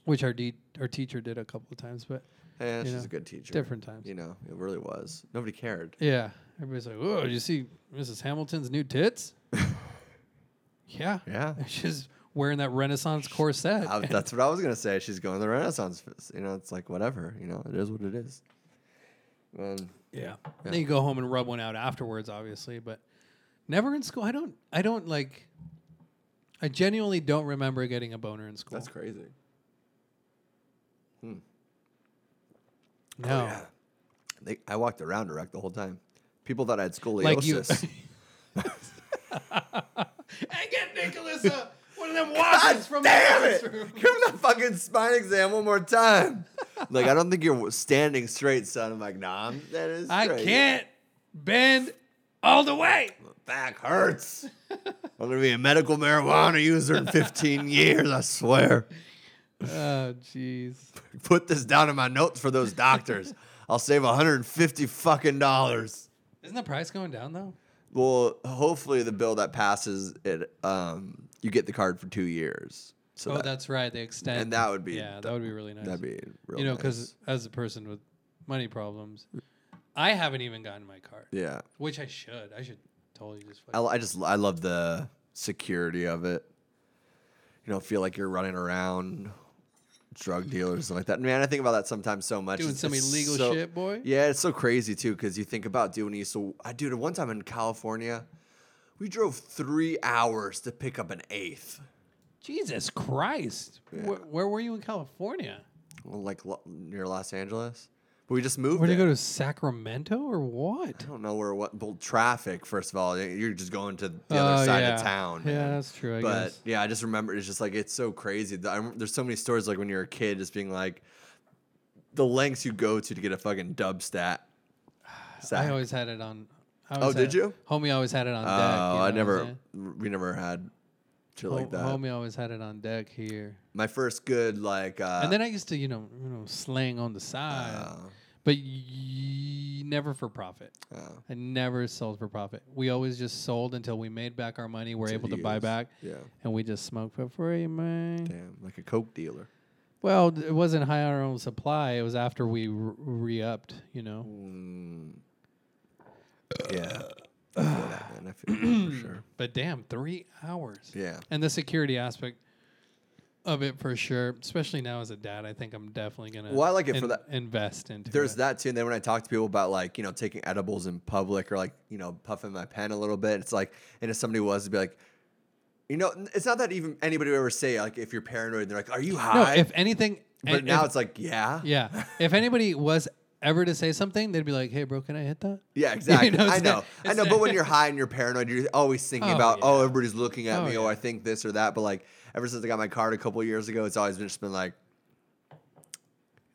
C: which our de- our teacher did a couple of times, but
A: yeah,
C: You
A: she's
C: know,
A: a good teacher.
C: different times.
A: You know, it really was. Nobody cared.
C: Yeah, everybody's like, "Whoa, did you see Mrs. Hamilton's new tits?" yeah,
A: Yeah.
C: she's wearing that Renaissance corset.
A: I- that's what I was gonna say. She's going to the Renaissance. Fest. You know, it's like whatever. You know, it is what it is. Um,
C: yeah. then you go home and rub one out afterwards, obviously, but never in school. I don't. I don't like. I genuinely don't remember getting a boner in school.
A: that's crazy.
C: No.
A: oh, yeah. They, I walked around erect the whole time. People thought I had scoliosis.
C: like you. hey, get Nicholas uh, one of them watches from
A: Damn
C: the
A: it! Give
C: classroom.
A: me the fucking spine exam one more time. like I don't think you're standing straight, son. I'm like, nah, I'm, that is.
C: I
A: straight.
C: can't bend all the way.
A: My back hurts. I'm gonna be a medical marijuana user in 15 years. I swear.
C: Oh, jeez.
A: Put this down in my notes for those doctors. I'll save 150 fucking dollars.
C: Isn't the price going down though?
A: Well, hopefully the bill that passes it, um, you get the card for two years. So
C: oh,
A: that,
C: that's right. They extend.
A: and that would be
C: yeah, that would be really nice.
A: that'd be real.
C: you know,
A: nice.
C: because as a person with money problems, I haven't even gotten my card,
A: yeah.
C: which I should. I should totally just.
A: I,
C: Fucking,
A: l- I just I love the security of it. You don't feel like you're running around drug dealers and stuff like that. Man, I think about that sometimes so much.
C: doing
A: It's-
C: some
A: it's
C: illegal
A: so-
C: shit, boy.
A: Yeah, it's so crazy too because you think about doing these. So I dude, one time in California, we drove three hours to pick up an eighth.
C: Jesus Christ! Where, where were you in California?
A: Well, like lo- near Los Angeles, but we just moved.
C: We're gonna
A: there.
C: go to Sacramento or what?
A: I don't know where what well, traffic. First of all, y- you're just going to the other
C: Oh,
A: side
C: yeah.
A: of town.
C: Yeah,
A: man.
C: that's true. I
A: but
C: guess.
A: yeah, I just remember it's just like it's so crazy. The- I rem- there's so many stories like when you're a kid, just being like, the lengths you go to to get a fucking dub stat.
C: I
A: sack.
C: always had it on. I
A: Oh,
C: always
A: did
C: had-
A: you?
C: Homie always had it on
A: Oh,
C: deck. you know
A: I
C: what I'm
A: never.
C: saying?
A: We never had shit like
C: Hom-
A: that.
C: Homie always had it on deck here.
A: My first good like. Uh,
C: and then I used to, you know, you know, slang on the side,
A: Oh.
C: but y- never for profit.
A: oh,
C: I never sold for profit. We always just sold until we made back our money. We're able to buy
A: use.
C: back,
A: yeah,
C: and we just smoked for free, man.
A: damn, like a coke dealer.
C: Well, th- it wasn't high on our own supply. It was after we re upped, you know.
A: Mm, Yeah. I feel that, man. I feel that for sure.
C: But damn, three hours.
A: Yeah.
C: And the security aspect of it for sure, especially now as a dad, I think I'm definitely gonna.
A: Well, I like it for that-
C: Invest into.
A: There's
C: it.
A: that too. And then when I talk to people about like, you know, taking edibles in public or like, you know, puffing my pen a little bit, it's like, and if somebody was to be like, you know, n- it's not that even anybody would ever say, like, if you're paranoid, they're like, are you
C: No,
A: high?
C: if anything.
A: but
C: and-
A: now
C: if-
A: it's like, yeah.
C: yeah. If anybody was ever to say something, they'd be like, "Hey, bro, can I hit that?"
A: Yeah, exactly.
C: know,
A: I
C: it's
A: know.
C: not-
A: I
C: it's
A: know.
C: not-
A: But when you're high and you're paranoid, you're always thinking
C: Oh,
A: about,
C: yeah.
A: oh, everybody's looking at
C: Oh,
A: me, oh,
C: yeah.
A: I think this or that. But like, ever since I got my card a couple years ago, it's always been just been like,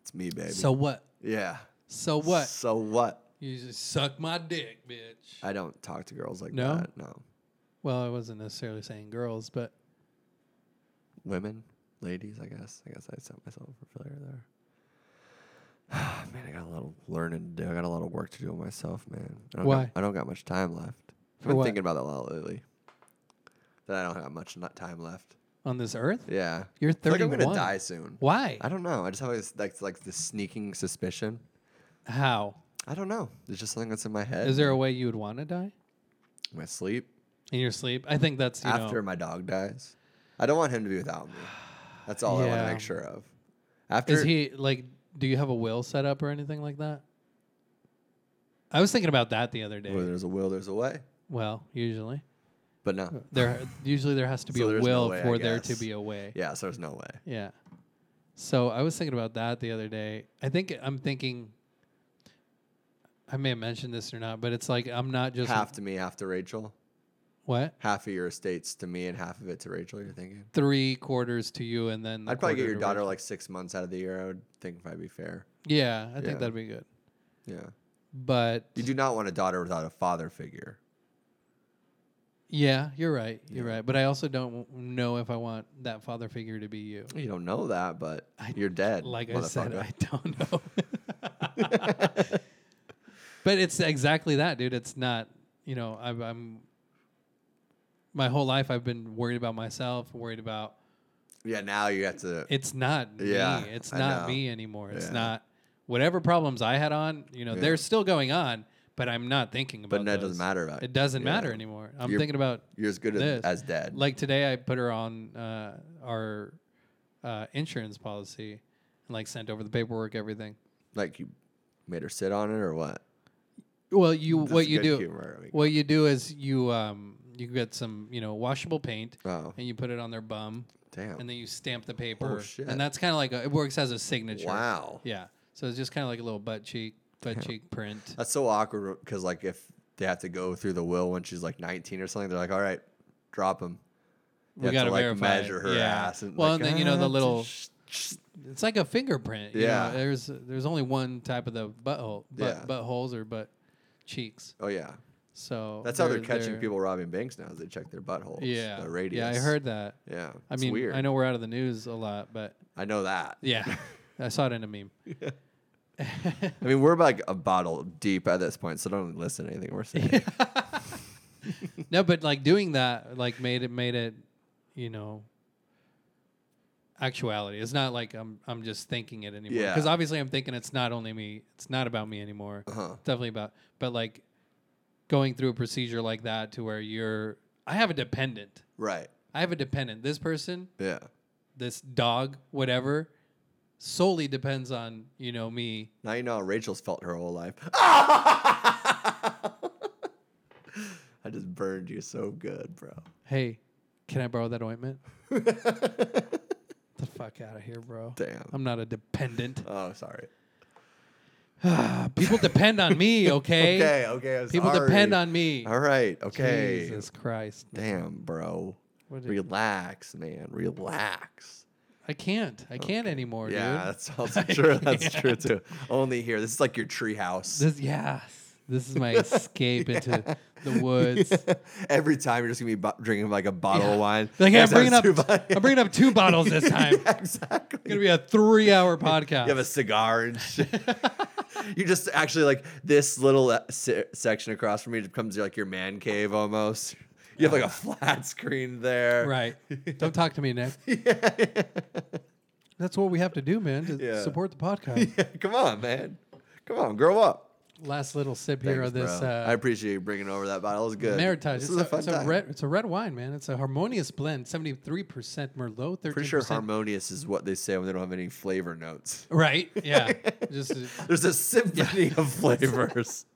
A: it's me, baby.
C: So what?
A: yeah.
C: So what?
A: So what?
C: You just suck my dick, bitch.
A: I don't talk to girls like
C: No?
A: that. No.
C: Well, I wasn't necessarily saying girls, but
A: Women, ladies, I guess. I guess I set myself up for failure there. man, I got a lot of learning to do. I got a lot of work to do with myself, man. I don't Got,
C: Why?
A: I don't got much time left. I've
C: For
A: been
C: what?
A: thinking about that a lot lately. That I don't have much not time left.
C: on this earth,
A: Yeah.
C: You're
A: I feel like I'm gonna
C: 31.
A: die soon.
C: why?
A: I don't know. I just have this like like this sneaking suspicion.
C: How
A: I don't know. It's just something that's in my head.
C: is there a way you would want to die
A: my sleep?
C: in your sleep? I think that's you
A: after
C: know,
A: my dog dies. I don't want him to be without me. That's all I want to
C: Yeah.
A: make sure of. After
C: Is he like? Do you have a will set up or anything like that? I was thinking about that the other day.
A: where there's a will, there's a way.
C: Well, usually
A: But no,
C: there usually there has to be
A: Uh, So
C: a
A: there's no
C: will
A: way, I
C: for there to
A: guess.
C: be a way.
A: yeah, so there's no way.
C: Yeah. So I was thinking about that the other day. I think I'm thinking. I may have mentioned this or not, but it's like I'm not just
A: Half to me, half to Rachel.
C: what
A: Half of your estates to me, and half of it to Rachel. You're thinking?
C: three quarters to you, and then the
A: I'd probably get
C: quarter
A: your
C: to
A: daughter
C: Rachel.
A: like six months out of the year. I would think if I'd be fair.
C: Yeah, I
A: Yeah.
C: think that'd be good.
A: Yeah,
C: But
A: you do not want a daughter without a father figure.
C: yeah, you're right. You're right. But I also don't w- know if I want that father figure to be you.
A: You don't know that, but
C: I-
A: you're dead.
C: Like I said,
A: motherfucker.
C: I don't know. but it's exactly that, dude. It's not, you know, I'm, I'm my whole life I've been worried about myself, worried about
A: yeah. Now you have to.
C: it's not
A: Yeah,
C: me. It's
A: I know.
C: not me anymore. It's
A: Yeah.
C: not whatever problems I had on, you know,
A: Yeah.
C: they're still going on, but I'm not thinking about
A: but that doesn't
C: those.
A: matter about
C: It doesn't
A: yeah.
C: matter anymore. I'm
A: You're-
C: thinking about
A: You're as good as,
C: This.
A: as dead.
C: like today I put her on uh, our uh, insurance policy and like sent over the paperwork, everything.
A: like you made her sit on it or what?
C: Well, you
A: Mm, That's
C: what you
A: good
C: do
A: humor, I mean.
C: what you do is you um you get some you know washable paint
A: Oh,
C: and you put it on their bum
A: damn.
C: and then you stamp the paper
A: Oh. shit.
C: and that's kind of like a, it works as a signature.
A: wow.
C: Yeah. So it's just kind of like a little butt cheek butt cheek print.
A: That's so awkward because, like, if they have to go through the will when she's like 19 or something, they're like, all right, drop him. You
C: We
A: have
C: got to
A: like
C: verify. it.
A: measure her
C: yeah.
A: ass. And
C: well,
A: like,
C: and then you know the
A: "Ah,
C: little
A: tsh, tsh."
C: it's like a fingerprint. you know,
A: Yeah.
C: there's there's only one type of the butthole, butt,
A: Yeah.
C: buttholes or butt cheeks.
A: Oh, yeah.
C: So
A: That's how they're catching people robbing banks now is they check their buttholes.
C: Oh, Yeah,
A: The radius.
C: Yeah, I heard that.
A: Yeah.
C: I
A: it's
C: mean,
A: weird.
C: I know we're out of the news a lot, but
A: I know that.
C: yeah, I saw it in a meme.
A: I mean, we're like a bottle deep at this point, so don't listen to anything we're saying.
C: No, but like doing that, like made it made it, you know, actuality. It's not like I'm I'm just thinking it anymore.
A: Yeah.
C: Because obviously I'm thinking it's not only me. It's not about me anymore.
A: Uh-huh.
C: It's definitely about. But like going through a procedure like that to where you're, I have a dependent.
A: Right.
C: I have a dependent. This person,
A: Yeah.
C: this dog, whatever, solely depends on you know me.
A: Now you know how Rachel's felt her whole life. I just burned you so good, bro.
C: Hey, can I borrow that ointment? the fuck out of here, bro.
A: Damn.
C: I'm not a dependent.
A: Oh, sorry.
C: People depend on me, okay?
A: Okay, okay. I'm
C: People
A: sorry.
C: depend on me.
A: All right, okay.
C: Jesus Christ. man.
A: Damn, bro.
C: What did-
A: Relax, man. Relax.
C: I can't. I can't anymore,
A: yeah,
C: dude.
A: that's also true. That's true too. Only here. This is like your treehouse.
C: This yes. This is my escape into the woods.
A: Every time you're just gonna be bu- drinking like a bottle of wine.
C: Like hey, I'm
A: Next time
C: bringing up
A: it's two bottles.
C: I'm bringing up two bottles this time.
A: Yeah, exactly.
C: It's gonna be a three hour podcast.
A: You have a cigar and shit. you just actually like this little uh, se- section across from me becomes like your man cave almost. You have like a flat screen there.
C: right. Don't talk to me, Nick. That's what we have to do, man, to
A: Yeah.
C: support the podcast.
A: Yeah, come on, man. Come on, grow up.
C: Last little sip here
A: Thanks,
C: of this.
A: bro. I
C: Uh,
A: appreciate you bringing over that bottle. It was good.
C: Meritage.
A: This
C: It's,
A: is
C: a,
A: a fun
C: it's a
A: time.
C: red. It's a red wine, man. It's a harmonious blend. Seventy-three percent Merlot, thirteen
A: Pretty sure
C: percent.
A: harmonious is what they say when they don't have any flavor notes.
C: Right? Yeah. Just uh,
A: There's a symphony of flavors.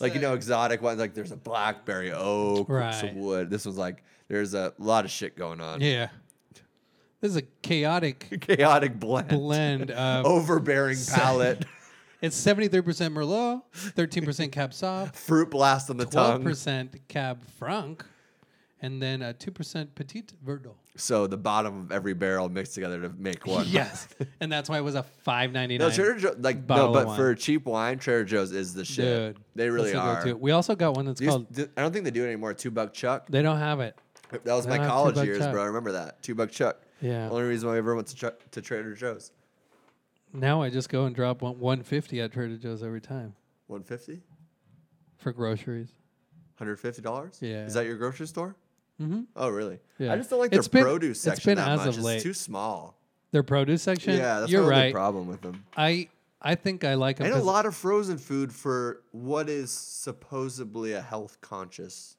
A: like you know, exotic ones. Like there's a blackberry, oak,
C: Right.
A: some wood. This one's like there's a lot of shit going on.
C: yeah. This is a chaotic
A: Chaotic blend.
C: blend of.
A: Oh. Overbearing palate.
C: It's seventy-three percent Merlot, thirteen percent Cab Sauv,
A: Fruit blast on the
C: twelve
A: tongue.
C: percent Cab Franc, and then a two percent Petit Verdot.
A: So the bottom of every barrel mixed together to make one.
C: Yes, and that's why it was a five ninety-nine.
A: No, Trader Joe's like
C: bottle
A: no,
C: of
A: but
C: wine.
A: for cheap wine, Trader Joe's is the shit.
C: Dude,
A: they really
C: that's a
A: are.
C: go-to. We also got one that's
A: These-
C: called.
A: th- I don't think they do it anymore. Two buck chuck.
C: They don't have it.
A: That was
C: They
A: my
C: don't have
A: college
C: Ah, two-buck
A: years,
C: chuck.
A: bro. I remember that. Two buck chuck.
C: Yeah.
A: Only reason why I ever went to, Chuck to Trader Joe's.
C: Now I just go and drop one one fifty at Trader Joe's every time
A: 150
C: for groceries.
A: 150 dollars.
C: Yeah.
A: Is that your grocery store?
C: Mm-hmm.
A: Oh, really?
C: Yeah.
A: I just don't like their
C: It's been-
A: produce
C: it's
A: section
C: been
A: that
C: as
A: much.
C: of late.
A: It's too small.
C: Their produce section.
A: Yeah, that's
C: you're
A: my only
C: right.
A: problem with them.
C: I I think I like them.
A: And a lot of frozen food for what is supposedly a health conscious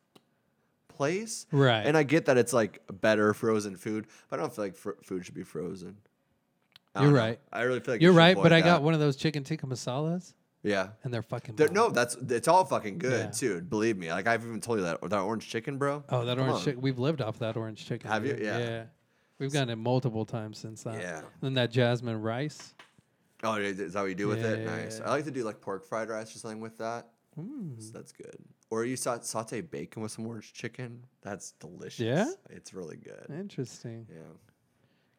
A: place.
C: Right.
A: And I get that it's like better frozen food, but I don't feel like fr- food should be frozen. I don't
C: You're
A: know.
C: right.
A: I really feel like we
C: You're
A: should
C: right, but
A: avoid
C: I
A: that.
C: got one of those chicken tikka masalas,
A: Yeah.
C: and they're fucking.
A: They're-
C: bomb.
A: no, that's it's all fucking good,
C: Yeah.
A: too. Believe me. Like I've even told you that that orange chicken, bro.
C: Oh, that
A: Come
C: orange
A: on.
C: chicken. We've lived off that orange chicken.
A: Have you?
C: dude.
A: Yeah.
C: We've gotten it multiple times since that.
A: Yeah.
C: Then that jasmine rice.
A: Oh, is is that what you do with it?
C: Yeah, yeah,
A: Nice.
C: yeah.
A: I like to do like pork fried rice or something with that.
C: Mm.
A: So that's good. Or you sa- saute bacon with some orange chicken. That's delicious.
C: Yeah?
A: It's really good.
C: Interesting.
A: Yeah.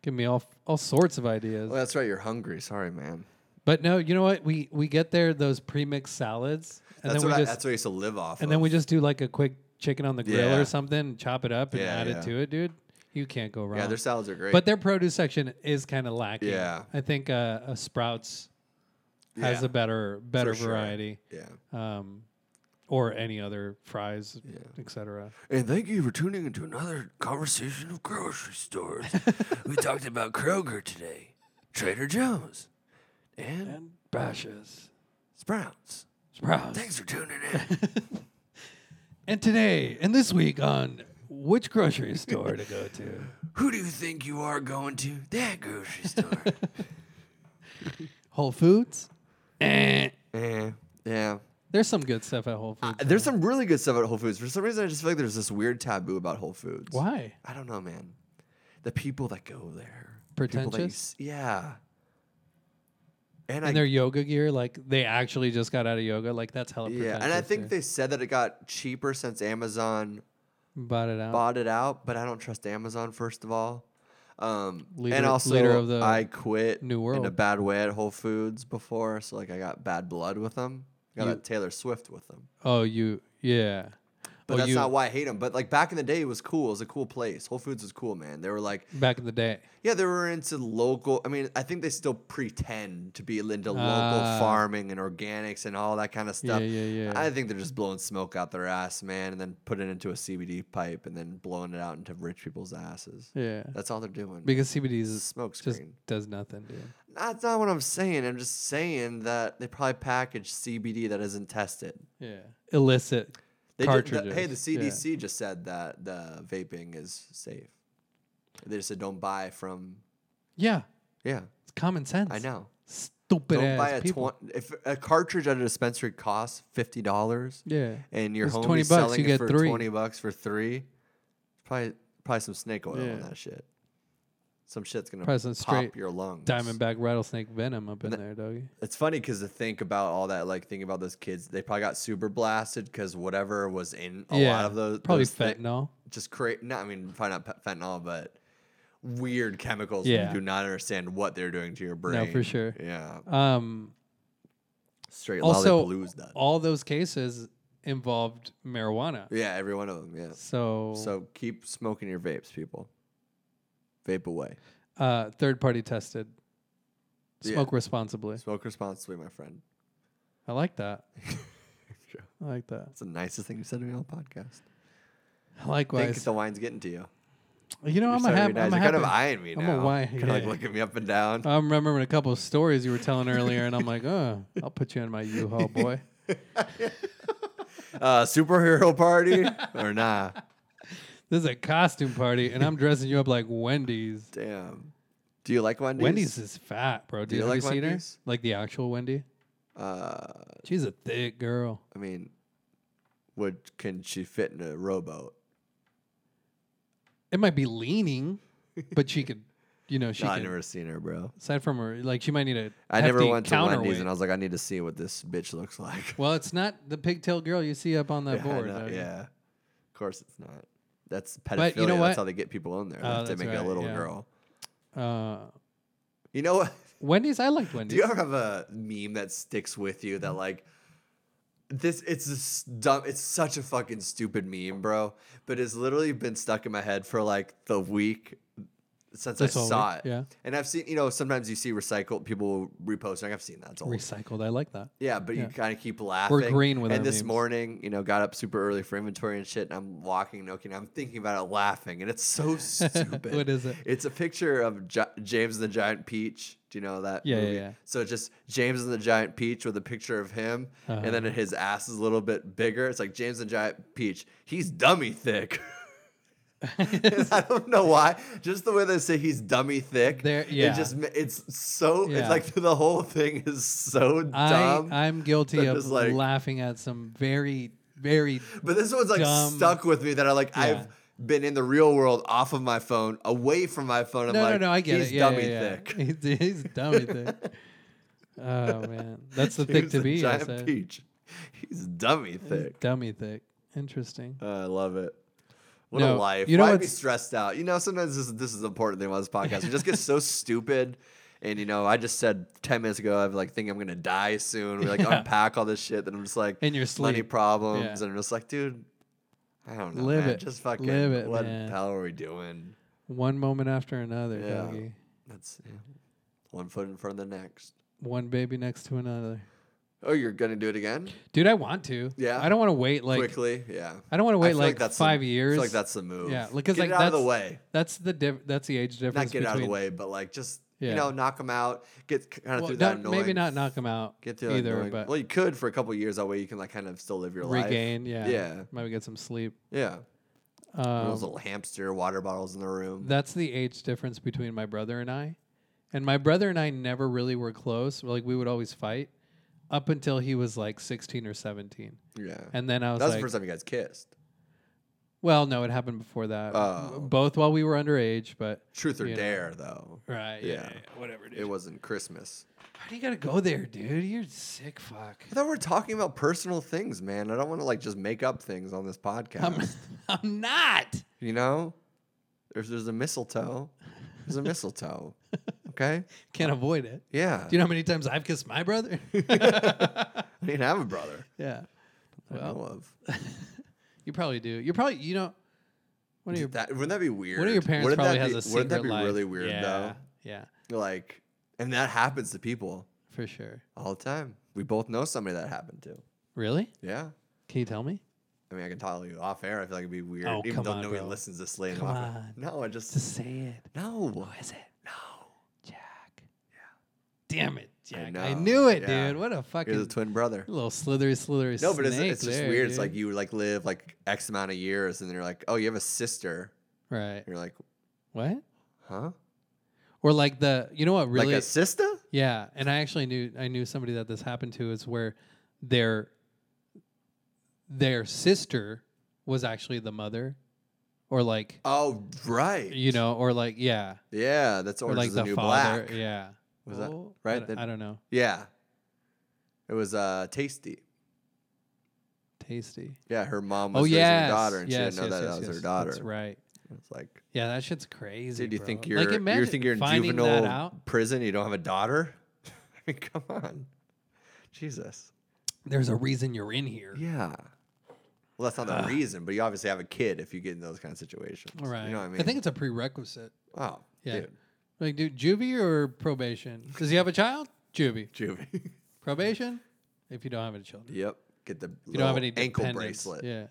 C: Give me all all sorts of ideas.
A: Well, that's right. You're hungry. Sorry, man.
C: But no, you know what? We we get there those pre-mixed salads, and
A: That's
C: then
A: what,
C: we
A: I,
C: just
A: that's what I used to live off.
C: and
A: of.
C: then we just do like a quick chicken on the grill
A: Yeah.
C: or something, chop it up and
A: Yeah,
C: add
A: yeah.
C: it to it, dude. You can't go wrong.
A: yeah, their salads are great.
C: but their produce section is kind of lacking.
A: Yeah.
C: I think uh, a Sprouts has
A: Yeah,
C: a better better
A: sure.
C: variety,
A: yeah.
C: um, or any other fries, etc.
A: And thank you for tuning into another conversation of grocery stores. we talked about Kroger today, Trader Joe's, and
C: Bashes,
A: Sprouts.
C: Sprouts.
A: for tuning in.
C: And today and this week on which grocery store to go to.
A: Who do you think you are going to? That grocery store.
C: Whole Foods. Eh.
A: yeah. Yeah.
C: There's some good stuff at Whole Foods.
A: Uh, There's some really good stuff at Whole Foods. For some reason, I just feel like there's this weird taboo about Whole Foods.
C: Why?
A: I don't know, man. The people that go there, People that you s-
C: Pretentious?
A: yeah. And,
C: And
A: I
C: their yoga gear, like they actually just got out of yoga, like that's hella
A: yeah, and I
C: pretentious,
A: think
C: dude.
A: they said that it got cheaper since Amazon
C: bought it out.
A: bought it out, but I don't trust Amazon first of all. Um, and
C: Leader-
A: also,
C: leader of the
A: I quit
C: New
A: in a
C: World.
A: bad way at Whole Foods before, so like I got bad blood with them. Got
C: You-
A: that Taylor Swift with them,
C: Oh, you, yeah.
A: but
C: oh,
A: that's
C: you,
A: not why I hate them. But like back in the day, it was cool. It was a cool place. Whole Foods was cool, man. They were like
C: back in the day.
A: Yeah, they were into local. I mean, I think they still pretend to be into local
C: Ah.
A: farming and organics and all that kind of stuff.
C: Yeah, yeah, yeah.
A: I think they're just blowing smoke out their ass, man, and then putting it into a CBD pipe and then blowing it out into rich people's asses.
C: Yeah,
A: That's all they're doing.
C: because CBD is
A: smoke
C: just
A: screen.
C: does nothing, dude.
A: That's not what I'm saying. I'm just saying that they probably package CBD that isn't tested.
C: Yeah, illicit
A: They ju- the,
C: cartridges.
A: hey, the
C: Yeah.
A: CDC just said that the vaping is safe. They just said don't buy from.
C: Yeah.
A: Yeah,
C: it's common sense.
A: I know.
C: Stupid
A: Don't
C: ass
A: buy a
C: people.
A: twenty. If a cartridge at a dispensary costs fifty dollars,
C: yeah,
A: and your
C: It's
A: homie's
C: 20 bucks,
A: selling
C: you
A: it
C: get
A: for
C: three.
A: twenty bucks for three, probably probably some snake oil
C: Yeah.
A: on that shit. Some shit's gonna
C: Probably some
A: pop
C: straight
A: your lungs.
C: diamondback rattlesnake venom up in there, doggy.
A: It's funny because to think about all that, like think about those kids. They probably got super blasted because whatever was in a
C: yeah,
A: lot of those.
C: probably
A: those thi-
C: fentanyl.
A: just create. No, I mean probably not pe- fentanyl, but weird chemicals.
C: Yeah.
A: you do not understand what they're doing to your brain.
C: No, for sure.
A: Yeah,
C: Um,
A: straight
C: also,
A: lollypalooza. that.
C: all those cases involved marijuana.
A: Yeah, every one of them. Yeah.
C: So,
A: So keep smoking your vapes, people. Vape away.
C: uh, third party tested.
A: Yeah.
C: Smoke responsibly.
A: Smoke responsibly, my friend.
C: I like that. I like that.
A: That's the nicest thing you said to me on the podcast. Think
C: Likewise,
A: the wine's getting to you.
C: You know,
A: You're
C: I'm
A: so
C: a happy.
A: very nice.
C: I'm a
A: You're kind of
C: happy-
A: eyeing me
C: I'm
A: now.
C: a why-
A: kind of like
C: yeah.
A: looking me up and down.
C: I'm remembering a couple of stories you were telling earlier, and I'm like, oh, I'll put you in my U-Haul, boy.
A: Uh, superhero party or nah?
C: This is a costume party, and I'm dressing you up like Wendy's.
A: Damn. Do you like Wendy's?
C: Wendy's is fat, bro. Do
A: you
C: you, have
A: like
C: you seen her?
A: Wendy's?
C: Like the actual Wendy?
A: Uh,
C: She's a thick girl.
A: I mean, would can she fit in a rowboat?
C: It might be leaning, but she could, you know, she
A: No,
C: can.
A: I've never seen her, bro.
C: aside from her, like she might need a.
A: I never
C: hefty
A: went to Wendy's,
C: counterweight.
A: and I was like, I need to see what this bitch looks like.
C: well, it's not the pigtail girl you see up on that
A: Yeah, I
C: board.
A: know,
C: I mean.
A: yeah. Of course, it's not. That's pedophilia.
C: But you know
A: That's
C: what?
A: how they get people in there.
C: Oh,
A: they
C: that's
A: make it a
C: right,
A: little
C: yeah.
A: girl.
C: Uh,
A: You know what?
C: Wendy's, I liked
A: Do
C: Wendy's.
A: you ever have a meme that sticks with you that like this? It's this dumb. It's such a fucking stupid meme, bro. But it's literally been stuck in my head for like the week since
C: This
A: I
C: whole
A: saw
C: week,
A: it.
C: yeah.
A: And I've seen, you know, sometimes you see recycled people repost. Like I've seen that. It's old.
C: Recycled, I like that.
A: Yeah, but you
C: Yeah.
A: kind of keep laughing.
C: green with
A: And
C: our
A: this
C: memes.
A: morning, you know, got up super early for inventory and shit. And I'm walking, and looking, I'm thinking about it, laughing, and it's so stupid.
C: What is it?
A: It's a picture of Gi- James and the Giant Peach. Do you know that?
C: Yeah, yeah,
A: movie?
C: yeah.
A: So it's just James and the Giant Peach with a picture of him,
C: Uh-huh.
A: and then his ass is a little bit bigger. It's like James and the Giant Peach. He's dummy thick. And I don't know why. Just the way they say he's dummy thick.
C: There-
A: It
C: yeah.
A: just ma- it's so
C: Yeah.
A: it's like the whole thing is so dumb.
C: I, I'm guilty
A: They're
C: of
A: just like-
C: laughing at some very, very.
A: But this one's like
C: Dumb.
A: stuck with me that I like.
C: Yeah.
A: I've been in the real world off of my phone, away from my phone. I'm
C: no,
A: like,
C: no, no, I get
A: he's
C: it. Yeah,
A: dummy
C: yeah, yeah.
A: thick.
C: He's, he's dummy thick. Oh man, that's the thick
A: Here's
C: to
A: the
C: be. I Uh,
A: giant
C: say.
A: peach. He's dummy thick.
C: Dummy thick. Interesting.
A: Oh, I love it. What a
C: No,
A: life.
C: you know
A: Why be
C: what's-
A: stressed out? You know, sometimes this is, this is the important thing about this podcast. We just get so stupid. And you know, I just said ten minutes ago, I'm like think I'm gonna die soon. We like
C: Yeah.
A: unpack all this shit, then I'm just like
C: In your
A: money
C: sleep.
A: problems,
C: Yeah.
A: and I'm just like, dude, I don't know,
C: Live
A: man.
C: it.
A: Just fucking
C: Live it,
A: what
C: man.
A: the hell are we doing?
C: One moment after another,
A: Yeah.
C: doggy.
A: That's yeah. one foot in front of the next.
C: One baby next to another.
A: Oh, you're gonna do it again
C: Dude, I want to.
A: Yeah.
C: I don't want to wait like
A: quickly? Yeah.
C: I don't want to
A: I
C: wait
A: feel
C: like,
A: that's the-
C: five
A: I
C: years.
A: feel like that's the move.
C: Yeah, like, 'cause,
A: get
C: like,
A: it out of the
C: that's-
A: way.
C: that's the diff- that's the age difference.
A: Not get out of the
C: between-
A: way, but like just you
C: Yeah.
A: know knock them out. Get kind of
C: Well,
A: through that
C: don't- maybe
A: annoying-
C: not knock them out
A: Get through that
C: either,
A: annoying-
C: but
A: well, you could for a couple years. That way you can like kind of still live your
C: regain. Yeah,
A: life. Yeah.
C: Maybe get some sleep.
A: Yeah. Those
C: Um,
A: little hamster water bottles in the room.
C: that's the age difference between my brother and I. And my brother and I never really were close. Like we would always fight up until he was like 16 or 17.
A: yeah.
C: And then I was
A: that was
C: like,
A: the first time you guys kissed.
C: well, no, it happened before that.
A: Oh.
C: Both while we were underage, but
A: Truth or
C: you know.
A: dare, though.
C: right,
A: Yeah.
C: yeah, yeah, yeah, whatever, dude.
A: It wasn't Christmas.
C: Why do you gotta go there, dude? You're sick, fuck.
A: I thought we were talking about personal things, man. I don't want to like just make up things on this podcast.
C: I'm, I'm not.
A: You know, there's there's a mistletoe. There's a mistletoe. Okay.
C: Can't avoid it.
A: Yeah.
C: Do you know how many times I've kissed my brother?
A: I didn't have a brother.
C: yeah,
A: I know of.
C: you probably do. You probably you know. One of your
A: That, wouldn't that be weird?
C: one of your parents
A: Wouldn't that
C: probably has
A: be-
C: a secret
A: Wouldn't that be
C: life.
A: really weird
C: yeah, Yeah,
A: though? Like, and that happens to people
C: for sure.
A: all the time. We both know somebody that happened to.
C: Really?
A: Yeah.
C: Can you tell me?
A: I mean, I can tell you off air. I feel like it'd be weird,
C: Oh,
A: even
C: come
A: though
C: on,
A: nobody
C: bro.
A: listens this late. in the
C: Come
A: office.
C: on.
A: No, I just
C: Just say it.
A: no.
C: What is it?
A: No.
C: Jack. Yeah. Damn it, Jack. I,
A: know,
C: knew it,
A: yeah.
C: dude. What a
A: You're the
C: fucking
A: twin brother.
C: little slithery, slithery
A: No, but it's,
C: snake
A: it's just
C: there,
A: weird. It's
C: dude.
A: like you like live like X amount of years, and then you're like, oh, you have a sister.
C: Right.
A: And you're like,
C: What?
A: huh?
C: Or like the you know what really
A: Like a sister?
C: Yeah, and I actually knew I knew somebody that this happened to is where their their sister was actually the mother, or like
A: Oh, right.
C: you know, or like yeah,
A: Yeah, that's
C: or
A: Orange
C: like
A: is the,
C: the
A: New
C: father,
A: Black.
C: yeah.
A: Was that
C: Oh, I
A: right?
C: don't,
A: That-
C: I don't know.
A: yeah. It was uh Tasty.
C: Tasty.
A: Yeah, her mom was
C: Oh
A: raising
C: yeah,
A: her daughter, and
C: yes,
A: she didn't know
C: yes,
A: that
C: yes,
A: that was
C: yes,
A: her daughter.
C: That's right.
A: It's like,
C: Yeah, that shit's crazy.
A: dude, you
C: bro.
A: think
C: Like,
A: you're you
C: imagine
A: think you're in
C: finding that
A: juvenile
C: out?
A: prison? You don't have a daughter? I mean, come on, Jesus.
C: There's a reason you're in here.
A: Yeah. Well, that's not the reason, but you obviously have a kid if you get in those kind of situations.
C: All right.
A: You know what I mean?
C: I think it's a prerequisite.
A: oh,
C: Yeah.
A: dude,
C: Like, dude, juvie or probation? Does he have a child? Juvie.
A: juvie.
C: Probation? If you don't have any children.
A: yep. Get the
C: you don't have
A: little
C: any
A: ankle
C: dependents.
A: bracelet.
C: Yeah.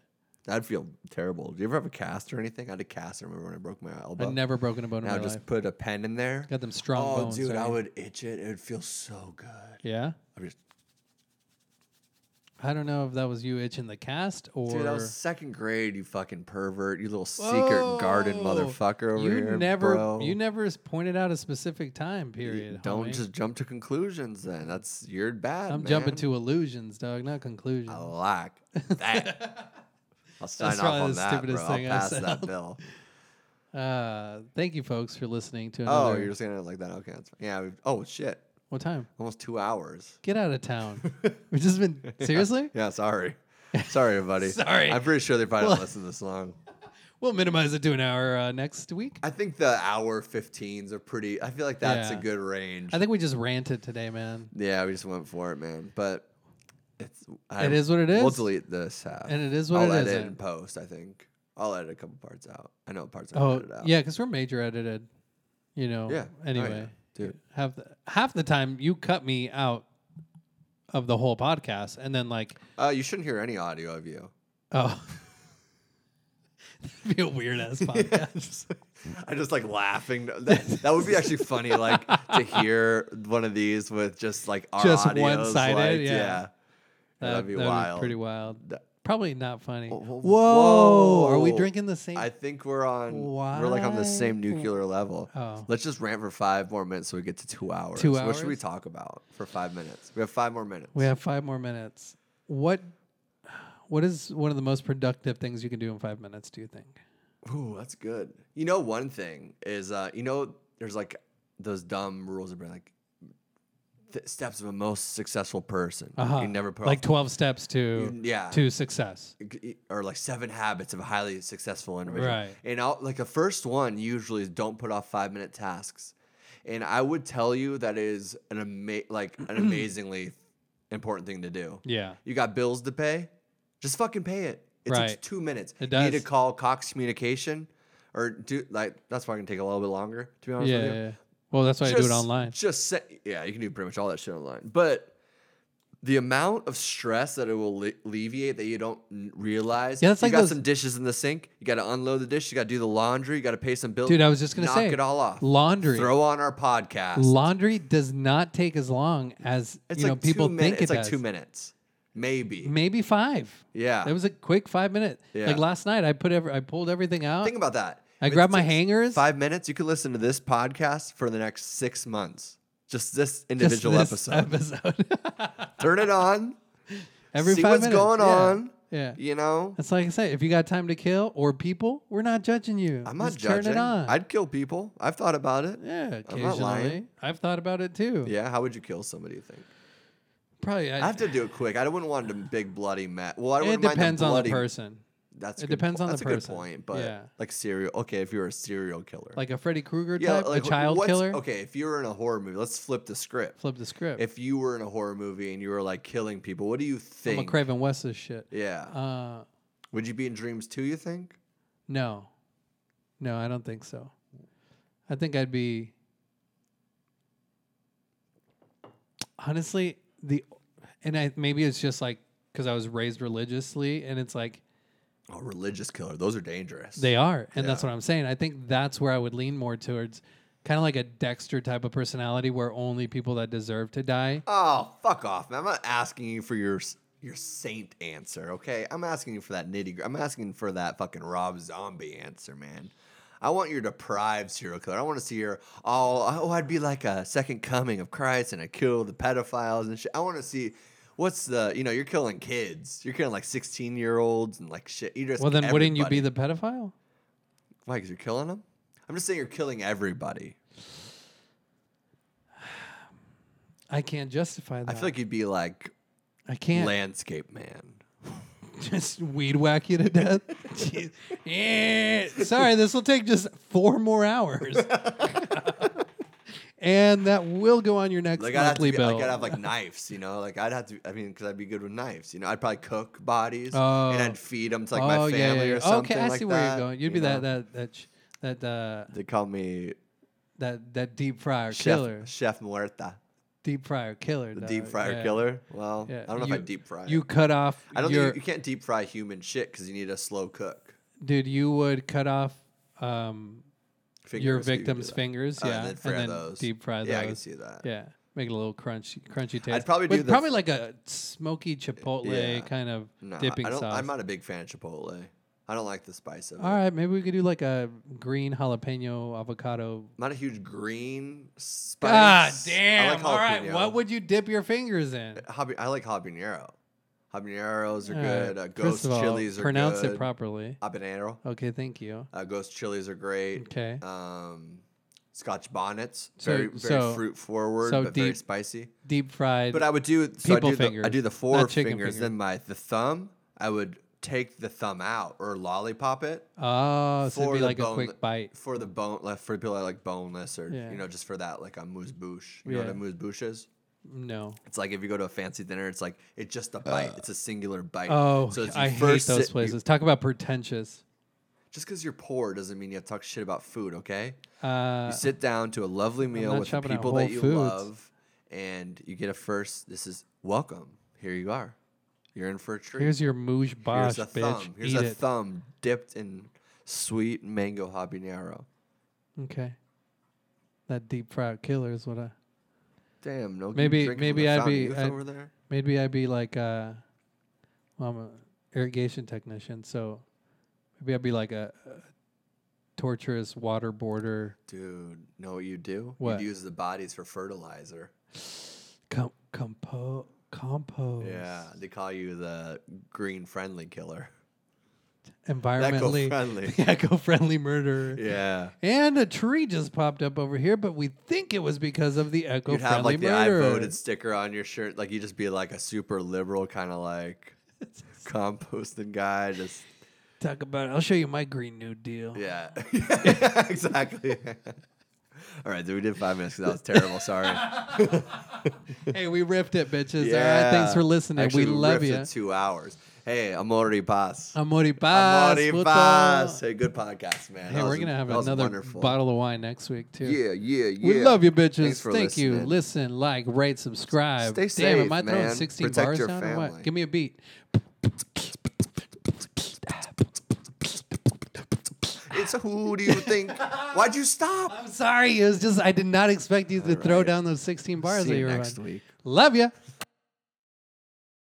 A: That'd feel terrible. Do you ever have a cast or anything? I had a cast. I remember when I broke my elbow.
C: I've never broken a bone in
A: Now
C: my
A: just
C: life.
A: put a pen in there.
C: Got them strong
A: oh,
C: bones.
A: dude, I
C: right?
A: would itch it. It would feel so good.
C: Yeah.
A: I'm just,
C: I don't know if that was you itching the cast or
A: dude, that was second grade. You fucking pervert. You little secret garden
C: Whoa.
A: motherfucker over
C: you
A: here,
C: never
A: bro.
C: you never s- pointed out a specific time period.
A: Don't
C: homie.
A: just jump to conclusions. Then that's you're bad.
C: I'm jumping
A: man.
C: to illusions, dog, not conclusions.
A: I like that. I'll sign off
C: probably
A: on
C: the
A: that, bro.
C: stupidest
A: I'll
C: thing I
A: pass that
C: said.
A: bill.
C: Uh, thank you, folks, for listening to
A: Oh,
C: another.
A: you're just saying it like that? Okay, that's fine. Yeah. we've- Oh shit,
C: what time?
A: almost two hours.
C: Get out of town. We've just been seriously.
A: Yeah, sorry. Sorry, everybody.
C: Sorry.
A: I'm pretty sure they probably
C: Well-
A: don't listen this long.
C: We'll minimize it to an hour uh, next week.
A: I think the hour 15s are pretty. I feel like that's
C: Yeah.
A: a good range.
C: I think we just ranted today, man,
A: yeah, we just went for it, man. But it's I,
C: It is what it
A: We'll
C: is.
A: delete this half,
C: and it is what
A: I'll
C: it
A: edit
C: is. eh?
A: and post. I think I'll edit a couple parts out. I know parts. I'll
C: Oh
A: edit out.
C: yeah, because we're major edited. You know.
A: Yeah. Oh, yeah.
C: Anyway,
A: Dude.
C: half the half the time you cut me out of the whole podcast, and then like,
A: Uh, you shouldn't hear any audio of you.
C: oh, that'd be a weird ass
A: Yeah,
C: podcast.
A: just, I just like laughing. That, that would be actually funny, like to hear one of these with just like our
C: Just
A: audios, like,
C: one-sided, yeah.
A: That'd be wild.
C: pretty wild.
A: That-
C: Probably not funny.
A: Whoa, whoa,
C: Whoa, are we
A: whoa.
C: drinking the same?
A: I think we're on. We're like on the same
C: Why?
A: nuclear level.
C: Oh.
A: Let's just rant for five more minutes so we get to two hours.
C: Two
A: What should we
C: hours?
A: talk about for five minutes? We have five more minutes.
C: we have five more minutes. What? What is one of the most productive things you can do in five minutes? Do you think?
A: Ooh, that's good. You know, one thing is, uh, you know, there's like those dumb rules about like th- steps of a most successful person.
C: Uh-huh.
A: You never put
C: like
A: off-
C: twelve steps to
A: You- yeah.
C: to success.
A: or like seven habits of a highly successful individual.
C: Right.
A: And I'll, like the first one usually is don't put off five minute tasks. And I would tell you that is an ama- like an amazingly important thing to do.
C: Yeah.
A: You got bills to pay, just fucking pay it. It
C: Right.
A: takes two minutes.
C: It
A: You need
C: does.
A: to call Cox Communication or do like that's probably gonna take a little bit longer. To be honest
C: Yeah,
A: with you,
C: yeah. Well, that's why I do it
A: just-
C: online.
A: Just se- yeah, you can do pretty much all that shit online. But the amount of stress that it will le- alleviate that you don't n- realize.
C: Yeah, that's
A: you
C: like
A: got
C: those-
A: some dishes in the sink. You got to unload the dish. You got to do the laundry. You got to pay some bills.
C: Dude, I was just gonna
A: knock
C: say,
A: knock it all off.
C: laundry.
A: Throw on our podcast.
C: Laundry does not take as long as
A: it's
C: you
A: like
C: know people
A: two
C: think
A: minutes.
C: it
A: It's like
C: does.
A: two minutes, maybe.
C: Maybe five.
A: Yeah.
C: It was a quick five minute.
A: Yeah.
C: Like last night, I put every, I pulled everything out.
A: Think about that.
C: I
A: If it
C: grabbed my
A: takes
C: hangers.
A: Five minutes. You could listen to this podcast for the next six months. Just this
C: just
A: individual
C: this
A: episode.
C: episode.
A: Turn it on.
C: Every
A: see
C: five
A: what's
C: minutes.
A: going
C: Yeah.
A: on.
C: Yeah.
A: You know.
C: That's like I say. If you got time to kill or people, we're not judging you.
A: I'm not
C: Just
A: judging.
C: Turn it on.
A: I'd kill people. I've thought about it.
C: yeah,
A: I'm not lying.
C: occasionally. I've thought about it too.
A: Yeah, how would you kill somebody? You think?
C: Probably. I,
A: I have to do it quick. I wouldn't want a big bloody mess. Well, I
C: it
A: wouldn't mind
C: depends
A: the
C: on
A: bloody,
C: the person.
A: That's a
C: It
A: good
C: depends
A: po-
C: on the
A: that's
C: person.
A: a good point, but
C: Yeah.
A: like serial. Okay, if you're a serial killer,
C: Like a Freddy Krueger type,
A: like
C: a child
A: what's-
C: killer.
A: Okay, if you were in a horror movie, let's flip the script.
C: Flip the script.
A: If you were in a horror movie and you were like killing people, what do you
C: I'm a
A: think?
C: Craven West's shit.
A: yeah,
C: Uh,
A: would you be in dreams too? You think?
C: no, no, I don't think so. I think I'd be honestly the, and I maybe it's just like because I was raised religiously, and it's like
A: Oh, religious killer. Those are dangerous.
C: They are, and that's
A: Yeah.
C: what I'm saying. I think that's where I would lean more towards, kind of like a Dexter type of personality, where only people that deserve to die.
A: Oh, fuck off, man. I'm not asking you for your s- your saint answer, okay? I'm asking you for that nitty gritty. I'm asking for that fucking Rob Zombie answer, man. I want your deprived serial killer. I want to see your all. Oh, I'd be like a second coming of Christ, and I kill the pedophiles and shit. I want to see what's the you know you're killing kids. You're killing like 16 year olds and like shit. You just
C: Well, then wouldn't you be
A: everybody.
C: the pedophile?
A: why? Because you're killing them. I'm just saying you're killing everybody.
C: I can't justify that.
A: I feel like you'd be like
C: I can't
A: landscape man.
C: just weed whack you to death. Jeez. yeah. Sorry, this will take just four more hours. And that will go on your next
A: Like I'd have, to
C: monthly
A: be,
C: bill.
A: like I'd have like knives, you know. Like I'd have to. I mean, because I'd be good with knives, you know. I'd probably cook bodies and
C: Oh.
A: I'd feed them to like my family or something.
C: Okay, I
A: like
C: see where
A: that,
C: you're going. You'd
A: you
C: be
A: know?
C: that that that sh- that uh,
A: They call me
C: that that deep fryer
A: Chef
C: killer.
A: Chef Muerta.
C: deep fryer killer.
A: The deep
C: dog.
A: fryer
C: Yeah.
A: killer. Well,
C: Yeah.
A: I don't know if I
C: You-
A: deep fry.
C: You
A: it.
C: cut off.
A: I don't
C: your,
A: think you, you can't deep fry human shit because you need a slow cook.
C: dude. You would cut off um, your
A: Fingers, you could do
C: victim's
A: that.
C: fingers,
A: Oh,
C: yeah,
A: and then fry those.
C: deep fry
A: Yeah, I can
C: those.
A: see that.
C: Yeah, make it a little crunchy, crunchy taste.
A: probably
C: With
A: do the-
C: probably like a smoky chipotle
A: Yeah.
C: kind of
A: No,
C: dipping
A: I don't,
C: sauce.
A: I'm not a big fan of Chipotle. I don't like the spice of it.
C: All right, maybe we could do like a green jalapeno avocado.
A: I'm not a huge green spice.
C: God
A: I
C: damn!
A: like
C: All right,
A: jalapeno.
C: what would you dip your fingers in?
A: Jala- I like habanero. Habaneros are
C: All
A: good.
C: right,
A: Uh, ghost
C: first of all,
A: chilies are
C: pronounce
A: good.
C: it properly.
A: Habanero.
C: Okay, thank you.
A: Uh, ghost chilies are great.
C: Okay.
A: Um, Scotch bonnets,
C: So-
A: very very
C: so-
A: fruit forward,
C: so
A: but very
C: deep-
A: spicy.
C: Deep fried.
A: But I would do so I
C: People
A: do the, I
C: fingers,
A: do the
C: not
A: four
C: chicken
A: fingers,
C: finger.
A: then my the thumb. I would take the thumb out or lollipop it
C: oh, so it'd be
A: the
C: like a
A: bone-
C: quick bite.
A: for the bone like for people that like boneless or
C: Yeah.
A: you know just for that like a mousse bouche. You know what
C: Yeah.
A: a mousse bouche is?
C: No.
A: It's like if you go to a fancy dinner, it's like it's just a bite. it's a singular bite.
C: Oh,
A: so it's you
C: I hate
A: first
C: those
A: sit- you-
C: places. Talk about pretentious.
A: just because you're poor doesn't mean you have to talk shit about food. Okay.
C: Uh,
A: You sit down to a lovely meal
C: not
A: with the
C: shopping at
A: people that
C: Whole
A: you
C: Foods.
A: love, and you get a first. This is welcome. Here you are. You're in for a treat.
C: here's your mouche bosh,
A: Here's a
C: bitch.
A: thumb. Here's
C: Eat
A: a
C: it.
A: thumb dipped in sweet mango habanero.
C: Okay. That deep fried killer is what I.
A: Damn, no.
C: Maybe-
A: drinking from
C: maybe
A: the
C: I'd
A: fountain
C: be-
A: youth
C: I'd-
A: over there.
C: Maybe I'd be like, uh, well, I'm a irrigation technician, so maybe I'd be like a, a torturous waterboarder.
A: Dude, know what you do?
C: What?
A: You'd use the bodies for fertilizer.
C: Com- compo- compost.
A: Yeah, they call you the green friendly killer.
C: Environmentally
A: Eco-friendly.
C: eco-friendly murderer.
A: Yeah.
C: And a tree just popped up over here, but we think it was because of the
A: You'd have
C: eco-friendly
A: like the I
C: murderer.
A: voted sticker on your shirt. Like you'd just be like a super liberal kind of like composting guy. Just
C: Talk about it. I'll show you my Green New Deal.
A: yeah. yeah exactly. All right, dude, we did five minutes because that was terrible. Sorry.
C: Hey, we ripped it, bitches. All right, thanks for listening.
A: Actually,
C: we love
A: riffed
C: you.
A: it two hours. Hey, amori paz.
C: Amori paz.
A: Amori
C: puto.
A: paz. Hey, good podcast, man.
C: Hey,
A: That
C: we're
A: was-
C: gonna have
A: that was
C: another
A: wonderful.
C: bottle of wine next week too.
A: Yeah, yeah, yeah.
C: We love you, bitches.
A: Thanks for
C: Thank you.
A: listening.
C: Listen, like, rate, subscribe.
A: Stay
C: Damn,
A: safe,
C: am I throwing
A: man.
C: 16
A: Protect
C: bars
A: your
C: down or
A: family.
C: what? Give me a beat.
A: It's a who do you think? Why'd you stop?
C: I'm sorry. It was just I did not expect you to throw down those 16 bars
A: See
C: that
A: you
C: you were
A: next
C: on.
A: week.
C: Love you.